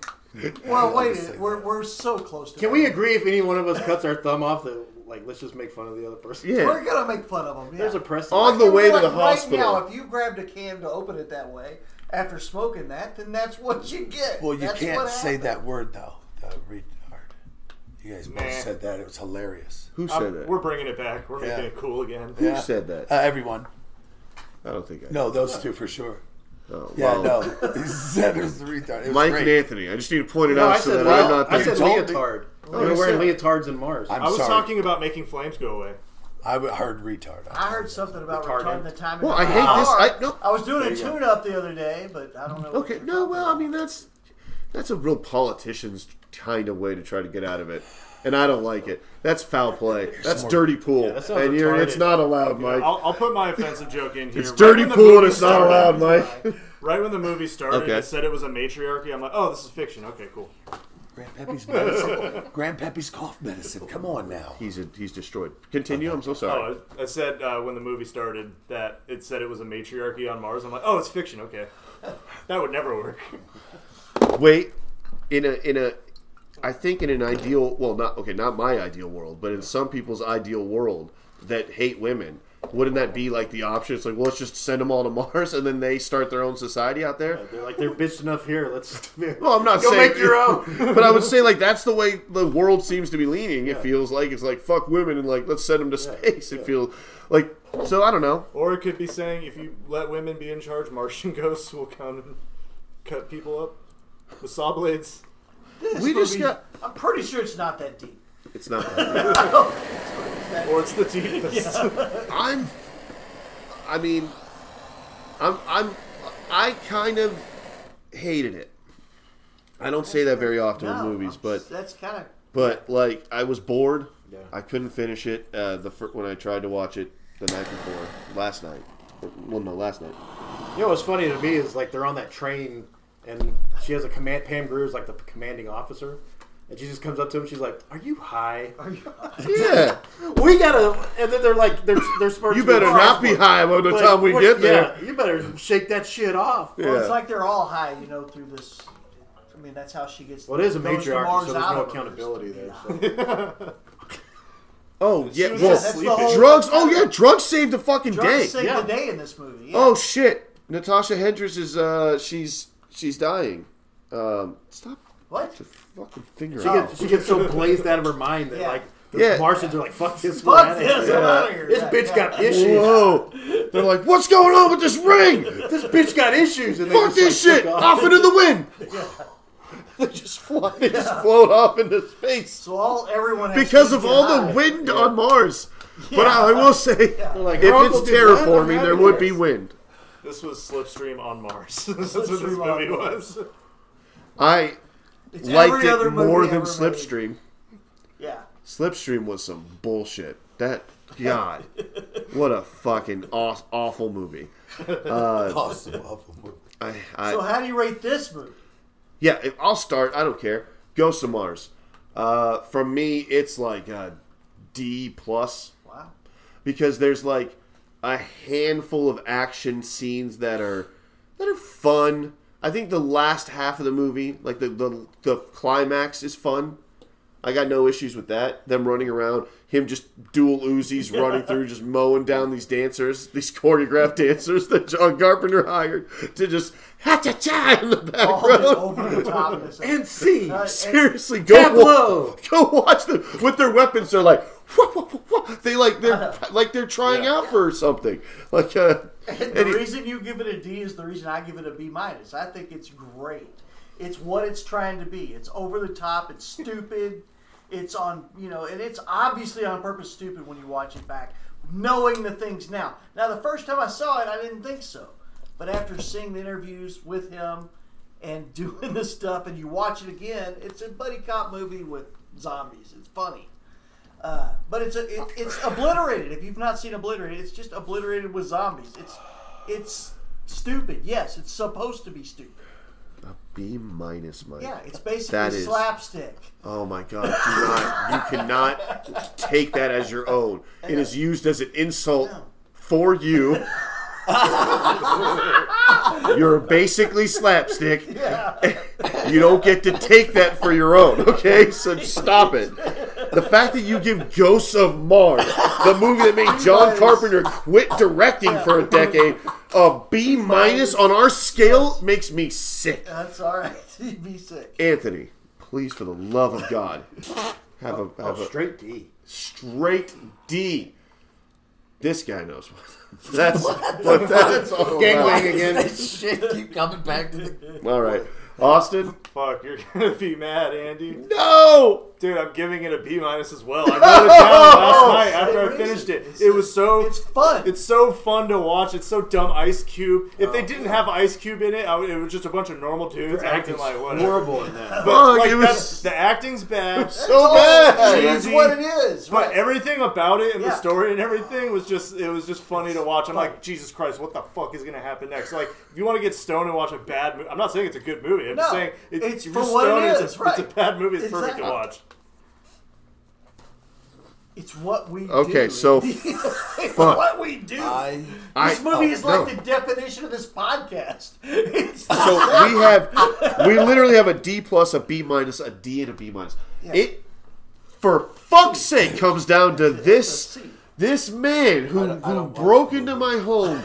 Speaker 10: Well, wait, a minute. we're, we're so close to
Speaker 17: Can
Speaker 10: that.
Speaker 17: we agree if any one of us cuts our thumb off that like let's just make fun of the other person?
Speaker 3: Yeah.
Speaker 10: We're gonna make fun of him. Yeah.
Speaker 17: There's a precedent.
Speaker 4: Oh,
Speaker 17: [LAUGHS]
Speaker 3: On the
Speaker 10: Like,
Speaker 3: way to
Speaker 10: like,
Speaker 3: the
Speaker 10: right
Speaker 3: hospital.
Speaker 10: now, if you grabbed a can to open it that way after smoking that, then that's what you get.
Speaker 4: Well, you
Speaker 10: That's
Speaker 4: can't
Speaker 10: what
Speaker 4: say
Speaker 10: happened.
Speaker 4: that word though. Uh, retard. You guys both
Speaker 5: Nah.
Speaker 4: said
Speaker 1: Uh,
Speaker 4: that. It was hilarious.
Speaker 3: Who
Speaker 5: I'm-
Speaker 3: said that?
Speaker 5: Uh, We're bringing it back. We're
Speaker 4: Yeah.
Speaker 5: making it cool again.
Speaker 3: Who said that?
Speaker 4: Uh, everyone.
Speaker 3: I don't think I.
Speaker 4: No, those two for sure.
Speaker 3: Oh,
Speaker 4: Yeah,
Speaker 3: well,
Speaker 1: [LAUGHS]
Speaker 4: no. He said it was the retard. It was
Speaker 3: Mike
Speaker 4: great.
Speaker 3: and Anthony. I just need to point it
Speaker 17: No,
Speaker 3: out
Speaker 17: I
Speaker 3: so
Speaker 17: said,
Speaker 3: that
Speaker 17: well,
Speaker 3: I'm not.
Speaker 17: I
Speaker 3: the- Oh,
Speaker 17: said
Speaker 4: told me-
Speaker 17: leotard.
Speaker 3: you
Speaker 17: We're wearing
Speaker 3: said-
Speaker 17: leotards in Mars.
Speaker 4: I'm
Speaker 5: I was
Speaker 4: sorry.
Speaker 5: talking about making flames go away.
Speaker 4: I w- heard retard.
Speaker 10: I heard something about
Speaker 17: Retarded.
Speaker 10: retarding the time.
Speaker 3: Well, I
Speaker 10: in the
Speaker 3: hate this.
Speaker 10: car.
Speaker 3: I no.
Speaker 10: I was doing a
Speaker 4: you go.
Speaker 10: tune-up the other day, but I don't know. what
Speaker 3: Okay.
Speaker 10: you're
Speaker 3: No.
Speaker 10: talking
Speaker 3: Well, I
Speaker 10: about.
Speaker 3: mean that's that's a real politician's kind of way to try to get out of it, and I don't like it. That's foul play. That's dirty pool,
Speaker 17: that sounds
Speaker 3: and you're, it's
Speaker 17: retarded.
Speaker 3: not allowed, Mike.
Speaker 5: I'll, I'll put my offensive joke in here.
Speaker 3: it's
Speaker 5: Right
Speaker 3: dirty
Speaker 5: when the
Speaker 3: pool, and
Speaker 5: movie
Speaker 3: it's not
Speaker 5: started-
Speaker 3: allowed, Mike.
Speaker 5: Right when the movie started,
Speaker 3: Okay.
Speaker 5: it said it was a matriarchy. I'm like, oh, this is fiction. Okay, cool.
Speaker 4: Grandpappy's
Speaker 5: [LAUGHS]
Speaker 4: medicine. Grandpappy's cough medicine. Come on now.
Speaker 3: He's he's destroyed. Continue. I'm so sorry.
Speaker 5: Oh, I I said uh, when the movie started that it said it was a matriarchy on Mars. I'm like, oh, it's fiction. Okay, that would never work.
Speaker 17: Oh,
Speaker 3: Wait, in a in a, I think in an ideal, well, not okay, not my ideal world, but in some people's ideal world that hate women, wouldn't that be like the option? It's like, well, let's just send them all to [LAUGHS] Mars, and then they start their own society out there.
Speaker 17: They're like they're bitched enough here. Let's. [LAUGHS]
Speaker 3: Well, I'm not
Speaker 17: Go
Speaker 3: saying
Speaker 17: make your own. [LAUGHS]
Speaker 3: [LAUGHS] but I would say like that's the way the world seems to be leaning. It feels like it's like fuck women and like let's send them to space. It feels like so. I don't know.
Speaker 5: Or it could be saying if you let women be in charge, Martian [LAUGHS] ghosts will come and cut people up with saw blades.
Speaker 3: we just
Speaker 10: movie-
Speaker 3: got.
Speaker 10: I'm pretty sure it's not that deep.
Speaker 3: It's not. That.
Speaker 5: Or it's the
Speaker 10: [LAUGHS]
Speaker 5: deepest.
Speaker 3: I'm. I mean, I'm. I'm. I kind of hated it. I don't say that very often
Speaker 10: No,
Speaker 3: in movies, but
Speaker 10: that's kind of
Speaker 3: but like I was bored.
Speaker 17: Yeah.
Speaker 3: I couldn't finish it. Uh, the fir- when I tried to watch it the night before, last night. Well, no, last
Speaker 10: [LAUGHS]
Speaker 3: night.
Speaker 17: You know what's funny to me is like they're on that train and she has a command. Pam Greer's like the commanding officer, and she just comes up to him. She's like, "Are you high? Are you high?
Speaker 3: Yeah,
Speaker 17: we gotta." And then they're like, "They're they're supposed
Speaker 3: you
Speaker 17: to
Speaker 3: better
Speaker 17: be
Speaker 3: not be high by the
Speaker 17: Like,
Speaker 3: time we
Speaker 17: what-
Speaker 3: get there.
Speaker 17: Yeah, you better shake that shit off.
Speaker 3: Yeah.
Speaker 10: Well, it's like they're all high, you know, through this. I mean, that's how she gets.
Speaker 17: Well, it is a
Speaker 10: goes to
Speaker 17: matriarchy,
Speaker 10: Mars
Speaker 17: so there's
Speaker 10: out
Speaker 17: no
Speaker 10: of her.
Speaker 17: accountability there. [LAUGHS] So.
Speaker 3: Oh yeah,
Speaker 5: was
Speaker 3: well,
Speaker 5: just
Speaker 10: That's the whole
Speaker 3: drugs. Oh yeah, drugs saved the fucking
Speaker 10: Drugs
Speaker 3: day.
Speaker 10: saved
Speaker 17: yeah.
Speaker 10: the day in this movie. Yeah.
Speaker 3: Oh shit! Natasha Hendricks is uh she's she's dying. Um, stop
Speaker 10: what?
Speaker 3: the fucking finger
Speaker 17: She
Speaker 3: out.
Speaker 17: gets, she gets so blazed out of her mind that
Speaker 10: Yeah.
Speaker 17: like the
Speaker 3: Yeah.
Speaker 17: Martians are like, "Fuck this, we're
Speaker 10: Fuck
Speaker 17: outta
Speaker 10: this!
Speaker 17: here."
Speaker 10: I'm out of here.
Speaker 17: This
Speaker 10: Yeah,
Speaker 17: bitch
Speaker 10: yeah.
Speaker 17: got issues.
Speaker 3: Whoa! They're like, "What's going on with this ring? This bitch got issues." And fuck this shit, off. into the wind. [LAUGHS] they just fly. They just float off into space.
Speaker 10: So all everyone has
Speaker 3: because
Speaker 10: to
Speaker 3: of
Speaker 10: be
Speaker 3: all the
Speaker 10: alive.
Speaker 3: wind on Mars. But I will say,
Speaker 5: Like,
Speaker 3: if
Speaker 5: how
Speaker 3: it's
Speaker 5: did that not
Speaker 3: terraforming, there
Speaker 5: happen?
Speaker 3: would be wind.
Speaker 5: This was Slipstream on Mars. [LAUGHS] That's what this
Speaker 10: Slipstream on
Speaker 5: movie
Speaker 10: Mars.
Speaker 5: was.
Speaker 3: I
Speaker 10: It's
Speaker 3: liked
Speaker 10: every
Speaker 3: it
Speaker 10: other movie
Speaker 3: more than
Speaker 10: ever
Speaker 3: Slipstream.
Speaker 10: Yeah.
Speaker 3: Slipstream was some bullshit. That
Speaker 10: [LAUGHS]
Speaker 3: God, what a fucking aw- awful movie. Uh,
Speaker 4: awesome, awful movie.
Speaker 3: I, I,
Speaker 10: so how do you rate this
Speaker 3: [LAUGHS]
Speaker 10: movie?
Speaker 3: yeah, if- I'll start. I don't care. Ghosts of Mars. Uh, from me, it's like a D plus
Speaker 10: Wow.
Speaker 3: because there's like a handful of action scenes that are that are fun. I think the last half of the movie, like the the, the climax, is fun. I got no issues with that. Them running around, him just dual
Speaker 10: [LAUGHS]
Speaker 3: Uzis running through, just mowing down these dancers, these choreographed [LAUGHS] dancers that John Carpenter hired to just ha cha cha in the
Speaker 10: All
Speaker 3: background.
Speaker 10: just over the
Speaker 3: [LAUGHS]
Speaker 10: top. Of this.
Speaker 17: And see,
Speaker 10: Uh,
Speaker 3: Seriously, go
Speaker 17: Tableau.
Speaker 3: wa- go watch them with their weapons. They're like, "Wah, wah, wah, wah." they like they're like they're trying out for something. Like, uh,
Speaker 10: And the reason you give it a D is the reason I give it a B minus. I think it's great. It's what it's trying to be. It's over the top. It's stupid. It's on you know, and it's obviously on purpose stupid when you watch it back, knowing the things now. Now the first time I saw it, I didn't think so, but after seeing the interviews with him and [LAUGHS] doing this stuff, and you watch it again, it's a buddy cop movie with zombies. It's funny. Uh, but it's a, it, it's obliterated. If you've not seen Obliterated, it's just obliterated with zombies. It's it's stupid. Yes, it's supposed to be stupid.
Speaker 3: a B minus, Mike.
Speaker 10: Yeah, it's basically
Speaker 3: That is-
Speaker 10: slapstick.
Speaker 3: Oh my God! Do not, you cannot take that as your own. It is used as an insult for you. You're basically slapstick. You don't get to take that for your own. Okay, so stop it. The fact that you give Ghosts of Mars, the movie that made John Carpenter quit directing for a decade, a B minus on our scale makes me sick.
Speaker 10: That's all right. [LAUGHS] You'd be sick.
Speaker 3: Anthony, please, for the love of God, have a, have a
Speaker 17: straight D.
Speaker 3: straight D. This guy knows what. [LAUGHS] That's what that's all about.
Speaker 10: [LAUGHS]
Speaker 1: again. [LAUGHS] shit keep coming back to the.
Speaker 3: All right, Austin.
Speaker 5: Fuck, you're [LAUGHS] gonna be mad, Andy.
Speaker 3: No,
Speaker 5: Dude, I'm giving it a B minus as well. I wrote it down last night after I finished it. It was so
Speaker 10: It's fun.
Speaker 5: It's so fun to watch. It's so dumb. Ice Cube. If they didn't have Ice Cube in it, I would, it was just a bunch of normal dudes acting like whatever.
Speaker 17: Horrible in that.
Speaker 5: But,
Speaker 3: Fuck,
Speaker 5: like,
Speaker 3: it was-
Speaker 5: that's- the acting's bad.
Speaker 3: so bad.
Speaker 10: That's what Oh, it is.
Speaker 5: But
Speaker 10: Right.
Speaker 5: everything about it and
Speaker 10: Yeah.
Speaker 5: the story and everything was just it was just funny to watch. I'm like, Jesus Christ, what the fuck is gonna happen next? Like, if you want to get stoned and watch a bad movie, I'm not saying it's a good movie. I'm just
Speaker 10: No,
Speaker 5: saying it,
Speaker 10: it's
Speaker 5: you're
Speaker 10: for
Speaker 5: just
Speaker 10: what it
Speaker 5: stoned,
Speaker 10: is,
Speaker 5: It's a, it's
Speaker 10: right.
Speaker 5: a bad movie. It's perfect
Speaker 10: Exactly.
Speaker 5: to watch.
Speaker 10: it's what we
Speaker 3: Okay,
Speaker 10: [LAUGHS] do.
Speaker 3: so
Speaker 10: it's
Speaker 3: fuck.
Speaker 10: what we do.
Speaker 4: I
Speaker 3: I-
Speaker 10: this movie is
Speaker 3: no.
Speaker 10: like the definition of this podcast. [LAUGHS] It's
Speaker 3: So we have, we literally have a D plus, a B minus, a D, and a B minus. It, for fuck's sake, comes down to this this man who, who broke into my home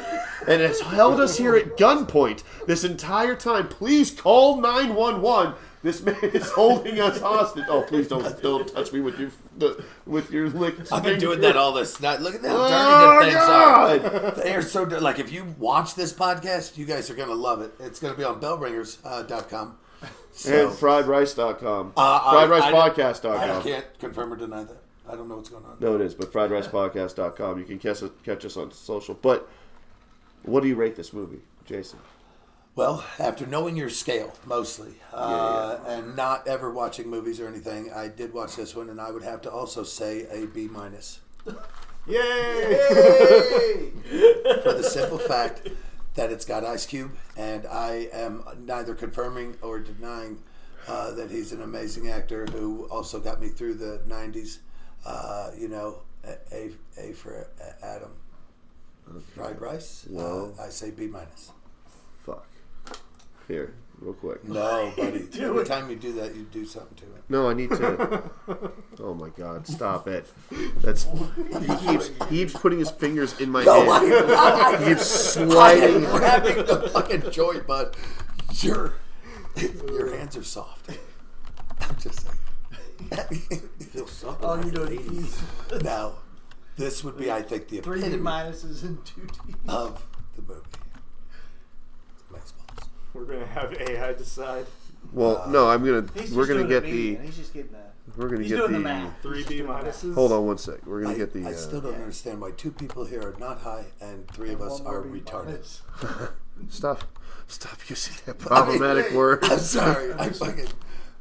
Speaker 3: and has held us here at gunpoint this entire time. Please call nine one one. This man is holding us hostage. Oh, please don't don't touch me with your with your lick.
Speaker 1: I've been doing that all this night. Look at how dirty
Speaker 3: Oh,
Speaker 1: the things
Speaker 5: [LAUGHS]
Speaker 3: God.
Speaker 1: are. They are so dirty. Like, if you watch this podcast, you guys are going to love it. It's going to be on bellringers.com.
Speaker 3: And
Speaker 1: So,
Speaker 3: friedrice.com.
Speaker 1: Uh, I-
Speaker 3: friedricepodcast.com.
Speaker 1: I can't confirm or deny that. I don't know what's going on.
Speaker 3: No, it is, but friedricepodcast.com. You can catch us, catch us on social. But what do you rate this movie, Jason?
Speaker 1: Well, after knowing your scale mostly, uh, and not ever watching movies or anything, I did watch this one, and I would have to also say a B minus
Speaker 5: Yay!
Speaker 1: for the simple fact that it's got Ice Cube, and I am neither confirming or denying uh, that he's an amazing actor who also got me through the '90s. Uh, you know, a, a, a for A- Adam. Fried rice. Uh, I say B minus.
Speaker 3: Fuck. Here, real quick.
Speaker 1: No, buddy. Every time you [LAUGHS] do that, you do something to it.
Speaker 3: No, I need to. Oh my God! Stop it. That's he keeps he keeps putting his fingers in my hand. He keeps sliding.
Speaker 1: I'm grabbing the fucking joint, bud. Your your hands are soft. I'm just saying.
Speaker 10: oh, all you do is
Speaker 1: no, This would be, I think, the
Speaker 10: Three
Speaker 1: epitome
Speaker 10: minuses and two D's.
Speaker 1: of the movie. My balls.
Speaker 5: We're gonna have AI decide.
Speaker 3: Well, no, I'm gonna.
Speaker 10: He's
Speaker 3: we're
Speaker 10: just
Speaker 3: gonna
Speaker 10: doing a
Speaker 3: get
Speaker 10: median.
Speaker 3: the.
Speaker 10: He's just getting that.
Speaker 3: We're gonna
Speaker 10: He's
Speaker 3: get
Speaker 10: doing the,
Speaker 3: the.
Speaker 10: math. He's
Speaker 5: Three
Speaker 10: just
Speaker 5: B
Speaker 10: doing the math.
Speaker 5: minuses.
Speaker 3: Hold on one sec. We're gonna get the.
Speaker 1: I
Speaker 3: uh,
Speaker 1: still don't understand why two people here are not high and three of us
Speaker 10: One
Speaker 1: are
Speaker 10: will be
Speaker 1: retarded.
Speaker 10: minus.
Speaker 3: stop. Stop using that [LAUGHS] problematic
Speaker 4: [LAUGHS]
Speaker 1: I-
Speaker 3: word.
Speaker 1: [LAUGHS] I'm sorry.
Speaker 3: [LAUGHS]
Speaker 1: I fucking.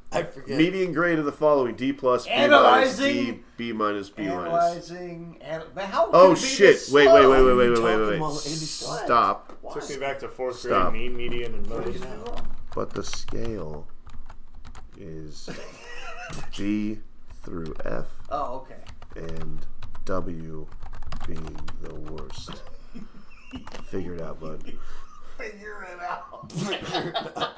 Speaker 1: I forget.
Speaker 3: Median grade of the following: D plus, B minus, D,
Speaker 10: Analyzing.
Speaker 3: B minus, B minus.
Speaker 10: Analyzing. An- man, how
Speaker 3: Oh
Speaker 10: could it be
Speaker 3: shit!
Speaker 10: this
Speaker 3: Wait,
Speaker 10: slow?
Speaker 3: wait, wait, wait, wait, wait,
Speaker 1: talking
Speaker 3: wait,
Speaker 1: while
Speaker 3: wait!
Speaker 1: Andy starts?
Speaker 3: Stop!
Speaker 10: Why?
Speaker 5: Took me back to fourth
Speaker 3: Stop.
Speaker 5: grade. Mean, median, and most.
Speaker 3: But the scale
Speaker 1: [LAUGHS]
Speaker 3: is G through F
Speaker 10: Oh, okay.
Speaker 3: and W being the worst. Figure it
Speaker 1: [LAUGHS]
Speaker 3: out, bud.
Speaker 10: Figure it out.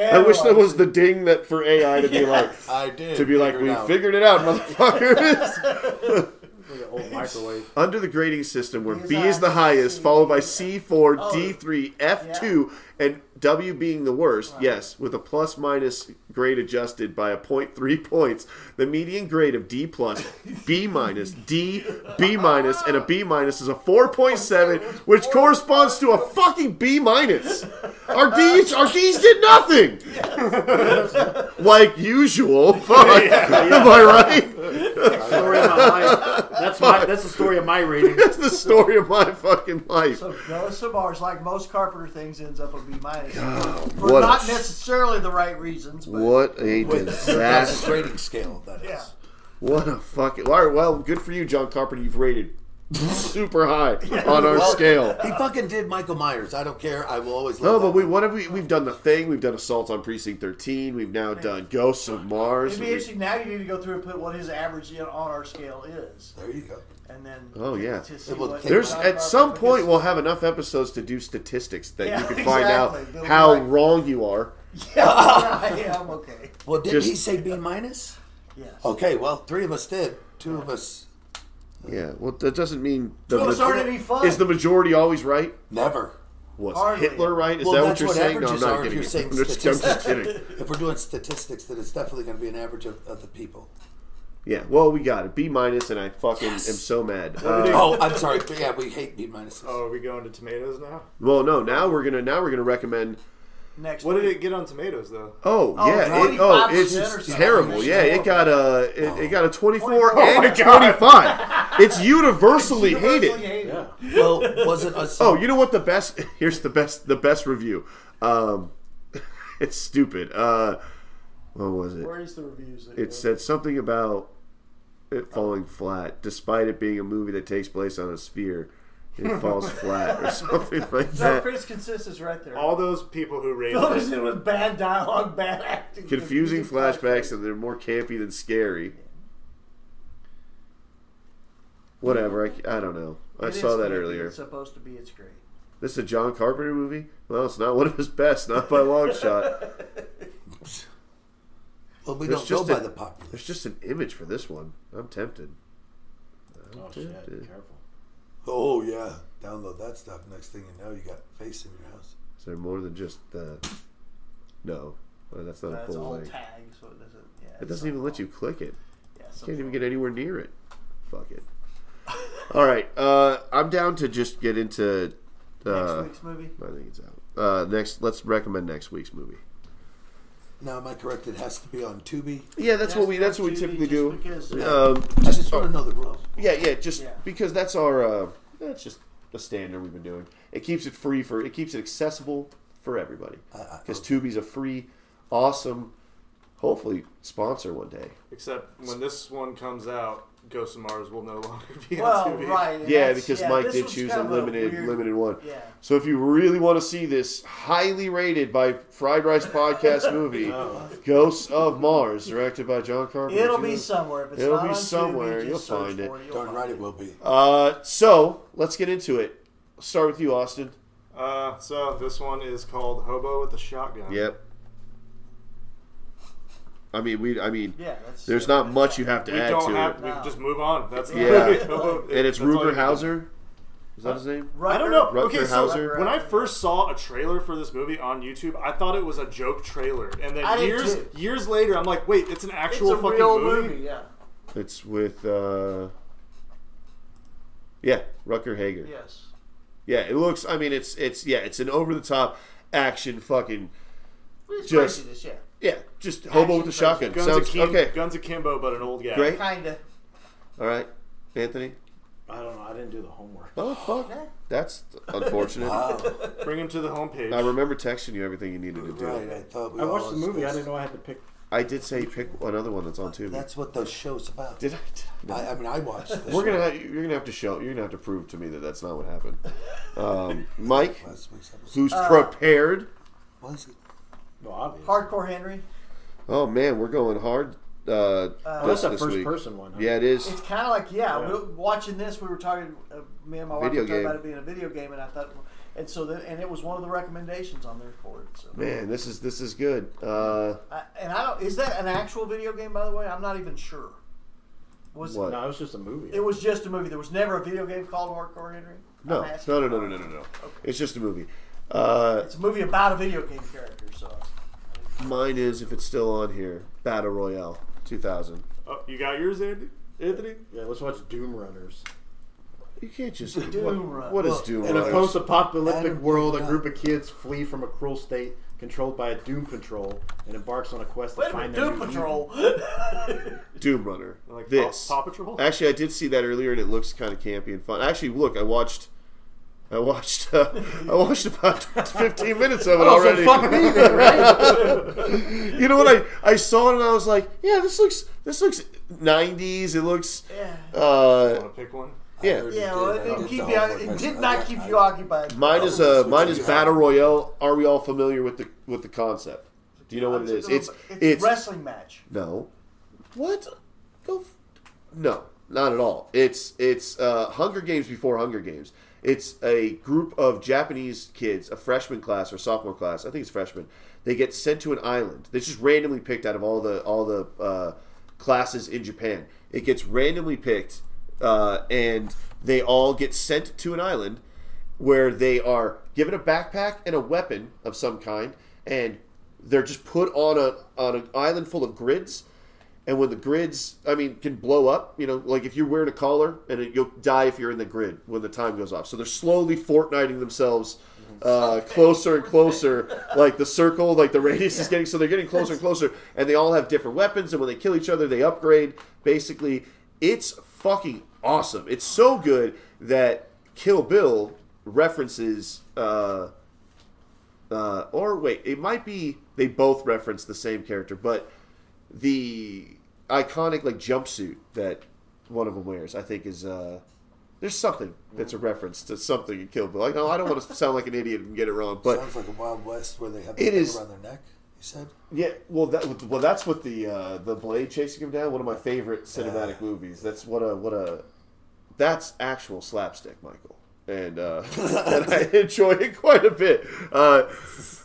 Speaker 3: I wish there was the ding that for AI to be like
Speaker 1: I did.
Speaker 3: to be like
Speaker 1: figure
Speaker 3: we
Speaker 1: it out.
Speaker 3: figured
Speaker 1: [LAUGHS]
Speaker 3: it out, motherfuckers.
Speaker 17: The old microwave.
Speaker 3: Under the grading system, where
Speaker 10: These
Speaker 3: B
Speaker 10: are
Speaker 3: is the highest,
Speaker 10: C.
Speaker 3: followed by C four,
Speaker 10: Oh.
Speaker 3: D three, F two, and W being the worst. Yes, with a plus minus grade adjusted by a point three [LAUGHS] points, the median grade of D plus, B minus, D, B minus, and a B minus is a four point seven, which corresponds to a fucking B minus. Our D's, our D's did nothing. like usual. [LAUGHS] Fuck. Am I right?
Speaker 17: Story of my life. That's my. That's the story of my rating.
Speaker 3: That's the story of my fucking life.
Speaker 10: So Ghost of Bars, like most Carpenter things, ends up a B minus. For
Speaker 3: what a
Speaker 10: not
Speaker 3: sh-
Speaker 10: necessarily the right reasons, but
Speaker 3: What a
Speaker 1: That's a
Speaker 3: disaster.
Speaker 1: grading scale. That is.
Speaker 10: yeah.
Speaker 3: What a fucking. All right, well, good for you, John Carpenter.
Speaker 1: [LAUGHS]
Speaker 3: You've rated super high on our
Speaker 1: Well,
Speaker 3: scale.
Speaker 1: He fucking did Michael Myers. I don't care. I will always love
Speaker 3: No, but
Speaker 1: that
Speaker 3: we
Speaker 1: one.
Speaker 3: what have we we've done the thing, we've done Assault on Precinct thirteen, we've now done Ghosts of Mars.
Speaker 10: It'd be interesting. Now you need to go through and put what his average in- on our scale is,
Speaker 1: There you go.
Speaker 10: and then
Speaker 3: Oh, yeah.
Speaker 10: to see
Speaker 1: It will
Speaker 10: what-
Speaker 1: take-
Speaker 3: There's
Speaker 10: John
Speaker 3: at some
Speaker 10: Carpenter
Speaker 3: point
Speaker 10: [LAUGHS] gets-
Speaker 3: we'll have enough episodes to do statistics that
Speaker 10: Yeah,
Speaker 3: you can find out
Speaker 10: exactly. They'll be
Speaker 3: how
Speaker 10: like-
Speaker 3: wrong you are.
Speaker 10: yeah, yeah, I'm okay.
Speaker 1: Well, did
Speaker 3: Just-
Speaker 1: he say B minus?
Speaker 10: Yes.
Speaker 4: Oh,
Speaker 1: Okay. Well, three of us did. Two of us
Speaker 3: Yeah, well that doesn't mean the
Speaker 10: Those
Speaker 3: ma-
Speaker 10: aren't any fun.
Speaker 3: is the majority always right?
Speaker 1: never.
Speaker 3: Was
Speaker 10: Hardly.
Speaker 3: Hitler right? Is
Speaker 1: Well,
Speaker 3: that what
Speaker 1: that's
Speaker 3: you're
Speaker 1: what
Speaker 3: saying? No, I'm
Speaker 1: averages
Speaker 3: not
Speaker 1: are if
Speaker 3: kidding.
Speaker 1: you're
Speaker 3: you.
Speaker 1: saying
Speaker 3: I'm just- I'm just
Speaker 1: statistics.
Speaker 3: kidding.
Speaker 1: If we're doing statistics, then it's definitely going to be an average of, of the people.
Speaker 3: Yeah, well, we got it. B minus, and I fucking am so mad. Uh,
Speaker 1: oh, I'm sorry. [LAUGHS] But yeah, we hate B minuses.
Speaker 5: Oh, are we going to tomatoes now?
Speaker 3: well, no, now we're gonna now we're gonna recommend.
Speaker 10: Next.
Speaker 5: What did
Speaker 10: week.
Speaker 5: it get on tomatoes though?
Speaker 3: Oh, yeah, it,
Speaker 10: 25%
Speaker 3: oh, it's
Speaker 10: or
Speaker 3: just
Speaker 10: something.
Speaker 3: terrible. Yeah, it got a it, Oh it got a twenty four
Speaker 10: 24.
Speaker 3: and [LAUGHS] a twenty five. [LAUGHS] It's universally hated.
Speaker 10: Universally hated.
Speaker 1: Well, was it us?
Speaker 3: Oh, you know what? The best [LAUGHS] here's the best the best review. Um, [LAUGHS] it's stupid. Uh, what was it?
Speaker 10: Where is the reviews? that you
Speaker 3: It said something about it falling flat, despite it being a movie that takes place on a sphere. It falls flat or [LAUGHS] something like
Speaker 10: No,
Speaker 3: that.
Speaker 10: Chris consists is right there.
Speaker 5: All those people who rated
Speaker 10: Filled
Speaker 5: it.
Speaker 10: us in with bad dialogue, bad
Speaker 3: [LAUGHS]
Speaker 5: [LAUGHS]
Speaker 10: acting,
Speaker 3: Confusing flashbacks, and they're more campy than scary. Whatever, I, c- I don't know. I
Speaker 10: It
Speaker 3: saw
Speaker 10: is
Speaker 3: that
Speaker 10: creepy.
Speaker 3: earlier.
Speaker 10: It's supposed to be. It's great.
Speaker 3: This is a John Carpenter movie? Well, it's not one of his best, not by a long shot.
Speaker 1: well, we
Speaker 3: there's
Speaker 1: don't go
Speaker 3: just
Speaker 1: by
Speaker 3: a-
Speaker 1: the popular.
Speaker 3: There's just an image for this one. I'm tempted.
Speaker 17: Oh shit! Be careful.
Speaker 1: Oh yeah, download that stuff. Next thing you know, you got face in your house.
Speaker 3: Is there more than just the. No. Well, that's not a
Speaker 10: That's
Speaker 3: full
Speaker 10: all
Speaker 3: link.
Speaker 10: tag, so it doesn't. Yeah,
Speaker 3: It doesn't even let you click it.
Speaker 10: Yeah,
Speaker 3: Can't even get anywhere near it. Fuck it. All right. Uh, I'm down to just get into.
Speaker 10: next
Speaker 3: Uh,
Speaker 10: week's movie.
Speaker 3: I think it's out. Uh, next, let's recommend next week's movie.
Speaker 1: Now, am I correct? It has to be on Tubi.
Speaker 3: Yeah, that's what we.
Speaker 10: Yes,
Speaker 3: That's what we
Speaker 10: just
Speaker 3: typically do.
Speaker 10: because- uh,
Speaker 3: Um,
Speaker 1: I just want to know the rules.
Speaker 3: yeah, yeah, just
Speaker 10: Yeah.
Speaker 3: because that's our. Uh, that's just a standard we've been doing. It keeps it free for. It keeps it accessible for everybody. Because Tubi's a free, awesome, hopefully sponsor one day.
Speaker 5: Except when this one comes out, Ghost of Mars will no longer be
Speaker 10: Well,
Speaker 5: on TV.
Speaker 10: right. and
Speaker 3: Yeah,
Speaker 10: that's-
Speaker 3: because
Speaker 10: yeah,
Speaker 3: Mike
Speaker 10: this
Speaker 3: did
Speaker 10: was
Speaker 3: choose a
Speaker 10: kind of
Speaker 3: limited
Speaker 10: weird-
Speaker 3: limited one.
Speaker 10: Yeah.
Speaker 3: So if you really want to see this highly rated by Fried Rice Podcast movie, Ghosts of Mars, directed by John Carpenter.
Speaker 10: It'll be
Speaker 3: Jr.
Speaker 10: somewhere. If it's
Speaker 3: It'll
Speaker 10: not
Speaker 3: be
Speaker 10: on
Speaker 3: somewhere.
Speaker 10: TV, just
Speaker 3: You'll
Speaker 10: search
Speaker 3: find it.
Speaker 10: for You'll
Speaker 1: Darn
Speaker 10: find
Speaker 1: right, it will be.
Speaker 3: Uh, so let's get into it. I'll start with you, Austin.
Speaker 5: Uh, so this one is called Hobo with a Shotgun.
Speaker 3: Yep. I mean, we. I mean,
Speaker 10: Yeah, that's.
Speaker 3: there's not much you have to
Speaker 5: We
Speaker 3: add
Speaker 5: don't
Speaker 3: to
Speaker 5: have.
Speaker 3: it,
Speaker 5: We just move on. That's
Speaker 3: [LAUGHS]
Speaker 5: the
Speaker 3: Yeah.
Speaker 5: movie. Hobo-
Speaker 3: and it's
Speaker 5: that's all you
Speaker 3: Ruger
Speaker 5: can do.
Speaker 3: Hauser. Is that his name?
Speaker 5: I don't know.
Speaker 3: Rutger
Speaker 5: okay, so
Speaker 3: Hauer.
Speaker 5: when I first saw a trailer for this movie on YouTube, I thought it was a joke trailer, and then
Speaker 10: I did
Speaker 5: years
Speaker 10: too.
Speaker 5: years later, I'm like, wait, it's an
Speaker 10: It's
Speaker 5: actual
Speaker 10: a
Speaker 5: fucking
Speaker 10: real
Speaker 5: movie.
Speaker 10: movie. Yeah.
Speaker 3: It's with, uh, yeah, Rucker Hager.
Speaker 10: Yes.
Speaker 3: Yeah, it looks. I mean, it's it's yeah, it's an over the top action fucking.
Speaker 10: It's
Speaker 3: Just-
Speaker 10: craziness, yeah.
Speaker 3: Yeah, just hobo with a shotgun.
Speaker 5: Guns
Speaker 3: Sounds
Speaker 5: akimbo,
Speaker 3: okay.
Speaker 5: Guns akimbo, but an old guy.
Speaker 3: Great.
Speaker 10: Kinda.
Speaker 3: All right, Anthony.
Speaker 17: I don't know. I didn't do the homework.
Speaker 3: Oh fuck, that's unfortunate.
Speaker 5: Bring him to the homepage.
Speaker 3: I remember texting you everything you needed to do.
Speaker 4: Right, I thought we
Speaker 17: I watched
Speaker 4: all
Speaker 17: the movie. I
Speaker 4: discussed-
Speaker 17: didn't know I had to pick.
Speaker 3: I did say pick another one that's on Tubi.
Speaker 4: That's what the show's about.
Speaker 3: did I? Did I
Speaker 4: I, I mean, I watched. The
Speaker 3: We're
Speaker 4: show
Speaker 3: gonna have, you're gonna have to show you're gonna have to prove to me that that's not what happened. Um,
Speaker 4: [LAUGHS]
Speaker 3: Mike,
Speaker 4: last week's episode.
Speaker 3: who's prepared?
Speaker 4: Was it?
Speaker 17: No, obvious.
Speaker 10: Hardcore Henry.
Speaker 3: Oh man, we're going hard. Uh,
Speaker 17: That's
Speaker 3: this,
Speaker 17: the
Speaker 3: this
Speaker 17: first
Speaker 3: week.
Speaker 17: person one. Huh?
Speaker 3: Yeah, it is.
Speaker 10: It's kind of like yeah. we- watching this, we were talking. Uh, me and my wife
Speaker 3: Video
Speaker 10: were talking
Speaker 3: game.
Speaker 10: about it being a video game, and I thought, and so that, and it was one of the recommendations on their board. So,
Speaker 3: Man, this is this is good. Uh,
Speaker 10: I, and I don't. Is that an actual video game, by the way? I'm not even sure. Was
Speaker 3: What?
Speaker 10: it?
Speaker 17: No, it was just a movie.
Speaker 10: It was just a movie. There was never a video game called Hardcore Henry.
Speaker 3: no,
Speaker 10: I'm asking.
Speaker 3: no, no, no, no, no, no, no. It's just a movie. Uh,
Speaker 10: It's a movie about a video game character. So,
Speaker 3: mine is if it's still on here, Battle Royale 2000.
Speaker 5: Oh, you got yours, Andy? Anthony?
Speaker 17: Yeah, let's watch Doom Runners.
Speaker 3: You can't just
Speaker 10: Doom
Speaker 3: what,
Speaker 10: Run.
Speaker 3: what is
Speaker 4: Well,
Speaker 3: Doom?
Speaker 17: In a
Speaker 3: Run?
Speaker 17: post-apocalyptic
Speaker 4: Adam
Speaker 17: world, a
Speaker 4: Dunn.
Speaker 17: group of kids flee from a cruel state controlled by a Doom Patrol and embarks on a quest to
Speaker 10: wait a
Speaker 17: find
Speaker 10: minute,
Speaker 17: their
Speaker 10: Doom
Speaker 17: new
Speaker 10: Patrol.
Speaker 3: Doom Runner.
Speaker 5: Like
Speaker 3: this.
Speaker 5: Paw, Paw Patrol?
Speaker 3: Actually, I did see that earlier, and it looks kind of campy and fun. Actually, look, I watched, I watched, uh, I watched about [LAUGHS] fifteen minutes of it
Speaker 17: Oh, so
Speaker 3: already.
Speaker 17: fuck me
Speaker 3: [LAUGHS]
Speaker 17: then,
Speaker 3: you know what? I I saw it and I was like, yeah, this looks this looks nineties. It looks,
Speaker 10: yeah.
Speaker 3: uh,
Speaker 5: Want to pick one?
Speaker 3: yeah.
Speaker 4: It
Speaker 10: Yeah, well,
Speaker 4: did.
Speaker 10: it
Speaker 4: I
Speaker 10: didn't keep
Speaker 4: did
Speaker 10: you.
Speaker 4: the
Speaker 10: out-
Speaker 4: homework
Speaker 10: It did
Speaker 4: myself.
Speaker 10: not keep you occupied.
Speaker 3: Mine is
Speaker 4: Oh,
Speaker 3: uh,
Speaker 4: that's what
Speaker 3: mine
Speaker 4: you
Speaker 3: is
Speaker 4: have.
Speaker 3: battle royale. Are we all familiar with the with the concept? Do you know what it is? It's it's
Speaker 10: wrestling match.
Speaker 3: No. What? Go. F- no, not at all. It's it's uh, Hunger Games before Hunger Games. It's a group of Japanese kids, a freshman class or sophomore class. I think it's freshman. They get sent to an island. They're just randomly picked out of all the all the uh, classes in Japan. It gets randomly picked, uh, and they all get sent to an island where they are given a backpack and a weapon of some kind, and they're just put on a on an island full of grids. And when the grids, I mean, can blow up, you know, like if you're wearing a collar, and it, you'll die if you're in the grid when the time goes off. So they're slowly fortniting themselves uh, closer and closer, like the circle, like the radius is getting. So they're getting closer and closer, and they all have different weapons. And when they kill each other, they upgrade. Basically, it's fucking awesome. It's so good that Kill Bill references. Uh, uh, or wait, it might be they both reference the same character, but the iconic like jumpsuit that one of them wears, I think, is uh, there's something that's a reference to something in Kill Bill. Like, no, I don't want to [LAUGHS] sound like an idiot and get it wrong, but
Speaker 4: Sounds like a Wild West where they have
Speaker 3: It
Speaker 4: the
Speaker 3: is-
Speaker 4: thing around their neck. You said
Speaker 3: yeah, well, that well, that's what the uh, the blade chasing him down. One of my favorite cinematic
Speaker 4: Ah.
Speaker 3: movies. That's what a what a that's actual slapstick, Michael, and uh, [LAUGHS] and I enjoy it quite a bit. Uh,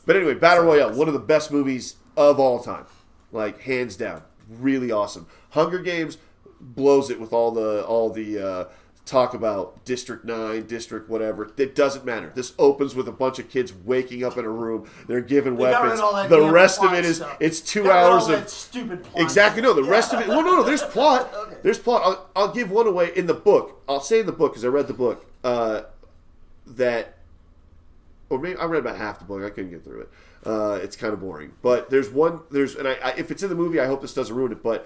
Speaker 3: but anyway, Battle Royale, one of the best movies of all time, like hands down, really awesome. Hunger Games blows it with all the all the uh, talk about District Nine, District whatever. It doesn't matter. This opens with a bunch of kids waking up in a room. They're given
Speaker 10: They got rid
Speaker 3: weapons.
Speaker 10: of all that
Speaker 3: The
Speaker 10: damn
Speaker 3: rest of
Speaker 10: plot
Speaker 3: it is
Speaker 10: stuff.
Speaker 3: it's two
Speaker 10: Got rid of
Speaker 3: hours
Speaker 10: all
Speaker 3: of
Speaker 10: that stupid plot
Speaker 3: exactly. No, the
Speaker 10: stuff.
Speaker 3: rest
Speaker 10: Yeah.
Speaker 3: of it. Well, no, no. There's plot. There's plot. I'll, I'll give one away in the book. I'll say in the book because I read the book uh, that, or maybe I read about half the book. I couldn't get through it. Uh, it's kind of boring. But there's one. There's and I, I if it's in the movie, I hope this doesn't ruin it. But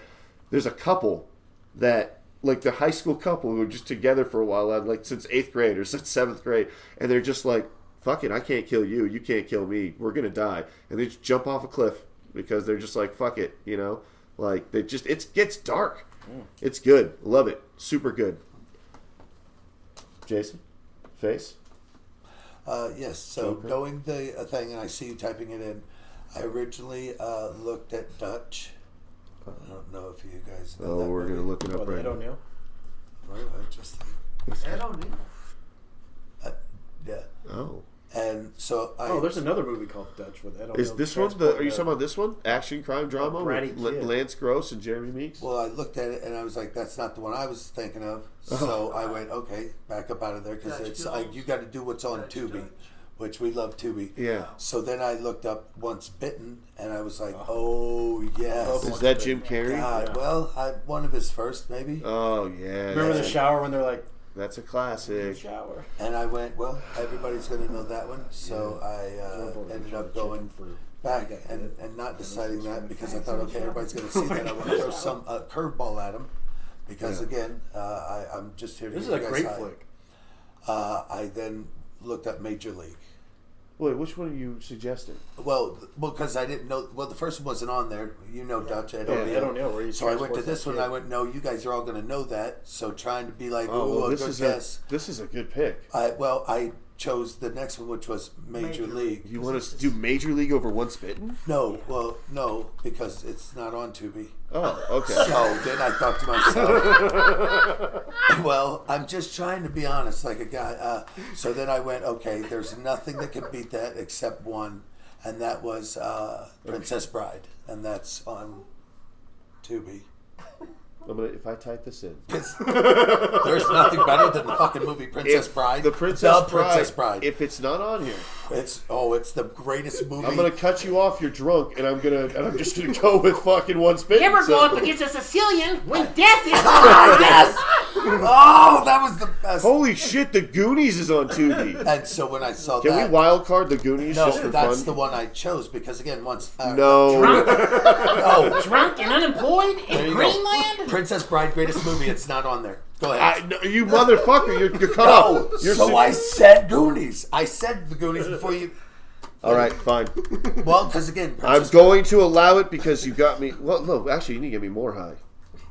Speaker 3: there's a couple that like the high school couple who are just together for a while, uh, like since eighth grade or [LAUGHS] since seventh grade, and they're just like, "Fuck it, I can't kill you, you can't kill me, we're gonna die," and they just jump off a cliff because they're just like, "Fuck it," you know, like they just it gets dark. It's good, love it, super good. Jason, face.
Speaker 1: Uh, yes, so knowing the uh, thing, and I see you typing it in, I originally uh, looked at Dutch. I don't know if you guys know
Speaker 3: Oh,
Speaker 1: that
Speaker 3: we're
Speaker 1: movie.
Speaker 3: gonna look it up
Speaker 17: What,
Speaker 3: right
Speaker 17: Ed
Speaker 3: now.
Speaker 17: O'Neill?
Speaker 1: Right, I just-
Speaker 10: I don't need.
Speaker 1: uh, yeah.
Speaker 3: Oh,
Speaker 1: And so I.
Speaker 17: Oh, there's another movie called Dutch with Ed O'Neill.
Speaker 3: is this one the? Are you talking about this one? Action crime drama
Speaker 4: Oh,
Speaker 17: bratty
Speaker 3: with L-
Speaker 17: kid.
Speaker 3: Lance Gross and Jeremy Meeks.
Speaker 1: Well, I looked at it and I was like, "That's not the one I was thinking of." So I went, "Okay, back up out of there because
Speaker 10: Dutch
Speaker 1: it's I,
Speaker 10: Dildos.
Speaker 1: you got to do what's on
Speaker 10: Dutch
Speaker 1: Tubi."
Speaker 10: Dildos.
Speaker 4: which we love Tubi.
Speaker 3: Yeah.
Speaker 4: So then I looked up Once Bitten, and I was like, oh, yes.
Speaker 3: Is that Jim Carrey?
Speaker 4: God, Well, I, one of his first, maybe.
Speaker 3: Oh yeah.
Speaker 17: Remember the
Speaker 3: that's a-
Speaker 17: shower when they're like,
Speaker 3: That's a classic.
Speaker 17: shower.
Speaker 4: And I went, well, everybody's going to know that one. So I uh, ended up going back and, and not deciding that because I thought, okay, everybody's going to see that. I want to throw some uh, curveball at them because, again, uh, I, I'm just here to
Speaker 17: This is
Speaker 4: give
Speaker 17: a
Speaker 4: you guys
Speaker 17: great
Speaker 4: high.
Speaker 17: flick.
Speaker 4: Uh, I then looked up Major League.
Speaker 3: Wait, which one are you suggesting?
Speaker 4: Well, because I didn't know. Well, the first one wasn't on there. You know, Dutch. I don't,
Speaker 17: Yeah, I don't know where you
Speaker 4: So I went to
Speaker 17: transport
Speaker 4: this
Speaker 17: that
Speaker 4: one.
Speaker 17: to.
Speaker 4: I went, no, you guys are all going to know that. So trying to be like,
Speaker 3: Oh,
Speaker 4: oh,
Speaker 3: well,
Speaker 4: a
Speaker 3: this
Speaker 4: good
Speaker 3: is
Speaker 4: guess. Uh,
Speaker 3: a this is a good pick.
Speaker 4: I well, I chose the next one, which was Major,
Speaker 10: Major
Speaker 4: League.
Speaker 3: You want us to do Major League over Once Bitten?
Speaker 4: No, well, no, because it's not on
Speaker 17: [LAUGHS]
Speaker 4: Tubi.
Speaker 3: Oh, okay.
Speaker 4: [LAUGHS] So then I thought to myself, [LAUGHS] well, I'm just trying to be honest, like a guy. Uh, so then I went, okay, there's nothing that can beat that except one, and that was uh, Princess Bride, and that's on
Speaker 17: [LAUGHS]
Speaker 4: Tubi.
Speaker 3: I'm gonna, if I type this in,
Speaker 4: There's nothing better than the fucking movie Princess
Speaker 3: If
Speaker 4: Bride.
Speaker 3: the Princess,
Speaker 4: The Princess Bride.
Speaker 3: If it's not on here,
Speaker 4: it's oh, it's the greatest movie.
Speaker 3: I'm gonna cut you off. You're drunk, and I'm gonna and I'm just gonna go with fucking Once Bitten.
Speaker 19: Never
Speaker 3: so-
Speaker 19: go up against a Sicilian when death is yes!
Speaker 4: Ah, oh, that was the best.
Speaker 3: Holy shit! The Goonies is on
Speaker 4: [LAUGHS]
Speaker 3: Tubi.
Speaker 4: And so when I saw
Speaker 3: Can
Speaker 4: that,
Speaker 3: we wild card the Goonies
Speaker 4: no,
Speaker 3: just for
Speaker 4: that's
Speaker 3: fun?
Speaker 4: the one I chose because again, once uh,
Speaker 3: no,
Speaker 4: oh,
Speaker 19: [LAUGHS] Drunk and unemployed
Speaker 4: There
Speaker 19: in
Speaker 4: you go.
Speaker 19: Greenland?
Speaker 4: Princess Bride, greatest movie. It's not on there. Go
Speaker 3: I,
Speaker 4: ahead.
Speaker 3: no, you motherfucker! You're, you're cut off. You're
Speaker 4: so
Speaker 3: su-
Speaker 4: I said Goonies. I said the Goonies before you.
Speaker 3: All right, fine.
Speaker 4: Well, because again,
Speaker 3: I'm
Speaker 4: Princess
Speaker 3: going to allow it because you got me. Well, no, actually, you need to get me more high.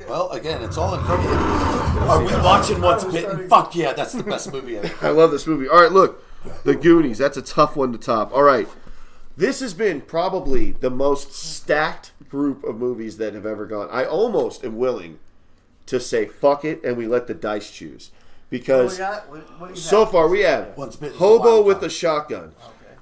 Speaker 4: Well, again, it's all in front of you. Are we watching Once Bitten? Fuck yeah, that's the best movie ever.
Speaker 3: [LAUGHS] I love this movie. All right, look, The Goonies. That's a tough one to top. All right, this has been probably the most stacked group of movies that have ever gone. I almost am willing to say fuck it, and we let the dice choose
Speaker 10: What we
Speaker 3: because
Speaker 10: got? What, what do you
Speaker 3: so
Speaker 10: got?
Speaker 3: far we have
Speaker 4: Once Bitten's a
Speaker 3: Hobo
Speaker 4: Wild
Speaker 3: with
Speaker 4: Card.
Speaker 3: a Shotgun.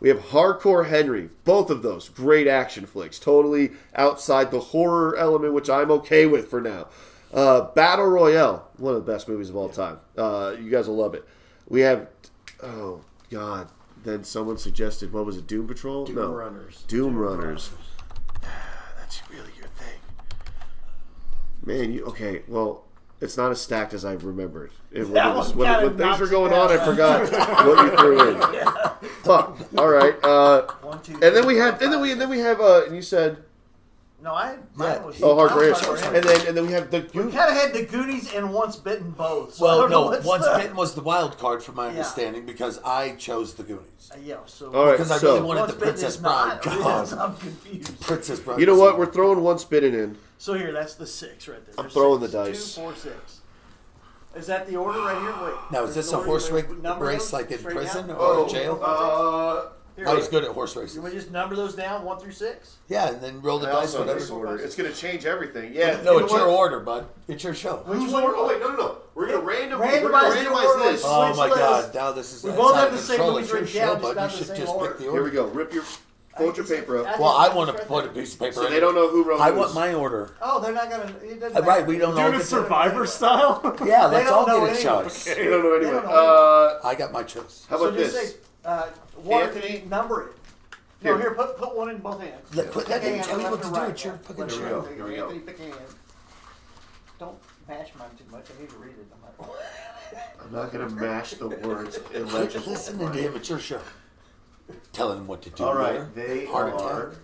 Speaker 3: We have Hardcore Henry. Both of those great action flicks, totally outside the horror element, which I'm okay with for now. Uh, Battle Royale, one of the best movies of all time. Uh, you guys will love it. We have, oh god, then someone suggested what was it? Doom Patrol? Doom
Speaker 17: Runners.
Speaker 3: Doom, Runners. That's really your thing, man. You okay? Well. It's not as stacked as I remembered. It, when, it was, when,
Speaker 10: one
Speaker 3: it-
Speaker 10: kinda
Speaker 3: when things
Speaker 10: knocked
Speaker 3: were
Speaker 10: you
Speaker 3: going
Speaker 10: down.
Speaker 3: on, I forgot what you threw [LAUGHS] in. Fuck. All right. Uh,
Speaker 10: One, two,
Speaker 3: and then we
Speaker 10: three,
Speaker 3: have,
Speaker 10: four,
Speaker 3: and then we,
Speaker 10: five,
Speaker 3: and then we have, uh, and you said,
Speaker 10: No, I mine
Speaker 4: Yeah,
Speaker 10: was
Speaker 3: oh, hard
Speaker 10: mine was
Speaker 3: ranch,
Speaker 10: Hard
Speaker 3: and then, and then we have the
Speaker 10: we kind of had the Goonies and Once Bitten both. so I
Speaker 4: Well,
Speaker 10: don't know
Speaker 4: no,
Speaker 10: what's
Speaker 4: Once
Speaker 10: the-
Speaker 4: Bitten was the wild card for my understanding because I chose the Goonies.
Speaker 10: [LAUGHS] Yeah, so
Speaker 3: All right,
Speaker 4: Because I
Speaker 3: so-
Speaker 4: really wanted
Speaker 10: Once
Speaker 4: the
Speaker 10: Bitten
Speaker 4: Princess
Speaker 10: is not.
Speaker 4: Bride. God,
Speaker 10: [LAUGHS] I'm confused.
Speaker 4: Princess Bride.
Speaker 3: You know
Speaker 4: was-
Speaker 3: what? We're throwing one spinning in.
Speaker 10: So here, that's the six right there.
Speaker 3: I'm
Speaker 10: There's
Speaker 3: throwing
Speaker 10: six.
Speaker 3: the dice.
Speaker 10: Two, four, six. Is that the order right here? Wait.
Speaker 4: Now, is
Speaker 10: there's
Speaker 4: this
Speaker 10: an
Speaker 4: a
Speaker 10: order
Speaker 4: horse
Speaker 10: you
Speaker 4: race,
Speaker 10: would number
Speaker 4: race
Speaker 10: them
Speaker 4: like in
Speaker 10: straight
Speaker 4: prison
Speaker 10: down? Oh,
Speaker 4: or Oh, jail?
Speaker 3: Uh,
Speaker 10: Here,
Speaker 4: I was good at horse races.
Speaker 10: Can we just number those down, one through six?
Speaker 4: Yeah, and then roll the dice, whatever.
Speaker 3: It's going to change everything. Yeah.
Speaker 4: No, it's your order, bud. It's your show.
Speaker 3: Who's order? Oh, wait, no, no, no. We're going to random,
Speaker 10: Randomize
Speaker 3: we're gonna
Speaker 10: the
Speaker 3: randomize
Speaker 10: order.
Speaker 3: this.
Speaker 10: Oh.
Speaker 4: Oh
Speaker 10: Switch
Speaker 4: my
Speaker 10: lists.
Speaker 4: God! Now this is
Speaker 10: We
Speaker 4: it's
Speaker 10: both
Speaker 4: out
Speaker 10: have
Speaker 4: of
Speaker 10: the same
Speaker 4: control.
Speaker 10: movies
Speaker 4: It's your
Speaker 10: written down,
Speaker 4: show, bud.
Speaker 10: just not
Speaker 4: You
Speaker 10: the
Speaker 4: should
Speaker 10: same
Speaker 4: just
Speaker 10: order.
Speaker 4: pick the
Speaker 3: Here we
Speaker 4: order.
Speaker 3: go. Rip your, fold your paper up.
Speaker 4: Well, I want to put a piece of paper.
Speaker 3: So
Speaker 4: in
Speaker 3: they
Speaker 4: it.
Speaker 3: don't know who wrote
Speaker 4: I
Speaker 3: who.
Speaker 4: want my order.
Speaker 10: Oh, they're not gonna. It doesn't
Speaker 4: Uh, Right,
Speaker 10: matter.
Speaker 4: we don't all
Speaker 5: Doing
Speaker 4: get
Speaker 5: it
Speaker 4: to-
Speaker 5: Survivor style? [LAUGHS]
Speaker 4: Yeah, let's
Speaker 10: don't
Speaker 4: all
Speaker 10: know
Speaker 4: get a
Speaker 10: any
Speaker 4: choice.
Speaker 3: [LAUGHS] They don't know anyway.
Speaker 10: don't know.
Speaker 3: Uh,
Speaker 4: I got my choice.
Speaker 3: how
Speaker 10: So
Speaker 3: about
Speaker 10: just
Speaker 3: this?
Speaker 10: say, uh, one,
Speaker 3: Anthony?
Speaker 10: number it. No,
Speaker 3: Here.
Speaker 10: here, put, put one in both hands.
Speaker 4: Let- put that
Speaker 10: Pick a
Speaker 4: in.
Speaker 10: hand,
Speaker 4: Tell me
Speaker 10: left
Speaker 4: what
Speaker 10: or
Speaker 4: to do.
Speaker 10: right.
Speaker 4: It's your fucking
Speaker 10: Left or
Speaker 3: show.
Speaker 10: right.
Speaker 3: Here we go.
Speaker 10: Anthony, pick a hand. Don't mash mine too much. I need to read it. I'm like, [LAUGHS]
Speaker 3: I'm not going to mash the [LAUGHS] words. and let you-
Speaker 4: Listen to him. It's your show. Telling him what to do.
Speaker 3: All
Speaker 4: where.
Speaker 3: right. They
Speaker 4: Heart
Speaker 3: are.
Speaker 4: attack.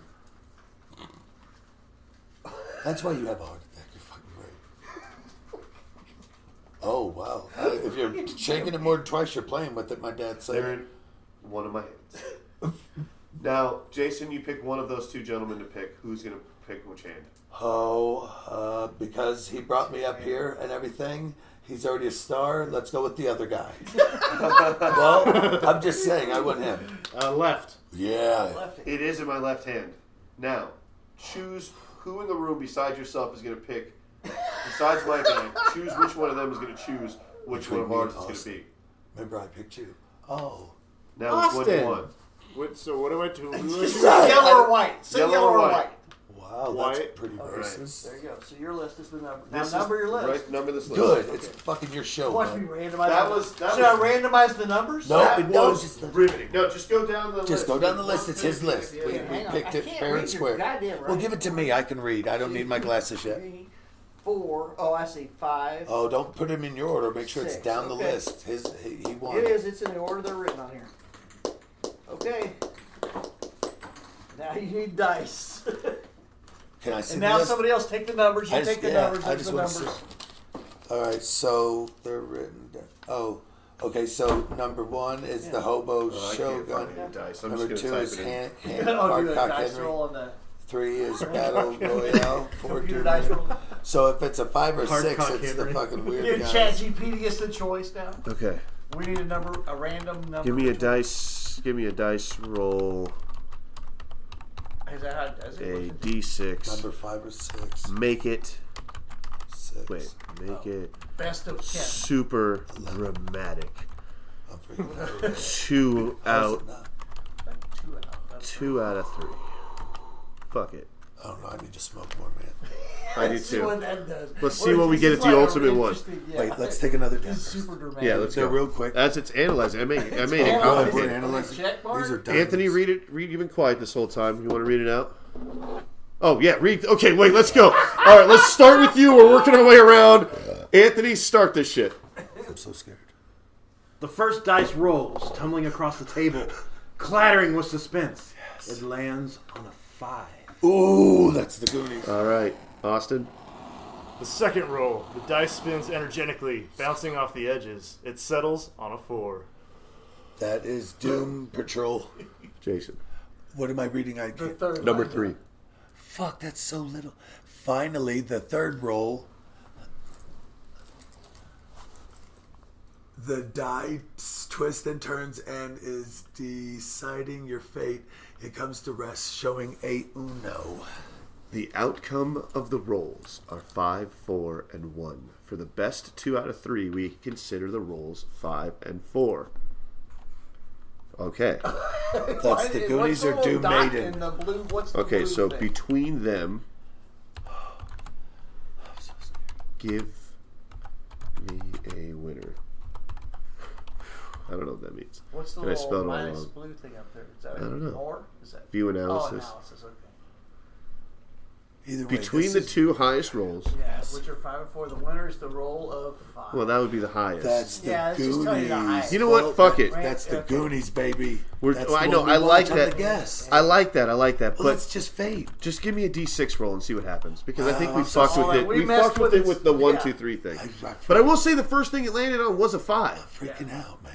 Speaker 4: That's why you have a heart attack. You're fucking right. Oh wow! Uh, If you're shaking it more than twice, you're playing with it. My dad
Speaker 3: They're
Speaker 4: said.
Speaker 3: in one of my
Speaker 4: [LAUGHS]
Speaker 3: hands. now, Jason, you pick one of those two gentlemen to pick. Who's going to pick which hand?
Speaker 4: Oh, uh, because he brought me up here and everything. He's already a star. Let's go with the other guy. well, I'm just saying, I want him.
Speaker 17: Uh, left.
Speaker 4: Yeah.
Speaker 10: left hand.
Speaker 3: It is in my left hand. Now, choose who in the room besides yourself is going to pick. Besides my hand, choose which one of them is going to choose which one of
Speaker 4: Between me
Speaker 3: ours
Speaker 4: and
Speaker 3: is
Speaker 4: Austin.
Speaker 3: going to be.
Speaker 4: Remember, I picked you. Oh.
Speaker 3: Now, which one do you
Speaker 17: Austin.
Speaker 3: want?
Speaker 5: Wait, so what do I do?
Speaker 4: Sorry,
Speaker 10: Yellow [LAUGHS]
Speaker 4: I-
Speaker 10: or white?
Speaker 3: [LAUGHS]
Speaker 10: Say
Speaker 3: Yellow
Speaker 10: yellow,
Speaker 3: or
Speaker 10: or
Speaker 3: white.
Speaker 10: white.
Speaker 4: Wow. Oh,
Speaker 5: White.
Speaker 4: that's pretty
Speaker 10: Okay.
Speaker 4: racist.
Speaker 10: There you go. So your list is the number. Now
Speaker 4: This is-
Speaker 10: number your list.
Speaker 4: right, number this list. Good. It's fucking your show,
Speaker 10: Watch
Speaker 4: bud.
Speaker 10: me randomize.
Speaker 5: That
Speaker 10: the-
Speaker 5: was- that
Speaker 10: Should
Speaker 5: was-
Speaker 10: I randomize the numbers?
Speaker 4: No,
Speaker 5: That
Speaker 4: it knows
Speaker 5: was
Speaker 4: it's
Speaker 5: riveting. No, just go down the list.
Speaker 4: Just go down the list. It's his
Speaker 5: One, two,
Speaker 4: list.
Speaker 5: three,
Speaker 4: We,
Speaker 5: yeah.
Speaker 4: we
Speaker 18: Hang on,
Speaker 4: picked
Speaker 18: I
Speaker 4: it
Speaker 18: can't
Speaker 4: fair
Speaker 18: read
Speaker 4: and
Speaker 18: your
Speaker 4: square.
Speaker 18: goddamn
Speaker 4: Well,
Speaker 18: writing.
Speaker 4: give it to me. I can read. I don't need my glasses yet.
Speaker 10: Three, four. Oh, I see. Five.
Speaker 4: Oh, don't put him in your order. Make sure it's
Speaker 10: Six,
Speaker 4: down the
Speaker 10: okay.
Speaker 4: list. His he, he won.
Speaker 10: It is. It's in the order they're written on here. Okay. Now you need dice.
Speaker 3: [LAUGHS]
Speaker 4: Can I see
Speaker 10: and
Speaker 4: the
Speaker 10: now
Speaker 4: list?
Speaker 10: somebody else take the numbers. You
Speaker 4: I just-
Speaker 10: take the
Speaker 4: yeah,
Speaker 10: numbers.
Speaker 4: I just
Speaker 10: There's the
Speaker 4: wanna
Speaker 10: numbers. [LAUGHS]
Speaker 4: All right, so they're written. down. Oh, okay. So number one is the hobo
Speaker 3: Oh, I can't
Speaker 4: shogun.
Speaker 3: find any dice. I'm
Speaker 4: number
Speaker 3: just
Speaker 4: two
Speaker 3: gonna
Speaker 4: is
Speaker 3: type it in.
Speaker 4: hand,
Speaker 3: [LAUGHS]
Speaker 10: You
Speaker 4: hand
Speaker 10: gotta
Speaker 4: hard
Speaker 10: do a
Speaker 4: cock
Speaker 10: Oh, dice
Speaker 4: Henry.
Speaker 10: roll on the-
Speaker 4: Three
Speaker 10: [LAUGHS]
Speaker 4: is battle royale. Four
Speaker 10: Computer
Speaker 4: two.
Speaker 10: dice
Speaker 3: [LAUGHS]
Speaker 10: roll.
Speaker 4: So if it's a five or
Speaker 10: Hard
Speaker 4: six,
Speaker 10: cock
Speaker 4: it's the
Speaker 10: Henry.
Speaker 4: fucking
Speaker 10: Give [LAUGHS]
Speaker 4: weird guy.
Speaker 10: ChatGPT gets the choice now.
Speaker 3: Okay.
Speaker 10: We need a number, a random number.
Speaker 3: Give me a dice. Give me a dice roll.
Speaker 10: Is that how it does it?
Speaker 3: A d6.
Speaker 4: Number five or six.
Speaker 3: Make it.
Speaker 4: Six. Oh.
Speaker 3: Wait. Make it.
Speaker 10: Best of ten.
Speaker 3: Super dramatic. [LAUGHS] Two out.
Speaker 10: Two out.
Speaker 3: Two out of three. Fuck it.
Speaker 4: Oh no, I need to smoke more, man.
Speaker 3: I do
Speaker 10: Let's see
Speaker 3: too.
Speaker 10: what that does.
Speaker 3: Let's
Speaker 10: Well,
Speaker 3: see what
Speaker 10: this
Speaker 3: we get
Speaker 10: is
Speaker 3: at the
Speaker 10: like a
Speaker 3: ultimate one.
Speaker 10: interesting- yeah.
Speaker 4: Wait, let's take another
Speaker 10: It's
Speaker 4: dance.
Speaker 10: super dramatic.
Speaker 3: Yeah, let's go
Speaker 4: They're real quick.
Speaker 3: That's it's analyzing. I made it. I made it.
Speaker 10: analyzing.
Speaker 3: complicated.
Speaker 4: We're analyzing.
Speaker 10: Check mark?
Speaker 4: These are diamonds.
Speaker 3: Anthony, read it. Read. You've been quiet this whole time. You want to read it out? Oh yeah, read. Okay, wait. Let's go. All right, let's start with you. We're working our way around. Anthony, start this shit.
Speaker 4: I'm so scared.
Speaker 17: The first dice rolls, tumbling across the table,
Speaker 3: [LAUGHS]
Speaker 17: clattering with suspense. It lands on a five.
Speaker 4: Ooh, that's the Goonies.
Speaker 3: All right, Austin.
Speaker 5: The second roll, the dice spins energetically, bouncing off the edges. It settles on a four.
Speaker 4: That is Doom Patrol.
Speaker 3: Jason.
Speaker 4: What am I reading? I can't.
Speaker 10: Third
Speaker 3: Number
Speaker 10: line.
Speaker 3: three.
Speaker 4: Fuck, that's so little. Finally, the third roll.
Speaker 2: The die s- twists and turns and is deciding your fate. It comes to rest, showing a uno.
Speaker 3: The outcome of the rolls are five, four, and one. For the best two out of three, we consider the rolls five and four. Okay.
Speaker 4: That's the
Speaker 10: Why-
Speaker 4: Goonies
Speaker 10: what's the
Speaker 4: or
Speaker 10: little
Speaker 4: Doom
Speaker 10: dot
Speaker 4: Maiden.
Speaker 10: in the blue- what's the
Speaker 3: Okay,
Speaker 10: blue
Speaker 3: so
Speaker 10: thing?
Speaker 3: between them, give me a winner. I don't know what that means.
Speaker 10: What's the
Speaker 3: Did I
Speaker 10: little
Speaker 3: spell it all
Speaker 10: minus
Speaker 3: wrong?
Speaker 10: blue thing up there? Is that
Speaker 3: I don't know.
Speaker 10: Or is that
Speaker 3: View
Speaker 10: Oh,
Speaker 3: analysis.
Speaker 10: analysis. Okay.
Speaker 4: Either way,
Speaker 3: Between
Speaker 4: this
Speaker 3: the
Speaker 4: is-
Speaker 3: two highest rolls,
Speaker 10: Yeah, which are five and four. The winner is the roll of five.
Speaker 3: well, that would be the highest.
Speaker 4: That's the
Speaker 10: Yeah, let's just tell you the
Speaker 4: Goonies.
Speaker 10: highest.
Speaker 3: You know what? Fuck it.
Speaker 4: That's the
Speaker 10: Okay.
Speaker 4: Goonies, baby.
Speaker 3: We're,
Speaker 4: That's
Speaker 3: oh, I
Speaker 4: the
Speaker 3: know.
Speaker 4: one we
Speaker 3: I
Speaker 4: want
Speaker 3: like
Speaker 4: on
Speaker 3: that.
Speaker 4: The guess.
Speaker 3: I like that. I like that.
Speaker 4: Well,
Speaker 3: but
Speaker 4: that's just fate.
Speaker 3: Just give me a D6 roll and see what happens because I think
Speaker 4: Oh,
Speaker 3: we
Speaker 4: I'm so
Speaker 3: fucked with
Speaker 10: sorry.
Speaker 3: it.
Speaker 10: We
Speaker 3: We,
Speaker 10: messed
Speaker 3: fucked with
Speaker 10: with
Speaker 3: it
Speaker 10: it.
Speaker 3: with the one,
Speaker 10: Yeah.
Speaker 3: two, three thing.
Speaker 4: I, I,
Speaker 3: But I will say the first thing it landed on was a five.
Speaker 4: freaking out, man.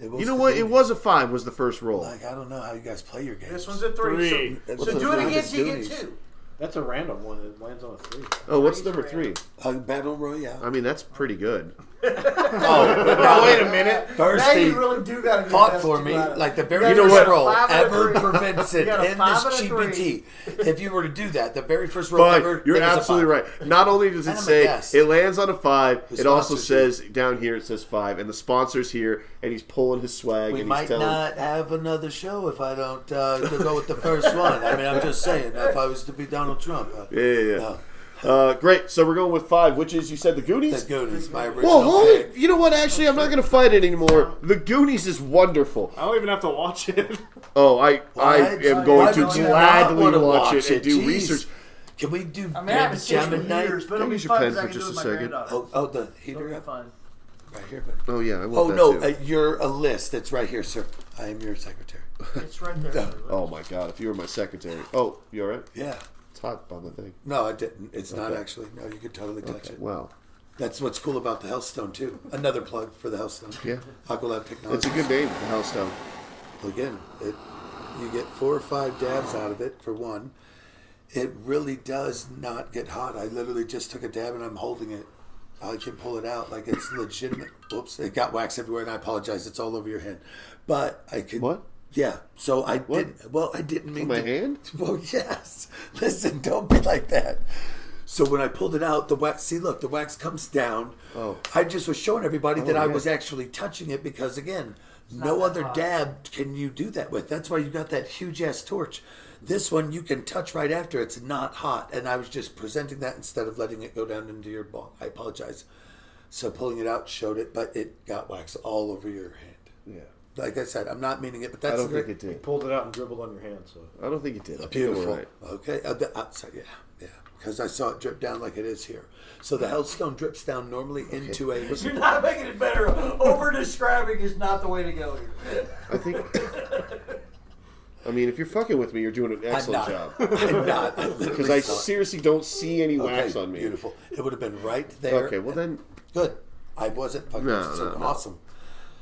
Speaker 4: It was
Speaker 3: You know
Speaker 4: the
Speaker 3: what? It
Speaker 4: Goonies.
Speaker 3: was a five. Was the first roll.
Speaker 4: Like I don't know how you guys play your games.
Speaker 10: This one's a three.
Speaker 5: Three.
Speaker 10: So,
Speaker 4: What's
Speaker 10: so
Speaker 4: the
Speaker 10: do it again.
Speaker 4: largest
Speaker 10: You get
Speaker 4: Goonies?
Speaker 10: two.
Speaker 17: That's a random one. It lands on a three.
Speaker 3: Oh, what's number three?
Speaker 4: a battle royale.
Speaker 3: I mean, that's pretty
Speaker 5: [LAUGHS]
Speaker 3: good.
Speaker 4: oh, wait a minute.
Speaker 10: Now
Speaker 4: Thirsty
Speaker 10: you really do got to
Speaker 4: fought for me like the very
Speaker 10: You got
Speaker 4: first
Speaker 10: a five
Speaker 4: roll
Speaker 10: out of
Speaker 4: ever
Speaker 10: three.
Speaker 4: prevents it
Speaker 10: You got a
Speaker 4: in
Speaker 10: five
Speaker 4: this
Speaker 10: out of
Speaker 4: GPT.
Speaker 10: three.
Speaker 4: If you were to do that, the very first roll
Speaker 3: But
Speaker 4: ever.
Speaker 3: you're
Speaker 4: it was a
Speaker 3: absolutely
Speaker 4: five.
Speaker 3: right. Not only does it
Speaker 4: And I'm a
Speaker 3: say
Speaker 4: guest.
Speaker 3: it lands on a five,
Speaker 4: The
Speaker 3: it also
Speaker 4: sponsorship.
Speaker 3: says down here it says five, and the sponsor's here, and he's pulling his swag.
Speaker 4: We
Speaker 3: and
Speaker 4: might
Speaker 3: he's telling,
Speaker 4: not have another show if I don't uh, to go with the
Speaker 3: [LAUGHS]
Speaker 4: first one. I mean, I'm just saying. If I was to be Donald Trump, uh,
Speaker 3: Yeah, yeah, yeah. Uh, great. So we're going with five, which is you said the Goonies.
Speaker 4: Oh. the Goonies, my original.
Speaker 3: Well, hold
Speaker 4: pick.
Speaker 3: it. You know what? Actually, I'm not going to fight it anymore. The Goonies is wonderful.
Speaker 5: I don't even have to watch it.
Speaker 3: Oh, I I
Speaker 4: Why-
Speaker 3: am
Speaker 4: why
Speaker 3: going
Speaker 4: would
Speaker 3: to
Speaker 4: you not
Speaker 3: gladly
Speaker 4: wanna
Speaker 3: watch, it and do
Speaker 4: Jeez.
Speaker 3: research.
Speaker 4: Can we do
Speaker 10: I mean, I haven't seen it in
Speaker 4: Gemini?
Speaker 10: years, but
Speaker 3: Give
Speaker 10: it'll
Speaker 3: me
Speaker 10: be
Speaker 3: your
Speaker 10: fun
Speaker 3: pen
Speaker 10: because I
Speaker 3: for
Speaker 10: can do it
Speaker 3: just
Speaker 10: with
Speaker 3: a
Speaker 10: my
Speaker 3: second.
Speaker 10: granddaughter.
Speaker 4: Oh, oh, the
Speaker 10: It'll
Speaker 4: heater
Speaker 10: be
Speaker 3: [LAUGHS]
Speaker 4: up
Speaker 10: fun.
Speaker 4: right here. buddy.
Speaker 3: Oh yeah, I want
Speaker 4: Oh
Speaker 3: that
Speaker 4: no,
Speaker 3: too.
Speaker 4: uh, you're a list. It's right here, sir. I am your secretary.
Speaker 10: It's right there.
Speaker 3: oh my god, if you were my secretary. Oh, you all right?
Speaker 4: Yeah.
Speaker 3: It's hot on the thing.
Speaker 4: No, I didn't. It's not actually. No, you could totally touch
Speaker 3: Okay,
Speaker 4: it.
Speaker 3: Wow,
Speaker 4: That's what's cool about the Hellstone too. Another plug for the Hellstone.
Speaker 3: Yeah.
Speaker 4: Aqualab
Speaker 3: it's
Speaker 4: Technology.
Speaker 3: a good name, the Hellstone.
Speaker 4: again, it you get four or five dabs out of it for one. It really does not get hot. I literally just took a dab and I'm holding it. I can pull it out like it's legitimate. Oops, it got wax everywhere, and I apologize. It's all over your hand, but I could.
Speaker 3: What?
Speaker 4: Yeah. So I didn't. Well, I didn't mean
Speaker 3: my
Speaker 4: to-
Speaker 3: hand?
Speaker 4: [LAUGHS] Well, yes. Listen, don't be like that. So when I pulled it out, the wax. See, look, the wax comes down.
Speaker 3: Oh.
Speaker 4: I just was showing everybody that I
Speaker 3: yeah.
Speaker 4: was actually touching it because, again, no other dab can you do that with. That's why you got that huge ass torch. This one you can touch right after. It's not hot. And I was just presenting that instead of letting it go down into your bong. I apologize. So pulling it out showed it, but it got wax all over your hand.
Speaker 3: Yeah.
Speaker 4: Like I said, I'm not meaning it, but that's
Speaker 3: I don't
Speaker 4: the-
Speaker 3: think it
Speaker 17: He
Speaker 3: did.
Speaker 17: pulled it out and dribbled on your hand. So
Speaker 3: I don't think it did. I think they were
Speaker 4: Beautiful.
Speaker 3: right.
Speaker 4: Okay. Uh, the outside, yeah, yeah. Because I saw it drip down like it is here. So the hellstone drips down normally
Speaker 3: [LAUGHS]
Speaker 4: into a.
Speaker 10: You're not making it better. Over describing is not the way to go here.
Speaker 3: I think. I mean, if you're fucking with me, you're doing an excellent
Speaker 4: [LAUGHS] not.
Speaker 3: job.
Speaker 4: I'm not. I literally
Speaker 3: Because I
Speaker 4: saw it.
Speaker 3: seriously don't see any
Speaker 4: Okay,
Speaker 3: wax on me.
Speaker 4: Beautiful. It would have been right there.
Speaker 3: Okay, well then.
Speaker 4: Good. I wasn't fucking
Speaker 3: No,
Speaker 4: so
Speaker 3: no, no.
Speaker 4: awesome.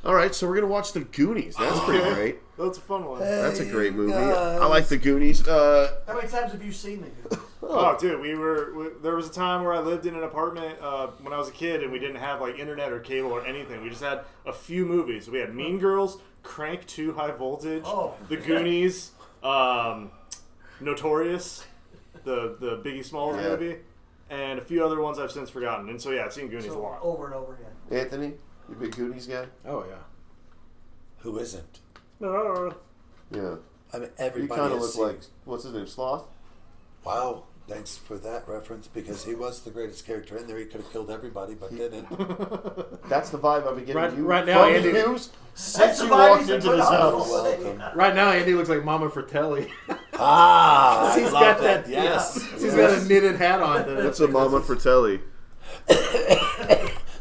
Speaker 3: All right, so we're gonna watch the Goonies. That's pretty
Speaker 4: [LAUGHS]
Speaker 3: great.
Speaker 5: That's a fun one.
Speaker 3: That's a great movie. I like the Goonies. Uh,
Speaker 10: How many times have you seen the Goonies?
Speaker 5: Oh, dude, we were. We, there was a time where I lived in an apartment uh, when I was a kid, and we didn't have like internet or cable or anything. We just had a few movies. We had Mean Girls, Crank Two, High Voltage,
Speaker 10: Oh.
Speaker 5: The Goonies, um, Notorious, the the Biggie Smalls
Speaker 3: Yeah.
Speaker 5: movie, and a few other ones I've since forgotten. And so yeah, I've seen Goonies a
Speaker 10: So
Speaker 5: lot.
Speaker 10: over and over again.
Speaker 3: Anthony, you big Goonies guy?
Speaker 17: Oh yeah.
Speaker 4: Who isn't?
Speaker 3: Yeah.
Speaker 4: I mean,
Speaker 3: You
Speaker 4: everybody.
Speaker 3: kind of
Speaker 4: has
Speaker 3: look
Speaker 4: seen-
Speaker 3: like what's his name, Sloth?
Speaker 4: Wow. Thanks for that reference because he was the greatest character in there. He could have killed everybody, but didn't.
Speaker 3: [LAUGHS] That's the vibe I've been getting.
Speaker 17: Right-
Speaker 3: you
Speaker 17: right now,
Speaker 3: fucking
Speaker 17: Andy-
Speaker 3: Hughes,
Speaker 10: That's
Speaker 3: since
Speaker 10: the
Speaker 3: you
Speaker 10: vibe
Speaker 3: walked
Speaker 10: he's
Speaker 3: into
Speaker 10: put
Speaker 3: this
Speaker 10: on.
Speaker 3: house.
Speaker 4: Welcome.
Speaker 17: Right now, Andy looks like
Speaker 3: [LAUGHS]
Speaker 17: Mama Fratelli.
Speaker 4: Ah, I
Speaker 17: he's
Speaker 4: love
Speaker 17: got
Speaker 4: that.
Speaker 17: that.
Speaker 4: Yes.
Speaker 17: He's got a knitted hat on.
Speaker 3: [LAUGHS]
Speaker 17: Though.
Speaker 3: That's a Mama Fratelli.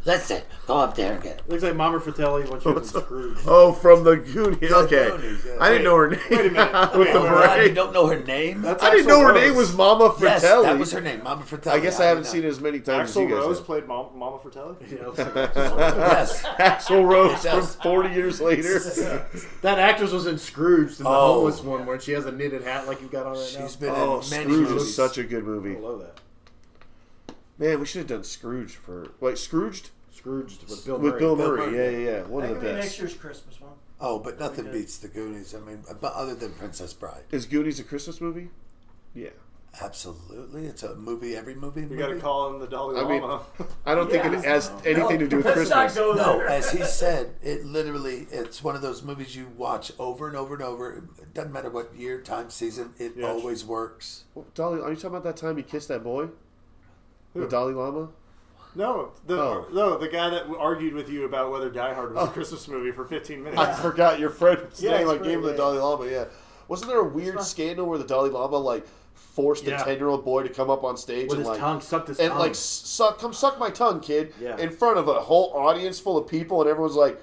Speaker 4: Listen, go up there and get it.
Speaker 17: Looks like Mama Fratelli when she was in Scrooge.
Speaker 3: Oh, from the Goonies. Okay,
Speaker 4: Goonies, yeah.
Speaker 3: I didn't know her name.
Speaker 5: Wait a minute.
Speaker 3: [LAUGHS] With the
Speaker 5: Wait,
Speaker 4: I
Speaker 3: braid.
Speaker 4: don't know her name.
Speaker 3: I didn't know her name was Mama
Speaker 4: yes,
Speaker 3: Fratelli.
Speaker 4: that was her name, Mama Fratelli.
Speaker 3: I guess I haven't seen it as many times
Speaker 5: Axel
Speaker 3: as you guys.
Speaker 5: Rose
Speaker 3: have.
Speaker 5: played Mom, Mama Fratelli.
Speaker 17: You know, it's like-
Speaker 4: Yes. [LAUGHS]
Speaker 3: Axel Rose
Speaker 4: Yes.
Speaker 3: from 40 years later.
Speaker 17: that actress was in Scrooge, in the
Speaker 4: Oh.
Speaker 17: homeless one, where she has a knitted hat like you've got on right
Speaker 4: She's
Speaker 17: now.
Speaker 4: been
Speaker 3: oh,
Speaker 4: in [LAUGHS] many
Speaker 3: Scrooge
Speaker 4: movies.
Speaker 3: is such a good movie.
Speaker 17: I love that.
Speaker 3: Man, we should have done Scrooge for wait Scrooged
Speaker 17: Scrooge with Bill
Speaker 3: with
Speaker 17: Murray.
Speaker 3: Bill
Speaker 4: Bill
Speaker 3: Murray.
Speaker 4: Murray.
Speaker 3: Yeah, yeah, yeah. One
Speaker 10: That
Speaker 3: of the
Speaker 10: could be
Speaker 3: best.
Speaker 10: next year's Christmas one.
Speaker 4: Oh, but nothing beats the Goonies. I mean, but other than Princess Bride,
Speaker 3: Is Goonies a Christmas movie? Yeah.
Speaker 4: absolutely, it's a movie. Every movie.
Speaker 5: We got to call in the Dalai
Speaker 3: I mean-
Speaker 5: Lama. [LAUGHS]
Speaker 3: I don't think it has anything to do with
Speaker 10: [LAUGHS] Let's not
Speaker 3: Christmas.
Speaker 10: go
Speaker 4: No,
Speaker 10: there.
Speaker 4: Oh,
Speaker 3: [LAUGHS]
Speaker 4: as he said, it literally it's one of those movies you watch over and over and over. It doesn't matter what year, time, season, it
Speaker 5: Yeah.
Speaker 4: always works.
Speaker 3: Well, Dolly, are you talking about that time you kissed that boy? The Dalai Lama?
Speaker 5: no, the
Speaker 3: Oh.
Speaker 5: no, the guy that argued with you about whether Die Hard was a Christmas movie for 15 minutes.
Speaker 3: I forgot your friend's
Speaker 5: Yeah,
Speaker 3: name. I
Speaker 5: it's
Speaker 3: gave him the
Speaker 5: right,
Speaker 3: Dalai Lama. Yeah. Wasn't there a weird scandal where the Dalai Lama like forced
Speaker 17: Yeah.
Speaker 3: a ten-year-old boy to come up on stage
Speaker 17: With
Speaker 3: and
Speaker 17: his
Speaker 3: like
Speaker 17: tongue, sucked his
Speaker 3: and
Speaker 17: tongue.
Speaker 3: like s- suck, come suck my tongue, kid,
Speaker 17: Yeah.
Speaker 3: in front of a whole audience full of people, and everyone's like,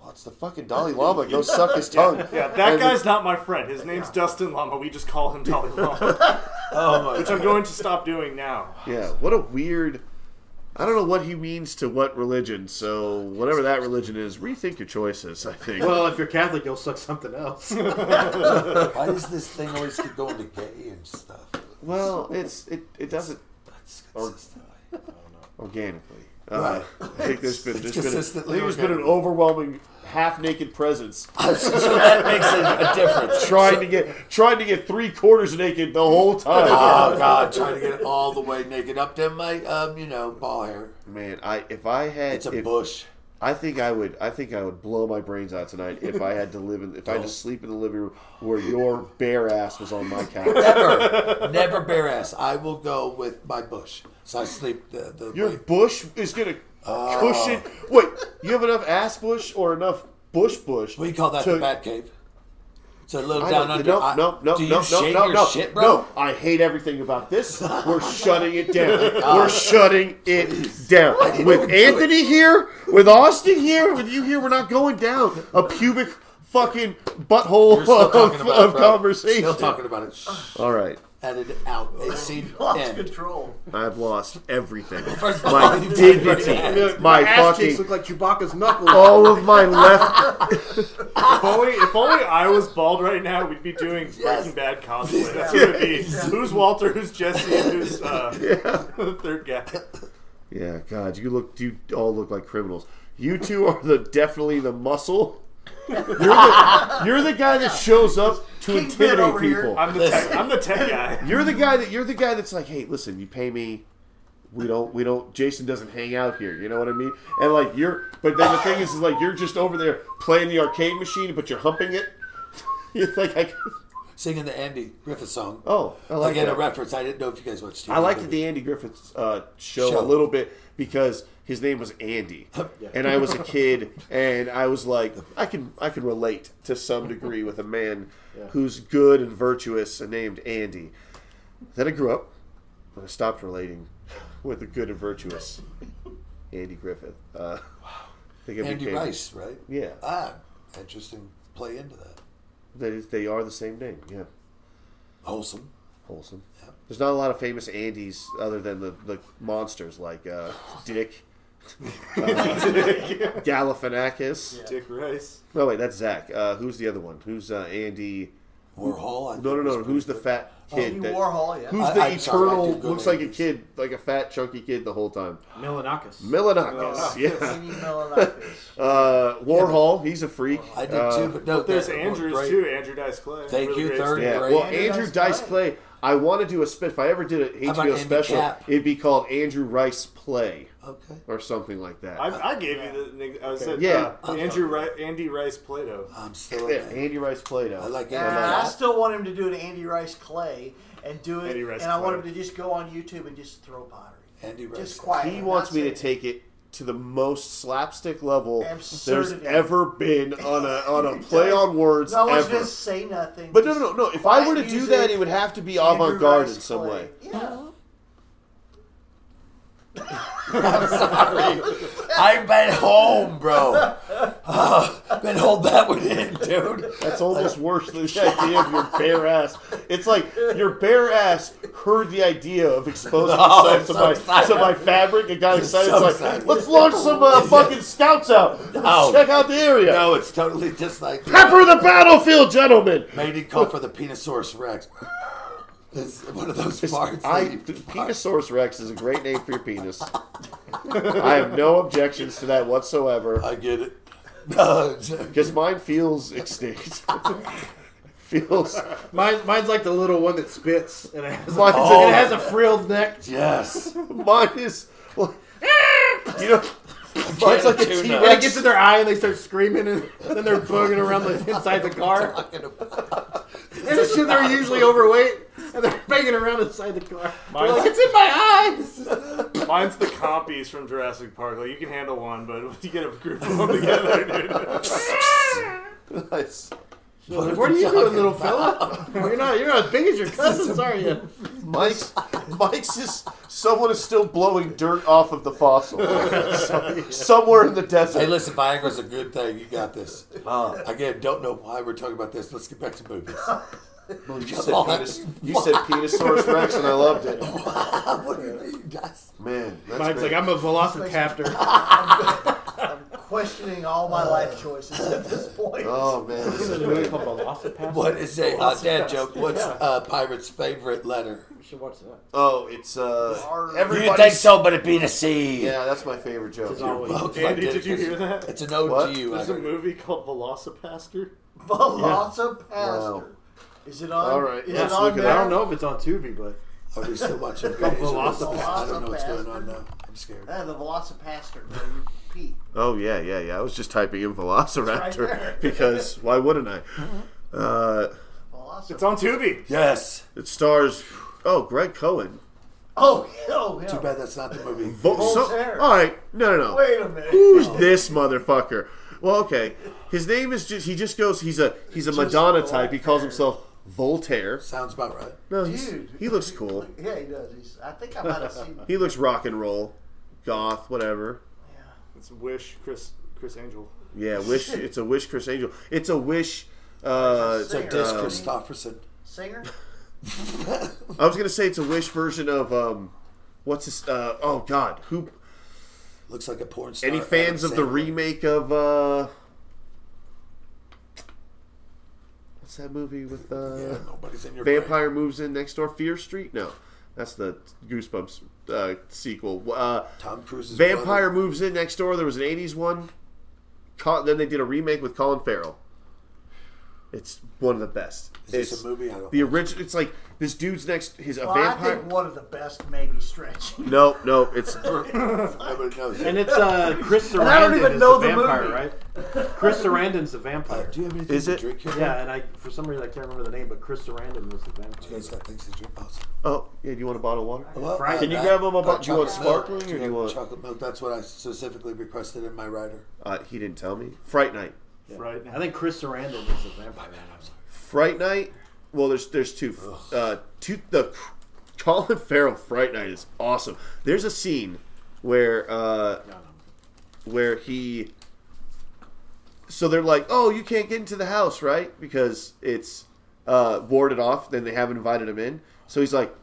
Speaker 3: "Well, it's the fucking
Speaker 17: [LAUGHS]
Speaker 3: Dalai Lama. Go suck his tongue."
Speaker 5: Yeah,
Speaker 3: And
Speaker 5: that
Speaker 3: the-
Speaker 5: guy's not my friend. His name's Dustin Lama. We just call him Dalai Lama,
Speaker 3: [LAUGHS]
Speaker 4: Oh my
Speaker 5: which I'm going to stop doing now.
Speaker 3: Yeah, what a weird. I don't know what he means to what religion. So whatever that religion is, rethink your choices. I think.
Speaker 17: Well, if you're Catholic, you'll suck something [LAUGHS] else.
Speaker 4: god! Why does this thing always keep going to gay and stuff?
Speaker 3: well, it's it, it doesn't
Speaker 4: It's consistent. [LAUGHS]
Speaker 3: organically. Uh, I think there's been there's been, a, I think
Speaker 4: Consistently
Speaker 3: there's been an
Speaker 4: organic.
Speaker 3: overwhelming half naked
Speaker 4: [LAUGHS]
Speaker 3: presence
Speaker 4: so that makes a, a difference.
Speaker 3: trying to get trying to get three quarters naked the whole time.
Speaker 4: [LAUGHS] Oh god, trying to get it all the way naked up to my um, you know, ball hair.
Speaker 3: Man, I if I had
Speaker 4: It's a
Speaker 3: if-
Speaker 4: bush.
Speaker 3: I think I would. I think I would blow my brains out tonight if I had to live in. If
Speaker 4: [LAUGHS]
Speaker 3: I had to sleep in the living room where your bare ass was on my couch. [LAUGHS]
Speaker 4: Never, never bare ass. I will go with my bush. So I sleep the the.
Speaker 3: Your
Speaker 4: way-
Speaker 3: bush is gonna cushion.
Speaker 4: Oh.
Speaker 3: Wait, you have enough ass bush or enough bush bush?
Speaker 4: we call that
Speaker 3: to-
Speaker 4: the bat cave. It's a little
Speaker 3: I
Speaker 4: down
Speaker 3: don't-
Speaker 4: under.
Speaker 3: No,
Speaker 4: I-
Speaker 3: no, no,
Speaker 4: Do you
Speaker 3: no, no,
Speaker 4: shave
Speaker 3: no,
Speaker 4: your
Speaker 3: no,
Speaker 4: shit, bro?
Speaker 3: no. I hate everything about this.
Speaker 4: [LAUGHS]
Speaker 3: We're shutting it
Speaker 4: Oh,
Speaker 3: down. We're shutting it down. With Anthony here, with Austin here, with you here, we're not going down a pubic fucking butthole
Speaker 4: We're still
Speaker 3: of,
Speaker 4: talking about it,
Speaker 3: of
Speaker 4: bro.
Speaker 3: conversation.
Speaker 4: Still talking about it. Shh.
Speaker 3: All right.
Speaker 4: Edit out. They see [LAUGHS]
Speaker 10: Lost
Speaker 4: end.
Speaker 10: control.
Speaker 3: I've lost everything.
Speaker 4: [LAUGHS] First of
Speaker 3: My
Speaker 4: all, you-
Speaker 3: dignity. My
Speaker 17: ass
Speaker 3: fucking.
Speaker 17: cheeks look like Chewbacca's knuckles.
Speaker 3: All of my left. [LAUGHS]
Speaker 5: If only, if only I was bald right now, we'd be
Speaker 17: [LAUGHS]
Speaker 5: doing Breaking Bad cosplay. That's what it'd be. Who's Walter? Who's Jesse? And who's uh, the third guy?
Speaker 3: Yeah, God, you look. You all look like criminals. You two are the definitely the muscle. You're the, you're the guy that shows up to
Speaker 10: Kingpin
Speaker 3: intimidate
Speaker 10: over here.
Speaker 3: people. [LAUGHS]
Speaker 5: I'm the tech. I'm the tech guy.
Speaker 3: You're the guy that you're the guy that's like, hey, listen, you pay me we don't we don't Jason doesn't hang out here, you know what I mean? And like you're but then the thing is is like you're just over there playing the arcade machine but you're humping it. [LAUGHS] it's like I
Speaker 1: singing the Andy Griffith song.
Speaker 3: Oh, I like
Speaker 1: Again,
Speaker 3: that.
Speaker 1: a reference. I didn't know if you guys watched. TV
Speaker 3: I liked the Andy Griffith uh, show,
Speaker 1: Show.
Speaker 3: a little bit because his name was
Speaker 1: [LAUGHS]
Speaker 3: Andy, and I was a kid, and I was like, I can I can relate to some degree with a man
Speaker 17: Yeah.
Speaker 3: who's good and virtuous and named Andy. Then I grew up, and I stopped relating with the good and virtuous Andy Griffith. Uh, I think I
Speaker 1: Andy
Speaker 3: became-
Speaker 1: Rice, right?
Speaker 3: Yeah,
Speaker 1: Ah, interesting. Play into that.
Speaker 3: they they are the same name. Yeah,
Speaker 1: wholesome,
Speaker 3: wholesome. There's not a lot of famous Andys other than the, the monsters like uh,
Speaker 1: [LAUGHS]
Speaker 3: Dick, [LAUGHS] uh, Galifianakis.
Speaker 5: Dick Rice.
Speaker 3: No wait, that's Zach. Uh, who's the other one? Who's uh, Andy
Speaker 1: Warhol?
Speaker 3: no, no, no. Who's the fat
Speaker 1: Oh,
Speaker 3: kid?
Speaker 1: Andy
Speaker 3: that-
Speaker 1: Warhol, yeah.
Speaker 3: Who's
Speaker 1: I-
Speaker 3: the
Speaker 1: I'm sorry, I
Speaker 3: eternal?
Speaker 1: do good
Speaker 3: looks like a kid, like a fat, chunky kid the whole time.
Speaker 17: Milanakis.
Speaker 3: Milanakis.
Speaker 1: [LAUGHS]
Speaker 17: Milanakis. Andy
Speaker 3: Yeah. uh, Warhol. He's a freak. I
Speaker 1: did too, but no, But
Speaker 5: There's Andrews too. Andrew Dice Clay.
Speaker 3: Thank
Speaker 5: Really
Speaker 3: you,
Speaker 5: great
Speaker 3: third
Speaker 5: stuff.
Speaker 3: Well, Andrew Dice Clay. I want to do a spit. If I ever did an
Speaker 5: How about
Speaker 3: HBO
Speaker 5: Andy
Speaker 3: special,
Speaker 5: Cap?
Speaker 3: it'd be called Andrew Rice Play.
Speaker 1: Okay.
Speaker 3: Or something like that.
Speaker 5: I, I gave you the. nick- I said,
Speaker 3: Yeah.
Speaker 5: uh, Andrew Ri- Andy Rice Plato.
Speaker 1: I'm still.
Speaker 3: yeah, Andy Rice Play-Doh. I like
Speaker 10: Yeah, I still want him to do an Andy Rice Clay and do it,
Speaker 3: Andy Rice
Speaker 10: and I want him
Speaker 3: Clay.
Speaker 10: to just go on YouTube and just throw pottery.
Speaker 1: Andy
Speaker 10: Rice Just quiet.
Speaker 3: He wants me to take it to the most slapstick level
Speaker 10: Absurdity.
Speaker 3: there's ever been on a on
Speaker 10: [LAUGHS]
Speaker 3: a play on words
Speaker 10: No, I want you
Speaker 3: ever.
Speaker 10: to just say nothing.
Speaker 3: But no, no, no, no. If I
Speaker 10: quiet
Speaker 3: were to do
Speaker 10: music,
Speaker 3: that, it would have to be
Speaker 10: Andrew
Speaker 3: avant garde
Speaker 10: Rice
Speaker 3: in some way.
Speaker 10: Yeah.
Speaker 1: I'm sorry. I've been home, bro. Uh, been hold that one in, dude.
Speaker 3: That's
Speaker 10: [LAUGHS]
Speaker 3: almost worse than the idea of your bare ass. It's like your bare ass heard the idea of
Speaker 5: [LAUGHS]
Speaker 3: exposing
Speaker 5: Oh,
Speaker 17: No,
Speaker 3: itself
Speaker 17: I'm
Speaker 3: to
Speaker 17: so
Speaker 3: my
Speaker 17: excited.
Speaker 3: to my fabric and got
Speaker 17: I'm
Speaker 3: excited.
Speaker 17: so
Speaker 3: it's like,
Speaker 17: excited.
Speaker 3: let's launch
Speaker 1: [LAUGHS]
Speaker 3: some uh, fucking scouts out.
Speaker 1: No.
Speaker 3: Check out the area.
Speaker 1: No, it's totally just like uh,
Speaker 3: Pepper the battlefield, gentlemen.
Speaker 1: Made him call for the Penosaurus Rex. [LAUGHS] It's one of those farts.
Speaker 3: I,
Speaker 1: [LAUGHS]
Speaker 3: Penisaurus Rex is a great name for your penis. [LAUGHS] I have no objections to that whatsoever.
Speaker 1: I get it. [LAUGHS]
Speaker 3: Because mine feels extinct. [LAUGHS] feels.
Speaker 17: Mine, mine's like the little one that spits and it has, a,
Speaker 3: Mine's
Speaker 1: Oh,
Speaker 3: a-
Speaker 17: it has a frilled neck.
Speaker 1: Yes.
Speaker 3: Mine is. well, you know. Mine's like a T
Speaker 17: When it
Speaker 3: Rex.
Speaker 17: gets in their eye and they start screaming and then
Speaker 3: [LAUGHS]
Speaker 17: they're bugging around the, inside the car. And this
Speaker 3: [LAUGHS]
Speaker 17: shit, they're usually overweight and they're banging around inside the car. They're
Speaker 5: Mine's-
Speaker 17: like, it's in my eyes.
Speaker 5: Mine's the compies from Jurassic Park. Like you can handle one, but [LAUGHS] when you get a
Speaker 3: [LAUGHS]
Speaker 5: group of them together, dude.
Speaker 3: nice.
Speaker 17: Like, what are you doing, little fella? You're not, you're not as big
Speaker 3: [LAUGHS]
Speaker 17: as your cousins, are you?
Speaker 3: Mike's, Mike's is. Someone is still blowing dirt off of the
Speaker 17: [LAUGHS]
Speaker 3: fossil. So- somewhere in the desert.
Speaker 1: Hey, listen, Viagra's a good thing. You got this. Again, don't know why we're talking about this. Let's get back to
Speaker 3: [LAUGHS]
Speaker 1: movies.
Speaker 3: you said penis- you said Penosaurus Rex and I loved
Speaker 1: [LAUGHS]
Speaker 3: it.
Speaker 1: what do you mean, guys?
Speaker 3: Man, that's
Speaker 17: Mine's
Speaker 3: great.
Speaker 17: like, I'm a
Speaker 3: [LAUGHS]
Speaker 17: velociraptor.
Speaker 10: I'm questioning all my life choices at this
Speaker 3: [LAUGHS]
Speaker 10: point.
Speaker 3: Oh man, this is
Speaker 17: movie called Velocipass?
Speaker 1: What is a uh, dad joke? What's
Speaker 17: Yeah.
Speaker 1: uh, Pirate's favorite letter?
Speaker 17: You should watch that.
Speaker 3: Oh, it's uh. Everybody's...
Speaker 1: You think so, but it being a C.
Speaker 3: Yeah, that's my favorite joke.
Speaker 1: welcome.
Speaker 5: Andy, did you hear that?
Speaker 1: It's an ode
Speaker 3: What?
Speaker 1: to you. I
Speaker 5: There's a
Speaker 1: heard.
Speaker 5: movie called Velocipaster.
Speaker 10: Velocipaster.
Speaker 3: Wow.
Speaker 10: Is it on?
Speaker 5: All right,
Speaker 10: Is
Speaker 17: Let's
Speaker 10: it on
Speaker 17: look at it.
Speaker 10: there?
Speaker 17: I don't know if it's on Tubi, but.
Speaker 1: Are we still watching
Speaker 17: Oh,
Speaker 1: videos or
Speaker 17: Velocipass.
Speaker 1: what's- I don't know what's going
Speaker 10: Velocipaster.
Speaker 1: on now. I'm scared.
Speaker 10: Ah, the Velocipaster. where you pee.
Speaker 3: Oh yeah, yeah, yeah. I was just typing in
Speaker 10: It's right there.
Speaker 3: Velociraptor because why wouldn't I? Uh,
Speaker 5: It's on Tubi.
Speaker 1: Yes.
Speaker 3: It stars oh Greg Cohen.
Speaker 10: Oh, oh, yeah.
Speaker 1: Too bad that's not the movie.
Speaker 3: Vo- so-
Speaker 10: Voltaire.
Speaker 3: all right, no, no, no.
Speaker 10: Wait a minute.
Speaker 3: Who's this motherfucker? Well, okay. His name is just he just goes. He's a he's a Madonna type. He calls himself Voltaire.
Speaker 1: Sounds about right.
Speaker 3: No, he's, he looks cool.
Speaker 10: Yeah, he does. He's, I think I might have seen.
Speaker 3: [LAUGHS] He looks rock and roll, goth, whatever.
Speaker 5: It's Wish, Chris, Chris Angel.
Speaker 3: Yeah, wish. It's a wish, Chris Angel. It's a wish. Uh,
Speaker 1: It's a
Speaker 3: uh,
Speaker 1: Dis Christopherson.
Speaker 3: [LAUGHS]
Speaker 10: Singer?
Speaker 3: I was gonna say it's a wish version of um, what's his? Uh, oh God, who?
Speaker 1: Looks like a porn star.
Speaker 3: Any fans of the remake of uh, what's that movie with uh,
Speaker 1: Yeah, nobody's in your
Speaker 3: Vampire moves in next door, Fear Street? No, that's the Goosebumps uh, sequel. Uh,
Speaker 1: Tom Cruise's
Speaker 3: Vampire moves in next door. There was an '80s one. Col- then they did a remake with Colin Farrell. It's one of the best.
Speaker 4: Is this
Speaker 3: It's
Speaker 4: a movie? I don't
Speaker 3: the original. It's like this dude's next. He's a
Speaker 10: Well, I
Speaker 3: vampire.
Speaker 10: think one of the best maybe stretching.
Speaker 3: No, no,
Speaker 1: [LAUGHS]
Speaker 3: it's
Speaker 4: Nobody knows.
Speaker 17: And it's uh, Chris Sarandon
Speaker 10: And I don't even
Speaker 17: is
Speaker 10: know
Speaker 17: the
Speaker 10: the
Speaker 17: vampire,
Speaker 10: movie.
Speaker 17: right? Chris Sarandon's the vampire.
Speaker 4: do you have anything
Speaker 3: Is to it? drink
Speaker 4: here?
Speaker 17: Yeah, and I for some reason I can't remember the name, but Chris Sarandon was the vampire.
Speaker 4: You guys got things to drink. Awesome.
Speaker 3: Oh, yeah. Do you want a bottle of water?
Speaker 4: Well,
Speaker 17: Frank,
Speaker 4: uh,
Speaker 3: Can you
Speaker 4: that-
Speaker 3: grab him a
Speaker 4: uh,
Speaker 3: bottle? Do you want
Speaker 4: chocolate milk.
Speaker 3: sparkling or do
Speaker 4: have
Speaker 3: you want?
Speaker 4: chocolate milk? That's what I specifically requested in my rider.
Speaker 3: Uh, he didn't tell me. Fright night.
Speaker 5: Right now.
Speaker 17: I think Chris Sarandon was the vampire.
Speaker 3: Fright night. Well, there's there's two. Uh, two the Colin Farrell Fright night is awesome. There's a scene where uh, where he. So they're like, "Oh, you can't get into the house, right? Because it's uh, warded off. Then they haven't invited him in." So he's like,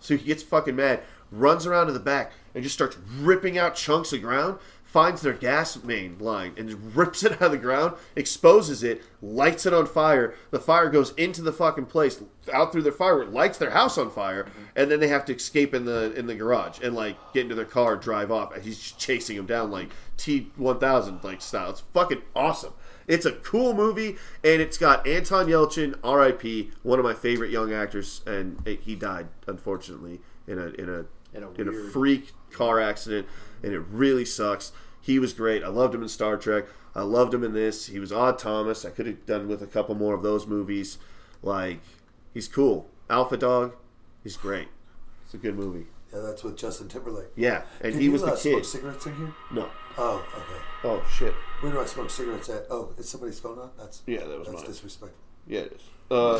Speaker 3: So he gets fucking mad, runs around to the back, and just starts ripping out chunks of ground, finds their gas main line, and just rips it [LAUGHS] out of the ground, exposes it, lights it on fire. The fire goes into the fucking place, out through their firework, lights their house on fire, and then they have to escape in the in the garage and like get into their car and drive off. And he's chasing them down like T one thousand like style. It's fucking awesome. It's a cool movie, and it's got Anton Yelchin, R.I.P., one of my favorite young actors, and it, he died unfortunately in a in a in
Speaker 17: In a
Speaker 3: a, in a
Speaker 17: weird-
Speaker 3: freak car accident, and it really sucks. He was great. I loved him in Star Trek. I loved him in this. He was Odd Thomas. I could have done with a couple more of those movies. Like he's cool. Alpha Dog, he's great. It's a good movie.
Speaker 4: Yeah, that's with Justin Timberlake.
Speaker 3: Yeah, and
Speaker 4: Can
Speaker 3: he
Speaker 4: you,
Speaker 3: was the
Speaker 4: uh, Smoke
Speaker 3: kid.
Speaker 4: cigarettes in here?
Speaker 3: No.
Speaker 4: Oh, okay.
Speaker 3: Oh shit.
Speaker 4: Where do I smoke cigarettes at? Oh, is somebody's phone on? That's
Speaker 3: Yeah, that was
Speaker 4: that's
Speaker 3: mine.
Speaker 4: disrespectful. [LAUGHS]
Speaker 3: Yeah, it is. Uh,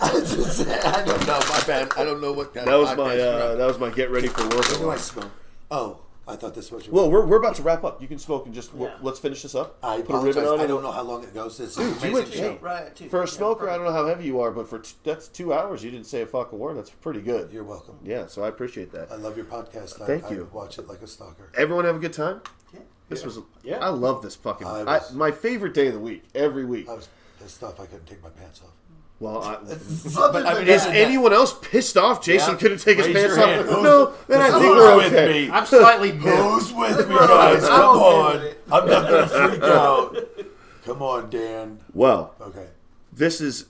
Speaker 4: I, just, I don't know. My bad. I don't know what kind
Speaker 3: that
Speaker 4: of
Speaker 3: was my
Speaker 4: podcast we're
Speaker 3: uh,
Speaker 4: on.
Speaker 3: that was my get ready for work.
Speaker 4: Where do I
Speaker 3: alarm.
Speaker 4: smoke? Oh, I thought this was your.
Speaker 3: Well, we're, we're about to wrap up. You can smoke and just let's finish this up. Put
Speaker 4: I
Speaker 3: a ribbon
Speaker 4: apologize.
Speaker 3: on
Speaker 4: I
Speaker 3: it.
Speaker 4: don't know how long it goes. It's
Speaker 3: Dude,
Speaker 4: an
Speaker 3: you
Speaker 4: amazing
Speaker 10: [LAUGHS]
Speaker 3: went-
Speaker 4: show.
Speaker 3: hey,
Speaker 10: Right, too.
Speaker 3: For a smoker, I don't know how heavy you are, but for t- that's two hours, you didn't say a fucking word. That's pretty good.
Speaker 4: You're welcome.
Speaker 3: Yeah, so I appreciate that.
Speaker 4: I love your podcast. I,
Speaker 3: Thank
Speaker 4: I
Speaker 3: you.
Speaker 4: watch it like a stalker.
Speaker 3: Everyone have a good time.
Speaker 10: Yeah.
Speaker 3: This was
Speaker 17: Yeah.
Speaker 3: I love this fucking.
Speaker 4: I
Speaker 3: I
Speaker 4: was-
Speaker 3: my favorite day of the week, every week.
Speaker 4: I was pissed off. I couldn't take my pants off.
Speaker 3: well,
Speaker 4: [LAUGHS]
Speaker 3: I,
Speaker 4: But I mean,
Speaker 3: is
Speaker 4: isn't that-
Speaker 3: anyone else pissed off? Jason
Speaker 17: Yeah.
Speaker 3: couldn't take his
Speaker 17: Raise
Speaker 3: pants
Speaker 17: your
Speaker 3: off.
Speaker 17: hand.
Speaker 3: No, then I think we're okay.
Speaker 17: I'm slightly pissed.
Speaker 4: with me, guys? Come
Speaker 10: okay
Speaker 4: on. I'm not going to freak out. Come on, Dan.
Speaker 3: Well,
Speaker 4: Okay.
Speaker 3: this is.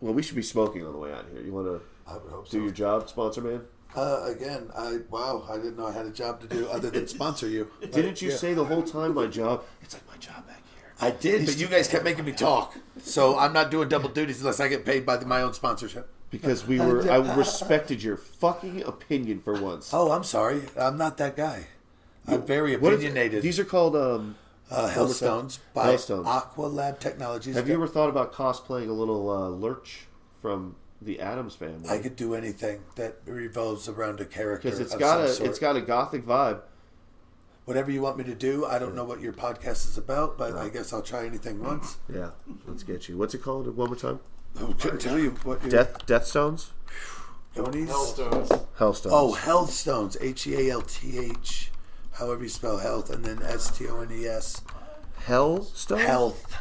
Speaker 3: Well, we should be smoking on the way out here. You want to
Speaker 4: I would hope
Speaker 3: do your
Speaker 4: so.
Speaker 3: job, sponsor man?
Speaker 4: Uh, again, I wow, I didn't know I had a job to do other than sponsor you.
Speaker 3: Didn't you say the whole time my job? It's like my job back here.
Speaker 4: I did, but you guys kept making me talk. So I'm not doing double duties unless I get paid by the, my own sponsorship.
Speaker 3: Because we were, I respected your fucking opinion for once.
Speaker 4: Oh, I'm sorry. I'm not that guy. I'm very
Speaker 3: What is-
Speaker 4: opinionated.
Speaker 3: these are called. Um,
Speaker 4: uh, Hellstones by
Speaker 3: Hellstones.
Speaker 4: Aqua Lab Technologies.
Speaker 3: have you ever thought about cosplaying a little uh, lurch from the Adams family?
Speaker 4: I could do anything that revolves around a character.
Speaker 3: because it's
Speaker 4: of
Speaker 3: got
Speaker 4: some
Speaker 3: a
Speaker 4: sort.
Speaker 3: it's got a gothic vibe.
Speaker 4: whatever you want me to do. I don't know what your podcast is about, but I guess I'll try
Speaker 3: Mm-hmm.
Speaker 4: anything once.
Speaker 3: Yeah, let's get you. What's it called? One more time.
Speaker 4: I couldn't tell you what your
Speaker 3: Death Deathstones,
Speaker 4: Tony's-
Speaker 5: Hellstones.
Speaker 3: Hellstones.
Speaker 4: Oh, Healthstones. H E A L T H. However you spell health, and then S T O N E S.
Speaker 3: Hellstones.
Speaker 4: Health.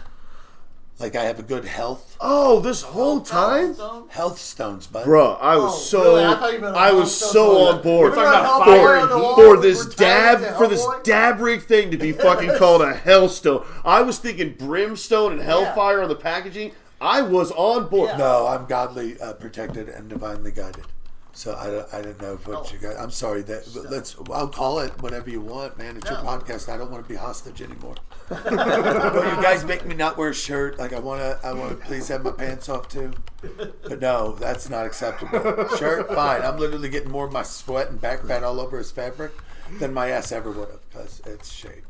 Speaker 4: Like I have a good health.
Speaker 3: Oh, this whole time,
Speaker 4: Healthstones, bud.
Speaker 3: bro. I was
Speaker 10: Oh,
Speaker 3: so
Speaker 10: really? I thought you meant
Speaker 3: I was
Speaker 10: Hellstones.
Speaker 3: so on board.
Speaker 10: Remember how
Speaker 3: for,
Speaker 10: fire on the wall
Speaker 3: for
Speaker 10: we
Speaker 3: this
Speaker 10: were tied
Speaker 3: dab
Speaker 10: to
Speaker 3: for this
Speaker 10: Hellboy?
Speaker 3: dab rig thing to
Speaker 10: [LAUGHS]
Speaker 3: be fucking called a hellstone. I was thinking brimstone and hellfire on the packaging. I was on board.
Speaker 4: No, I'm godly, uh, protected, and divinely guided. So I, I didn't know what
Speaker 10: Oh.
Speaker 4: you guys. I'm sorry that but let's. I'll call it whatever you want, man. It's your podcast. I don't want to be hostage anymore. but you guys make me not wear a shirt. Like I want to. I want to please have my pants off too. But no, that's not acceptable. Shirt, fine. I'm literally getting more of my sweat and back fat all over his fabric than my ass ever would have because it's shaved.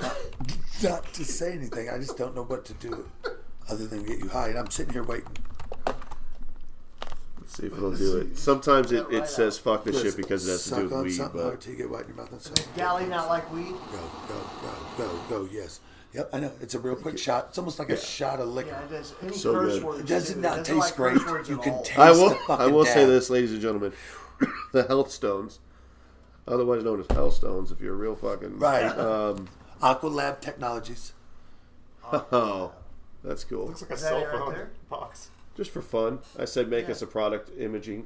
Speaker 4: Not, not to say anything. I just don't know what to do other than get you high. And I'm sitting here waiting.
Speaker 3: Let's see if it'll do it. Sometimes it, it
Speaker 10: right
Speaker 3: says fuck this shit
Speaker 4: Listen,
Speaker 3: because it has to
Speaker 4: suck
Speaker 3: do with
Speaker 4: on
Speaker 3: weed.
Speaker 4: something
Speaker 3: But
Speaker 4: until you get white in your mouth and suck on it.
Speaker 10: Galley not like weed.
Speaker 4: Go, go, go, go, go. Yes. Yep. I know. It's a real quick shot. It's almost like a shot of liquor.
Speaker 10: Yeah, it does. Any
Speaker 3: So
Speaker 10: curse
Speaker 3: good.
Speaker 10: words
Speaker 4: It does
Speaker 10: too.
Speaker 4: not
Speaker 10: doesn't
Speaker 4: taste
Speaker 10: like curse
Speaker 4: great.
Speaker 10: words
Speaker 4: You
Speaker 10: at
Speaker 4: can
Speaker 10: all.
Speaker 4: taste-
Speaker 3: I
Speaker 4: the
Speaker 3: will
Speaker 4: fucking
Speaker 3: I will say
Speaker 4: dab.
Speaker 3: this, ladies and gentlemen, [COUGHS] the hellstones, otherwise known as hellstones, if you're a real fucking
Speaker 4: Right.
Speaker 3: [LAUGHS] Um,
Speaker 4: Aqualab Technologies.
Speaker 3: oh, that's cool.
Speaker 5: It's like a
Speaker 10: Is that
Speaker 5: cell
Speaker 10: it right
Speaker 5: phone
Speaker 10: there?
Speaker 5: box.
Speaker 3: Just for fun, I said make us a product imaging.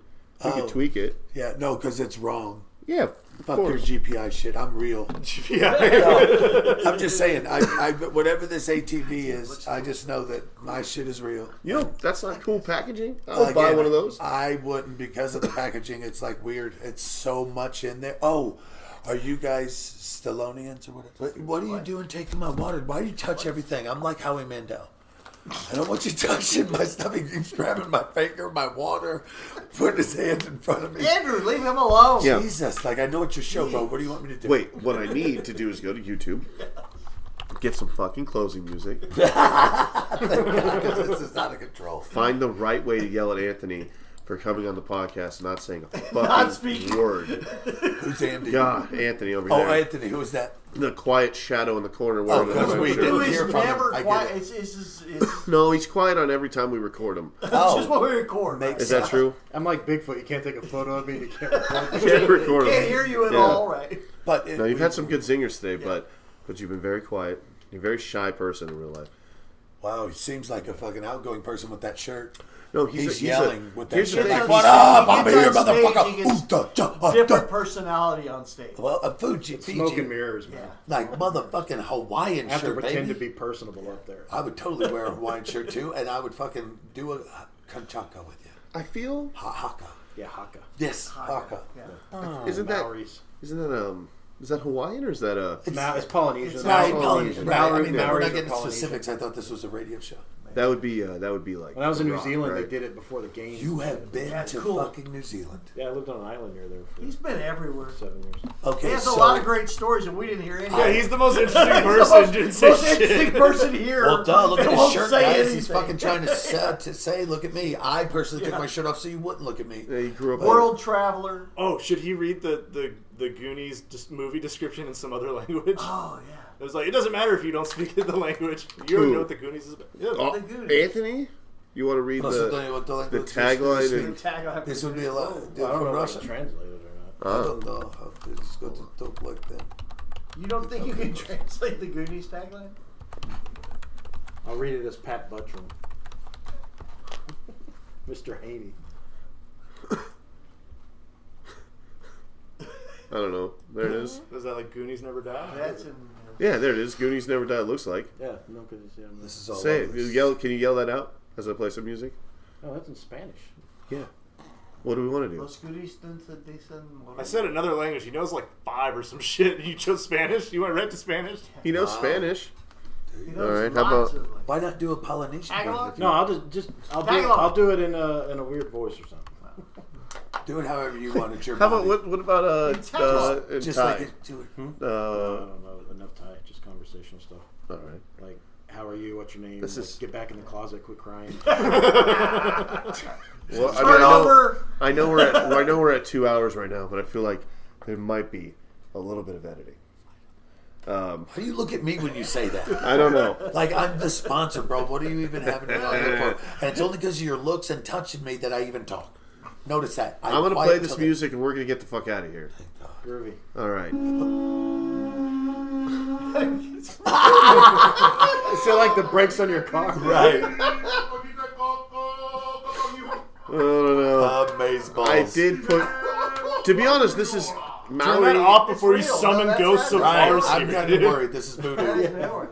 Speaker 3: We
Speaker 4: Oh.
Speaker 3: could tweak it.
Speaker 4: Yeah. No, because it's wrong.
Speaker 3: Yeah.
Speaker 4: Fuck your GPI shit. I'm
Speaker 3: [LAUGHS]
Speaker 4: real.
Speaker 3: GPI.
Speaker 4: [LAUGHS] No, I'm just saying. I, I, whatever this ATV is, I just know that my shit is real.
Speaker 3: You know, that's not cool packaging. I would buy
Speaker 4: Again,
Speaker 3: one of those.
Speaker 4: I wouldn't because of the packaging. It's like weird. It's so much in there. Oh, are you guys Stallonians or whatever? What are you doing taking my water? Why do you touch everything? I'm like Howie Mandel. I don't want you [LAUGHS] touching my stuff. He keeps grabbing my finger, my water, putting his hand in front of me.
Speaker 10: Andrew, leave him alone.
Speaker 3: Yeah.
Speaker 4: Jesus, like I know it's your show, bro. What do you want me to do?
Speaker 3: Wait, what I need to do is go to YouTube, get some fucking closing music,
Speaker 4: Thank God, [LAUGHS] 'cause this is out of control.
Speaker 3: find the right way to yell at Anthony for coming on the podcast, and not saying a fucking
Speaker 4: [LAUGHS] Not speaking.
Speaker 3: word.
Speaker 4: Who's Andy?
Speaker 3: God, Anthony over
Speaker 4: Oh,
Speaker 3: there.
Speaker 4: Anthony, who is that?
Speaker 3: The quiet shadow in the corner.
Speaker 4: Oh,
Speaker 3: wearing the
Speaker 4: 'cause we
Speaker 3: shirt.
Speaker 4: didn't
Speaker 10: Who is
Speaker 4: hear from
Speaker 10: never
Speaker 4: him. I get
Speaker 10: quiet.
Speaker 4: it.
Speaker 10: It's, it's, it's, it's
Speaker 3: No, he's quiet on every time we record him.
Speaker 10: oh, just what we record. right?
Speaker 3: Is that
Speaker 4: [LAUGHS]
Speaker 3: true?
Speaker 17: I'm like Bigfoot. You can't take a photo of me. You can't record me.
Speaker 3: Can't record him. Yeah.
Speaker 10: right?
Speaker 4: But
Speaker 3: No, you've had some good zingers today, but but you've been very quiet. You're a very shy person in real life.
Speaker 4: Wow, he oh, seems like a fucking outgoing person with that shirt.
Speaker 3: No, he's a- he's a-
Speaker 4: yelling with that
Speaker 3: here's the
Speaker 4: shit.
Speaker 3: thing.
Speaker 4: Like, what
Speaker 3: He's-
Speaker 4: up?
Speaker 3: he
Speaker 4: I'm
Speaker 3: gets
Speaker 4: here,
Speaker 3: on stage,
Speaker 4: motherfucker.
Speaker 10: he
Speaker 4: [LAUGHS]
Speaker 10: gets
Speaker 4: Ooh, da, da, ah,
Speaker 10: Different
Speaker 4: da.
Speaker 10: personality on stage.
Speaker 4: Well, a uh, Fuji, Fiji.
Speaker 17: Smoking mirrors, man.
Speaker 4: Like motherfucking Hawaiian
Speaker 17: I have to
Speaker 4: shirt,
Speaker 17: pretend
Speaker 4: baby.
Speaker 17: to be personable up there.
Speaker 4: I would totally wear a Hawaiian shirt too, and I would fucking do a kanchaka with you.
Speaker 3: I feel.
Speaker 4: Ha haka.
Speaker 17: Yeah, Haka.
Speaker 4: Yes, haka.
Speaker 3: Isn't that isn't that um is that Hawaiian or is that uh
Speaker 17: It's, Ma- it's Polynesian.
Speaker 4: It's Maori,
Speaker 3: Polynesian.
Speaker 4: Polynesian. Right. I
Speaker 17: Maori-
Speaker 4: mean, we're not
Speaker 17: Maoris are
Speaker 4: getting
Speaker 17: Polynesian.
Speaker 4: specifics. I thought this was a radio show.
Speaker 3: that would be uh that would be like
Speaker 17: When I was in
Speaker 3: The
Speaker 17: New
Speaker 3: Rock,
Speaker 17: Zealand,
Speaker 3: right?
Speaker 17: they did it before the game.
Speaker 4: You have been
Speaker 10: Yeah,
Speaker 4: to
Speaker 10: cool.
Speaker 4: fucking New Zealand.
Speaker 17: Yeah, I lived on an island near there for
Speaker 10: He's been everywhere.
Speaker 17: seven years.
Speaker 4: Okay,
Speaker 10: He has
Speaker 4: so
Speaker 10: a lot of great stories, and we didn't hear any.
Speaker 5: Yeah, he's the [LAUGHS] most interesting
Speaker 10: He's the
Speaker 5: person,
Speaker 10: most-
Speaker 5: dude. Say
Speaker 10: most
Speaker 5: shit.
Speaker 10: interesting person here.
Speaker 4: Well, duh, look
Speaker 10: that
Speaker 4: at his
Speaker 10: won't
Speaker 4: shirt,
Speaker 10: say
Speaker 4: guys.
Speaker 10: anything.
Speaker 4: He's fucking trying to, se- to say, look at me. I personally took my shirt off so you wouldn't look at me.
Speaker 3: Yeah, he grew up
Speaker 10: World traveler.
Speaker 5: Oh, should he read the the the Goonies just movie description in some other [LAUGHS] language?
Speaker 10: Oh yeah.
Speaker 5: It was like it doesn't matter if you don't speak [LAUGHS] the language. You already
Speaker 3: Who?
Speaker 5: know what the Goonies is about. Yeah.
Speaker 3: Oh,
Speaker 10: the Goonies.
Speaker 3: Anthony? You wanna read
Speaker 4: Plus, I don't know
Speaker 3: the
Speaker 4: what the
Speaker 3: the
Speaker 4: language is.
Speaker 3: tagline
Speaker 4: This
Speaker 3: and-
Speaker 4: week-
Speaker 10: Tag on
Speaker 4: This would be a lot. Dude,
Speaker 17: I don't
Speaker 4: from
Speaker 17: know if
Speaker 4: Russia.
Speaker 17: it's translated or
Speaker 4: I
Speaker 3: Uh,
Speaker 4: don't know how to just go to talk like that.
Speaker 10: You don't think you can translate the Goonies tagline?
Speaker 17: not. I'll read it as Pat Buttram. [LAUGHS] Mr. Haney.
Speaker 3: I don't know. There it is.
Speaker 5: Was that like Goonies never die?
Speaker 10: That's in.
Speaker 3: Yeah, there it is. Goonies Never Die it looks like.
Speaker 17: Yeah, no, because it's. Yeah, I'm-
Speaker 4: This is all
Speaker 3: Say it.
Speaker 4: over.
Speaker 3: You yell can you yell that out as I play some music?
Speaker 17: oh, that's in Spanish.
Speaker 3: Yeah. What do we want to do?
Speaker 10: Los Goonies dicen- dicen-
Speaker 5: I said another language. He knows like five or some [LAUGHS] shit. You chose Spanish. You went right to Spanish.
Speaker 3: He knows Spanish.
Speaker 10: He knows
Speaker 3: Alright, how about-
Speaker 10: lots of languages.
Speaker 4: Why not do a Polynesian?
Speaker 10: Tagalog?
Speaker 4: one if you-
Speaker 17: No, I'll just just I'll do it,
Speaker 10: Dialogue.
Speaker 17: I'll do it in a in a weird voice or something.
Speaker 4: Do it however you want. It's your
Speaker 3: How about
Speaker 4: body.
Speaker 3: what what about uh, uh
Speaker 10: Texas.
Speaker 3: in
Speaker 4: Just
Speaker 3: Thai?
Speaker 4: like it. Do it. hmm?
Speaker 17: I
Speaker 3: uh,
Speaker 17: don't know enough Thai, just conversational stuff.
Speaker 3: all right.
Speaker 17: Like, how are you? What's your name?
Speaker 3: This
Speaker 17: Like,
Speaker 3: is-
Speaker 17: get back in the closet,
Speaker 3: [LAUGHS]
Speaker 17: quit crying.
Speaker 3: Well, I, mean, I
Speaker 10: Turn
Speaker 3: know-
Speaker 10: over.
Speaker 3: I know we're at, well, I know we're at two hours right now, but I feel like there might be a little bit of editing.
Speaker 4: How do you look at me when you say [LAUGHS] that?
Speaker 3: I don't know.
Speaker 4: Like I'm the sponsor, bro. What are you even having me on here for? And it's only because of your looks and touching me that I even talk. Notice that. I
Speaker 3: I'm gonna
Speaker 4: quiet
Speaker 3: play this
Speaker 4: till the-
Speaker 3: music and we're gonna get the fuck out of here.
Speaker 17: Groovy.
Speaker 3: All right.
Speaker 17: I feel like the brakes on your car.
Speaker 4: Right.
Speaker 3: I don't know.
Speaker 4: Amazeballs.
Speaker 3: I did put. To be honest, this is
Speaker 5: Turn that
Speaker 3: Maori.
Speaker 5: off before you
Speaker 10: real.
Speaker 5: summon
Speaker 10: That's
Speaker 5: ghosts of
Speaker 4: Right.
Speaker 5: Mars.
Speaker 4: I'm
Speaker 5: here,
Speaker 4: not
Speaker 5: dude.
Speaker 4: even worried. This is voodoo.
Speaker 10: Memory,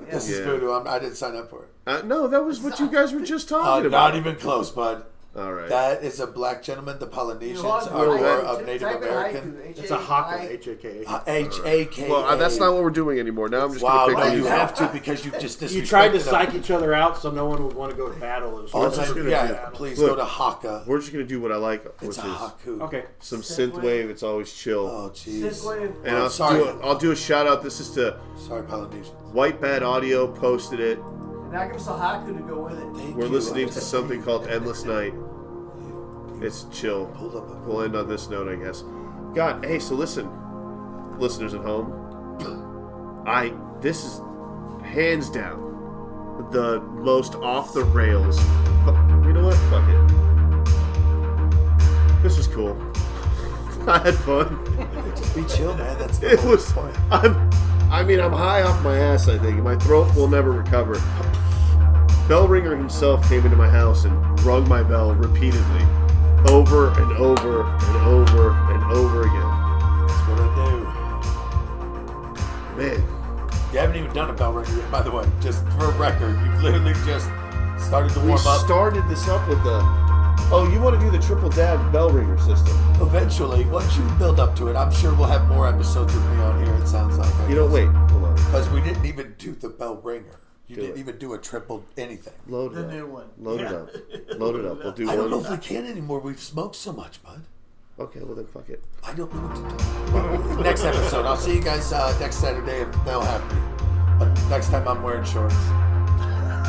Speaker 10: yeah.
Speaker 4: This is
Speaker 3: [LAUGHS] Yeah.
Speaker 4: voodoo. I'm, I didn't sign up for it.
Speaker 3: Uh, no, that was what you guys were just
Speaker 4: Uh,
Speaker 3: talking about.
Speaker 4: not even close, bud.
Speaker 3: All right.
Speaker 4: That is a black gentleman. The Polynesians
Speaker 10: You want
Speaker 4: are
Speaker 10: to-
Speaker 4: more
Speaker 10: I-
Speaker 4: of Native
Speaker 10: type in
Speaker 4: American.
Speaker 10: haiku,
Speaker 17: It's a haka,
Speaker 10: H-A-I-K-U.
Speaker 17: H A K A.
Speaker 4: Uh, H A K.
Speaker 3: well, uh, that's not what we're doing anymore. Now I'm just
Speaker 4: Wow,
Speaker 3: gonna pick
Speaker 4: no,
Speaker 3: on
Speaker 4: you
Speaker 3: you.
Speaker 4: have to because you just disrespected
Speaker 17: You tried to
Speaker 4: them.
Speaker 17: psych each other out so no one would want to go to battle. It was
Speaker 4: All I'm
Speaker 17: just-
Speaker 4: saying, yeah, please
Speaker 3: Look.
Speaker 4: go to Haka.
Speaker 3: We're just gonna do what I like,
Speaker 4: It's
Speaker 3: which
Speaker 4: a
Speaker 3: is
Speaker 4: Haku.
Speaker 17: Okay.
Speaker 3: some synth wave. It's always chill.
Speaker 4: Oh,
Speaker 10: This
Speaker 4: jeez.
Speaker 10: way-
Speaker 3: and I'll
Speaker 4: sorry.
Speaker 3: do a, I'll do a shout out. This is to
Speaker 4: Sorry, Polynesians.
Speaker 3: White Bad Audio posted it.
Speaker 10: Now give us a haiku to go with it.
Speaker 4: Thank
Speaker 3: We're
Speaker 4: you.
Speaker 3: listening
Speaker 4: I
Speaker 3: to
Speaker 4: just-
Speaker 3: something called Endless Night. It's chill.
Speaker 4: Pulled up a-
Speaker 3: We'll end on this note, I guess. God, hey, so listen, listeners at home, I this is hands down the most off the rails. fu- You know what? Fuck it. This was cool. [LAUGHS] I had fun.
Speaker 4: Just be chill, man. That's the
Speaker 3: It
Speaker 4: whole
Speaker 3: was.
Speaker 4: point.
Speaker 3: I'm. I mean, I'm high off my ass. I think my throat will never recover. Bell ringer himself came into my house and rung my bell repeatedly, over and over and over and over again.
Speaker 4: That's Man. You haven't even done a bell ringer yet, by the way. Just for record, you literally just started to
Speaker 3: We
Speaker 4: warm up.
Speaker 3: started this up with the. Oh, you want to do the triple dab bell ringer system?
Speaker 4: Eventually, once you build up to it, I'm sure we'll have more episodes with me on here. It sounds like.
Speaker 3: You know, wait, hold on.
Speaker 4: Because we didn't even do the bell ringer. You
Speaker 3: Do
Speaker 4: didn't
Speaker 3: it.
Speaker 4: even do a triple anything.
Speaker 3: Load it
Speaker 4: The
Speaker 3: up.
Speaker 4: new one.
Speaker 3: Load it
Speaker 4: Yeah.
Speaker 3: up. Load it up. We'll do one.
Speaker 4: I don't know if we can anymore. We've smoked so much, bud.
Speaker 3: Okay, well then, fuck it.
Speaker 4: I don't know what to do. next episode. I'll see you guys uh, next Saturday if they'll have me. But next time I'm wearing shorts.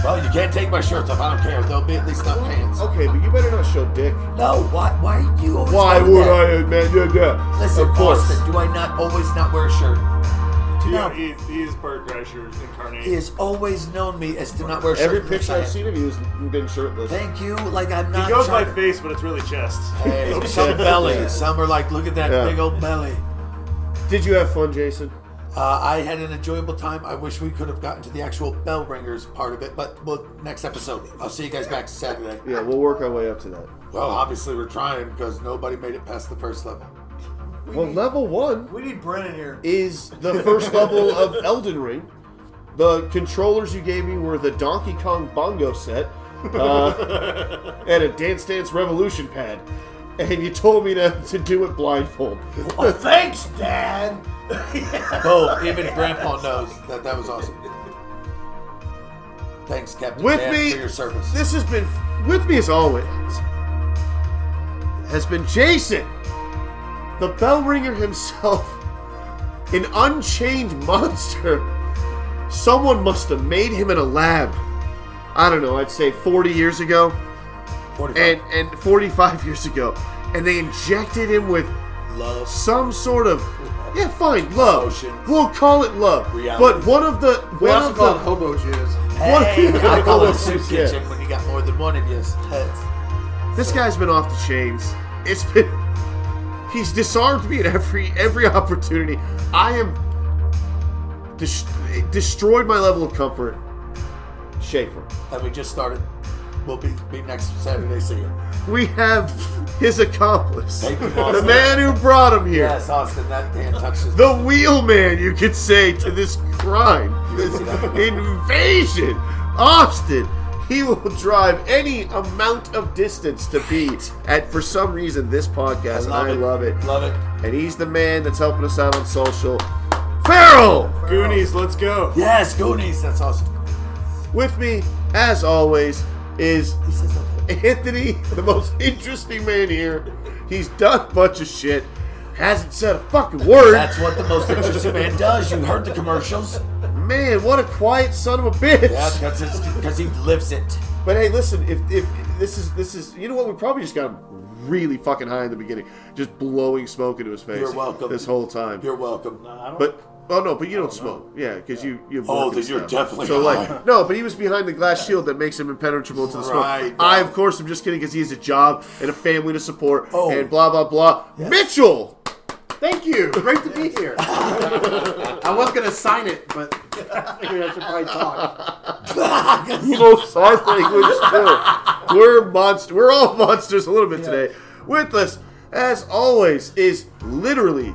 Speaker 4: Well, you can't take my shorts off. I don't care. They'll be at least not pants.
Speaker 3: Okay, but you better not show dick.
Speaker 4: No, why? Why you? Always
Speaker 3: Why
Speaker 4: go to
Speaker 3: would
Speaker 4: that?
Speaker 3: I, man? Yeah, yeah.
Speaker 4: Listen,
Speaker 3: of course.
Speaker 4: Austin, do I not always not wear a shirt?
Speaker 5: Yeah, he's, he's Bert Kreischer's incarnation.
Speaker 4: He has always known me as to not wear a shirt.
Speaker 3: Every
Speaker 4: unless
Speaker 3: picture
Speaker 4: I
Speaker 3: I've
Speaker 4: am.
Speaker 3: seen of you has been shirtless.
Speaker 4: Thank you. Like I'm
Speaker 5: He
Speaker 4: not.
Speaker 5: goes by
Speaker 4: trying to-
Speaker 5: face, but it's really chest.
Speaker 4: Hey, some belly. Some are like, look at that
Speaker 3: Yeah.
Speaker 4: big old belly.
Speaker 3: Did you have fun, Jason?
Speaker 4: Uh, I had an enjoyable time. I wish we could have gotten to the actual bell ringers part of it, but well, next episode. I'll see you guys back Saturday.
Speaker 3: Yeah, we'll work our way up to that.
Speaker 4: Well, obviously we're trying because nobody made it past the first level.
Speaker 3: Well, level one
Speaker 10: We need Brennan here.
Speaker 3: is the [LAUGHS] first level of Elden Ring. The controllers you gave me were the Donkey Kong bongo set [LAUGHS] uh, and a Dance Dance Revolution pad. And you told me to, to do it blindfold.
Speaker 10: Thanks, Dad.
Speaker 4: Oh, even Grandpa knows that that was awesome. Thanks, Captain
Speaker 3: With
Speaker 4: Dan,
Speaker 3: me-
Speaker 4: for your service.
Speaker 3: This has been, with me as always, has been Jason, the bell ringer himself, [LAUGHS] an unchained monster. Someone must have made him in a lab. I don't know, I'd say 40 years ago.
Speaker 4: 45.
Speaker 3: and and 45 [LAUGHS] years ago, and they injected him with
Speaker 4: Love.
Speaker 3: some sort of yeah, fine love.
Speaker 4: Emotions.
Speaker 3: We'll call it love.
Speaker 4: Reality.
Speaker 3: But one of the
Speaker 20: We
Speaker 3: one
Speaker 20: also
Speaker 3: of
Speaker 20: call it
Speaker 3: the
Speaker 20: hobo jizz.
Speaker 3: one
Speaker 4: Hey, I call it soup
Speaker 3: Yeah.
Speaker 4: kitchen when you got more than one of your heads.
Speaker 3: This guy's been off the chains. It's been he's disarmed me at every every opportunity. I am dis- destroyed my level of comfort. Schaefer.
Speaker 4: And we just started. We'll be, be next Saturday. See you.
Speaker 3: We have his accomplice.
Speaker 4: Thank you,
Speaker 3: The
Speaker 4: Austin.
Speaker 3: man who brought him here.
Speaker 4: Yes, Austin, that hand touches.
Speaker 3: the wheelman, you could say, to this crime, this invasion. Austin, he will drive any amount of distance to be at, for some reason, this podcast, and I love it.
Speaker 4: Love it.
Speaker 3: And he's the man that's helping us out on social. Farrell!
Speaker 5: Goonies, let's go.
Speaker 4: Yes, Goonies. That's awesome.
Speaker 3: With me, as always, is
Speaker 4: He says that.
Speaker 3: Anthony, the most interesting man here. He's done a bunch of shit, hasn't said a fucking word.
Speaker 4: That's what the most interesting man does. You heard the commercials.
Speaker 3: Man, what a quiet son of a bitch.
Speaker 4: Yeah, because he lives it.
Speaker 3: But hey, listen, if if this is this is you know what, we probably just got him really fucking high in the beginning, just blowing smoke into his face.
Speaker 4: You're welcome.
Speaker 3: This whole time.
Speaker 4: You're welcome.
Speaker 3: but oh no, but you don't, smoke. Yeah, because you you.
Speaker 4: Oh,
Speaker 3: work and
Speaker 4: then you're
Speaker 3: stuff.
Speaker 4: definitely
Speaker 3: so
Speaker 4: high.
Speaker 3: like no, but he was behind the glass shield that makes him impenetrable to the smoke.
Speaker 4: Right.
Speaker 3: I of course am just kidding because he has a job and a family to support
Speaker 4: Oh.
Speaker 3: and blah blah blah. Mitchell,
Speaker 20: Thank you. Great to be here. [LAUGHS] I was gonna sign it, but [LAUGHS] I figured I should probably talk.
Speaker 4: [LAUGHS]
Speaker 3: you know sign language too. We're monster. We're all monsters a little bit today. With us, as always, is literally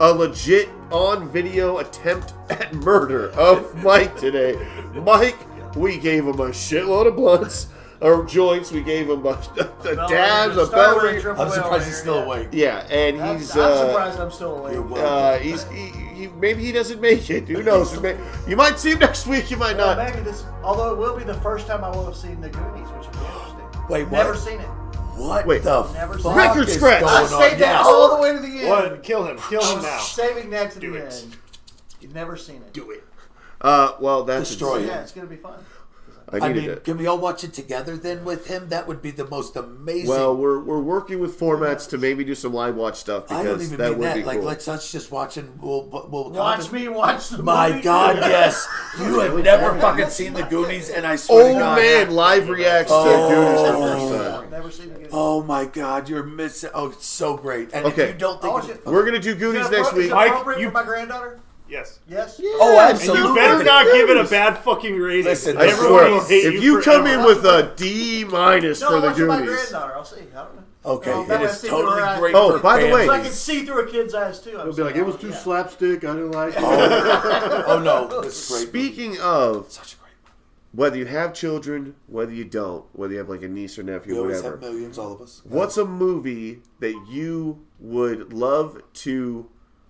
Speaker 3: a legit on video attempt at murder of Mike today. Mike, we gave him a shitload of blunts or joints. We gave him a, [LAUGHS] a, a dabs, a bell ring.
Speaker 4: I'm surprised he's still awake.
Speaker 3: Yeah, and
Speaker 10: I'm,
Speaker 3: he's.
Speaker 10: I'm
Speaker 3: uh,
Speaker 10: surprised I'm still awake.
Speaker 4: You're welcome.
Speaker 3: uh, he's he, he, maybe he doesn't make it. Who knows? We may- You might see him next week. You might
Speaker 10: Uh,
Speaker 3: not.
Speaker 10: maybe this, although it will be the first time I will have seen the Goonies, which will be interesting.
Speaker 4: Wait, what?
Speaker 10: Never seen it.
Speaker 4: What
Speaker 3: Wait.
Speaker 4: the
Speaker 10: Never
Speaker 4: fuck
Speaker 3: Record
Speaker 4: is
Speaker 3: scratch.
Speaker 4: going
Speaker 3: I
Speaker 10: I
Speaker 4: on?
Speaker 10: saved that
Speaker 4: Yes.
Speaker 10: all the way to the end.
Speaker 5: What? Kill him. Kill
Speaker 10: I
Speaker 5: him
Speaker 10: was
Speaker 5: now.
Speaker 10: saving that to
Speaker 5: Do
Speaker 10: the
Speaker 5: it.
Speaker 10: end. You've never seen it.
Speaker 3: Do it. Uh, well, that's
Speaker 4: Destroy
Speaker 10: Yeah,
Speaker 4: him.
Speaker 10: it's gonna be fun.
Speaker 3: I
Speaker 4: I
Speaker 3: needed
Speaker 4: mean,
Speaker 3: it.
Speaker 4: can we all watch it together then with him? That would be the most amazing.
Speaker 3: Well, we're, we're working with formats to maybe do some live watch stuff
Speaker 4: I don't
Speaker 3: because
Speaker 4: even
Speaker 3: that
Speaker 4: mean
Speaker 3: would
Speaker 4: that.
Speaker 3: be
Speaker 4: Like,
Speaker 3: cool.
Speaker 4: let's us just watch and we'll we'll
Speaker 10: Watch me watch the
Speaker 4: My
Speaker 3: [LAUGHS]
Speaker 10: movie.
Speaker 4: God, yes! You have
Speaker 3: Oh,
Speaker 4: never fucking seen the Goonies, and I swear
Speaker 3: Old
Speaker 4: to God,
Speaker 3: Oh, man live reacts
Speaker 4: Oh.
Speaker 3: to Goonies for the first time.
Speaker 10: I've never seen the Goonies.
Speaker 4: Oh my God, you're missing. Oh, it's so great. And
Speaker 3: Okay.
Speaker 4: if you don't
Speaker 10: I
Speaker 4: think,
Speaker 10: watch
Speaker 4: it,
Speaker 10: Oh, it.
Speaker 3: We're gonna do Goonies next week.
Speaker 5: Mike,
Speaker 10: Mike,
Speaker 5: you-
Speaker 10: you for my granddaughter?
Speaker 5: Yes.
Speaker 10: Yes.
Speaker 4: oh,
Speaker 5: And
Speaker 4: absolutely.
Speaker 5: you better not give it a bad fucking rating.
Speaker 4: Listen,
Speaker 3: I
Speaker 5: Everyone
Speaker 3: swear,
Speaker 5: will hate
Speaker 3: if you come
Speaker 5: forever.
Speaker 3: in with a D minus
Speaker 10: No,
Speaker 3: for
Speaker 10: I'll
Speaker 3: the
Speaker 10: watch it with my
Speaker 3: Goonies, Oh,
Speaker 10: granddaughter. I'll see. I don't know.
Speaker 4: Okay,
Speaker 10: No,
Speaker 4: it
Speaker 10: I
Speaker 4: is
Speaker 10: see through
Speaker 4: totally
Speaker 10: her eyes.
Speaker 4: great. for
Speaker 10: So I
Speaker 4: families.
Speaker 10: can see through a kid's eyes too.
Speaker 17: It'll be like it was too slapstick. I didn't like. it.
Speaker 4: [LAUGHS] oh no, it's great.
Speaker 3: Speaking of, whether you have children, whether you don't, whether you have like a niece or nephew,
Speaker 4: We
Speaker 3: or
Speaker 4: always
Speaker 3: whatever,
Speaker 4: have millions, all of us.
Speaker 3: What's a movie that you would love to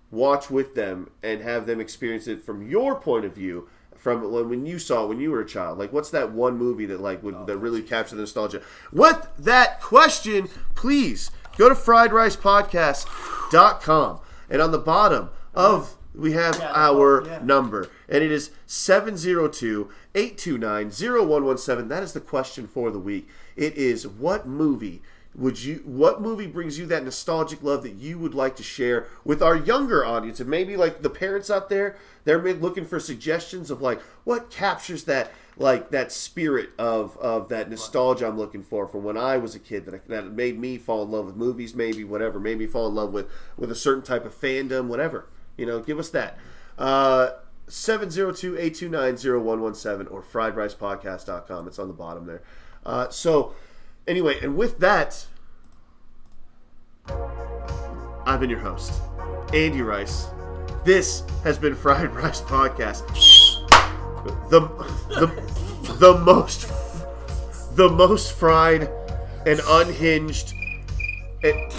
Speaker 3: watch with them and have them experience it from your point of view? From when when you saw it when you were a child, like what's that one movie that like would that really captured the nostalgia? With that question, please go to friedricepodcast.com and on the bottom of we have our number and it is 702-829-0117 that is the question for the week it is what movie would you what movie brings you that nostalgic love that you would like to share with our younger audience and maybe like the parents out there they're ma- looking for suggestions of like what captures that like that spirit of of that nostalgia I'm looking for from when I was a kid that I, that made me fall in love with movies maybe whatever made me fall in love with with a certain type of fandom whatever you know give us that uh 702-829-0117 or friedricepodcast.com it's on the bottom there uh, so anyway and with that I've been your host Andy Rice this has been Fried Rice Podcast the the, the most the most fried and unhinged and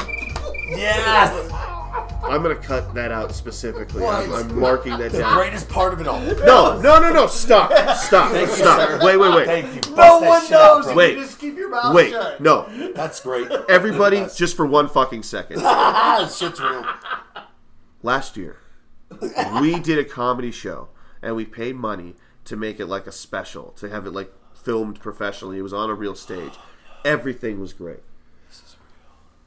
Speaker 4: Yes.
Speaker 3: I'm gonna cut that out specifically.
Speaker 4: What?
Speaker 3: I'm, I'm marking that
Speaker 4: The
Speaker 3: down.
Speaker 4: greatest part of it all.
Speaker 3: No, no, no, no! Stop! Stop!
Speaker 4: Thank you,
Speaker 3: stop!
Speaker 4: sir.
Speaker 3: wait, wait, wait!
Speaker 4: Thank you. No Bust that one shit out, knows bro. if you
Speaker 3: Wait,
Speaker 4: just keep your mouth
Speaker 3: wait,
Speaker 4: shut.
Speaker 3: no.
Speaker 4: That's great.
Speaker 3: Everybody, just for one fucking second.
Speaker 4: [LAUGHS] Shit's real.
Speaker 3: Last year, we did a comedy show, and we paid money to make it like a special, to have it like filmed professionally. It was on a real stage. Everything was great.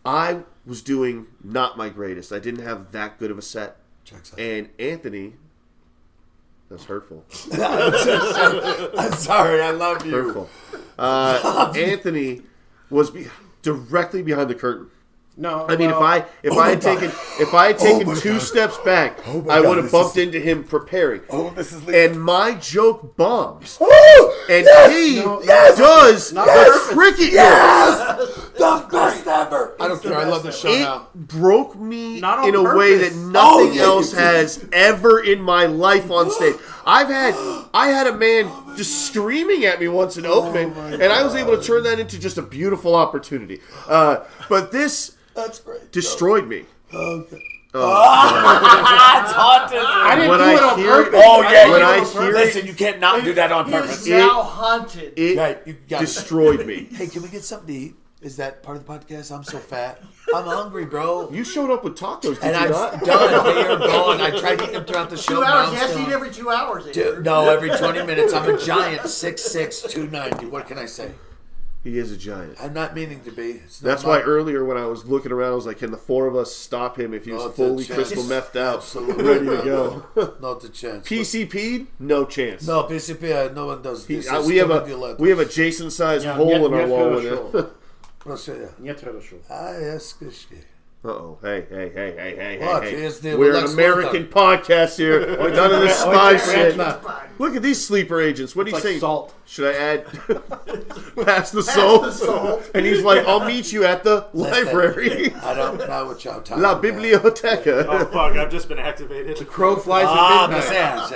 Speaker 3: I was doing not my greatest. I didn't have that good of a set. And Anthony, that's hurtful.
Speaker 4: [LAUGHS] I'm sorry. I love you.
Speaker 3: Hurtful.
Speaker 17: [LAUGHS]
Speaker 3: Uh, Anthony was be- directly behind the curtain.
Speaker 17: No,
Speaker 3: I mean
Speaker 17: well-
Speaker 3: if I if
Speaker 17: Oh
Speaker 3: I
Speaker 17: my
Speaker 3: had
Speaker 17: God.
Speaker 3: taken if I had
Speaker 17: Oh
Speaker 3: taken
Speaker 17: my
Speaker 3: two
Speaker 17: God.
Speaker 3: steps back,
Speaker 17: Oh my
Speaker 3: I
Speaker 17: God,
Speaker 3: would have
Speaker 17: this
Speaker 3: bumped into him preparing. Oh, this is and my joke
Speaker 17: Oh
Speaker 3: bombs. And
Speaker 4: Yes!
Speaker 3: he
Speaker 4: No, yes!
Speaker 3: does
Speaker 4: Not
Speaker 3: the
Speaker 4: perfect.
Speaker 3: cricket
Speaker 4: Yes!
Speaker 3: noise.
Speaker 4: The best ever. I don't care. I love the show
Speaker 3: It
Speaker 4: now.
Speaker 3: broke me
Speaker 4: Not on
Speaker 3: in a way that
Speaker 4: purpose.
Speaker 3: nothing
Speaker 4: Oh, yeah,
Speaker 3: else
Speaker 4: you did.
Speaker 3: has ever in my life on
Speaker 4: [GASPS]
Speaker 3: stage. I've had I had a man just screaming at me once in
Speaker 4: Oh
Speaker 3: Oakman, and I was able to turn that into just a beautiful opportunity. Uh, but this
Speaker 4: That's great.
Speaker 3: destroyed me.
Speaker 4: Okay.
Speaker 3: Oh,
Speaker 4: it's haunted.
Speaker 3: I didn't When do I it on hear it- purpose.
Speaker 4: Oh yeah.
Speaker 3: when
Speaker 4: you
Speaker 3: I
Speaker 4: don't-
Speaker 3: hear it-
Speaker 4: listen, you can't not do that on
Speaker 3: He is
Speaker 4: purpose.
Speaker 3: now
Speaker 10: haunted.
Speaker 3: it destroyed me.
Speaker 4: Hey, can we get something to eat? Is that part of the podcast? I'm so fat. I'm hungry, bro.
Speaker 3: You showed up with tacos, did
Speaker 4: and
Speaker 3: you
Speaker 4: I'm
Speaker 3: not?
Speaker 4: done. They are gone. I tried to eat them throughout the show.
Speaker 10: Two
Speaker 4: now
Speaker 10: hours.
Speaker 4: I'm
Speaker 10: You have
Speaker 4: still
Speaker 10: to eat every two hours.
Speaker 4: Dude, no, every 20 minutes. I'm a giant, 6'6", 290. What can I say?
Speaker 3: He is a giant.
Speaker 4: I'm not meaning to be. It's not
Speaker 3: That's
Speaker 4: my-
Speaker 3: why earlier when I was looking around, I was like, "Can the four of us stop him if he was
Speaker 4: Not a
Speaker 3: fully
Speaker 4: chance.
Speaker 3: crystal methed out,
Speaker 4: Absolutely.
Speaker 3: ready to go?"
Speaker 4: [LAUGHS] Not a chance.
Speaker 3: PCP, no chance.
Speaker 4: No, PCP, uh, no one does
Speaker 3: He-
Speaker 4: this.
Speaker 3: uh,
Speaker 4: It's
Speaker 3: we have a
Speaker 4: stupid
Speaker 3: we have a Jason sized
Speaker 4: Yeah,
Speaker 3: hole
Speaker 4: yet-
Speaker 3: in our
Speaker 4: yet
Speaker 3: wall
Speaker 4: to
Speaker 3: with
Speaker 4: show.
Speaker 3: it.
Speaker 4: Proszę.
Speaker 17: Nie trzeba szło.
Speaker 4: Ah, yes, Krishki.
Speaker 3: Uh oh! Hey hey hey hey hey
Speaker 4: What?
Speaker 3: hey!
Speaker 4: Here's
Speaker 3: hey.
Speaker 4: the
Speaker 3: We're an
Speaker 4: Lex
Speaker 3: American
Speaker 4: Luthor.
Speaker 3: podcast
Speaker 4: [LAUGHS]
Speaker 3: here.
Speaker 4: Wait,
Speaker 3: None of this
Speaker 4: wait,
Speaker 3: spy
Speaker 4: wait,
Speaker 3: shit.
Speaker 4: wait.
Speaker 3: Look at these sleeper agents. What do you
Speaker 17: It's like
Speaker 3: say?
Speaker 17: salt.
Speaker 3: Should I
Speaker 4: [LAUGHS]
Speaker 3: add? Pass the
Speaker 4: Pass the
Speaker 3: salt.
Speaker 4: salt.
Speaker 3: and he's like, "I'll meet you at the
Speaker 4: Listen,
Speaker 3: library."
Speaker 4: I don't know what y'all talking
Speaker 3: La
Speaker 4: about.
Speaker 3: biblioteca.
Speaker 5: Oh fuck! I've just been activated. The
Speaker 17: crow flies
Speaker 4: Ah, massage.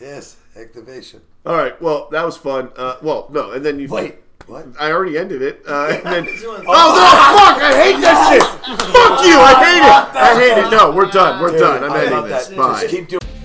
Speaker 4: Yes, activation.
Speaker 3: [LAUGHS] All right. Well, that was fun. Uh, well, no, and then you
Speaker 4: wait. What?
Speaker 3: I already ended it. Uh, and then,
Speaker 4: [LAUGHS] He's
Speaker 3: oh
Speaker 4: doing-
Speaker 3: no! Fuck! I hate that shit. Fuck you! I hate it. I hate it. No, we're done. We're
Speaker 4: Dude,
Speaker 3: done. I'm
Speaker 4: I love
Speaker 3: ending
Speaker 4: that.
Speaker 3: this.
Speaker 4: Just
Speaker 3: Bye.
Speaker 4: keep doing-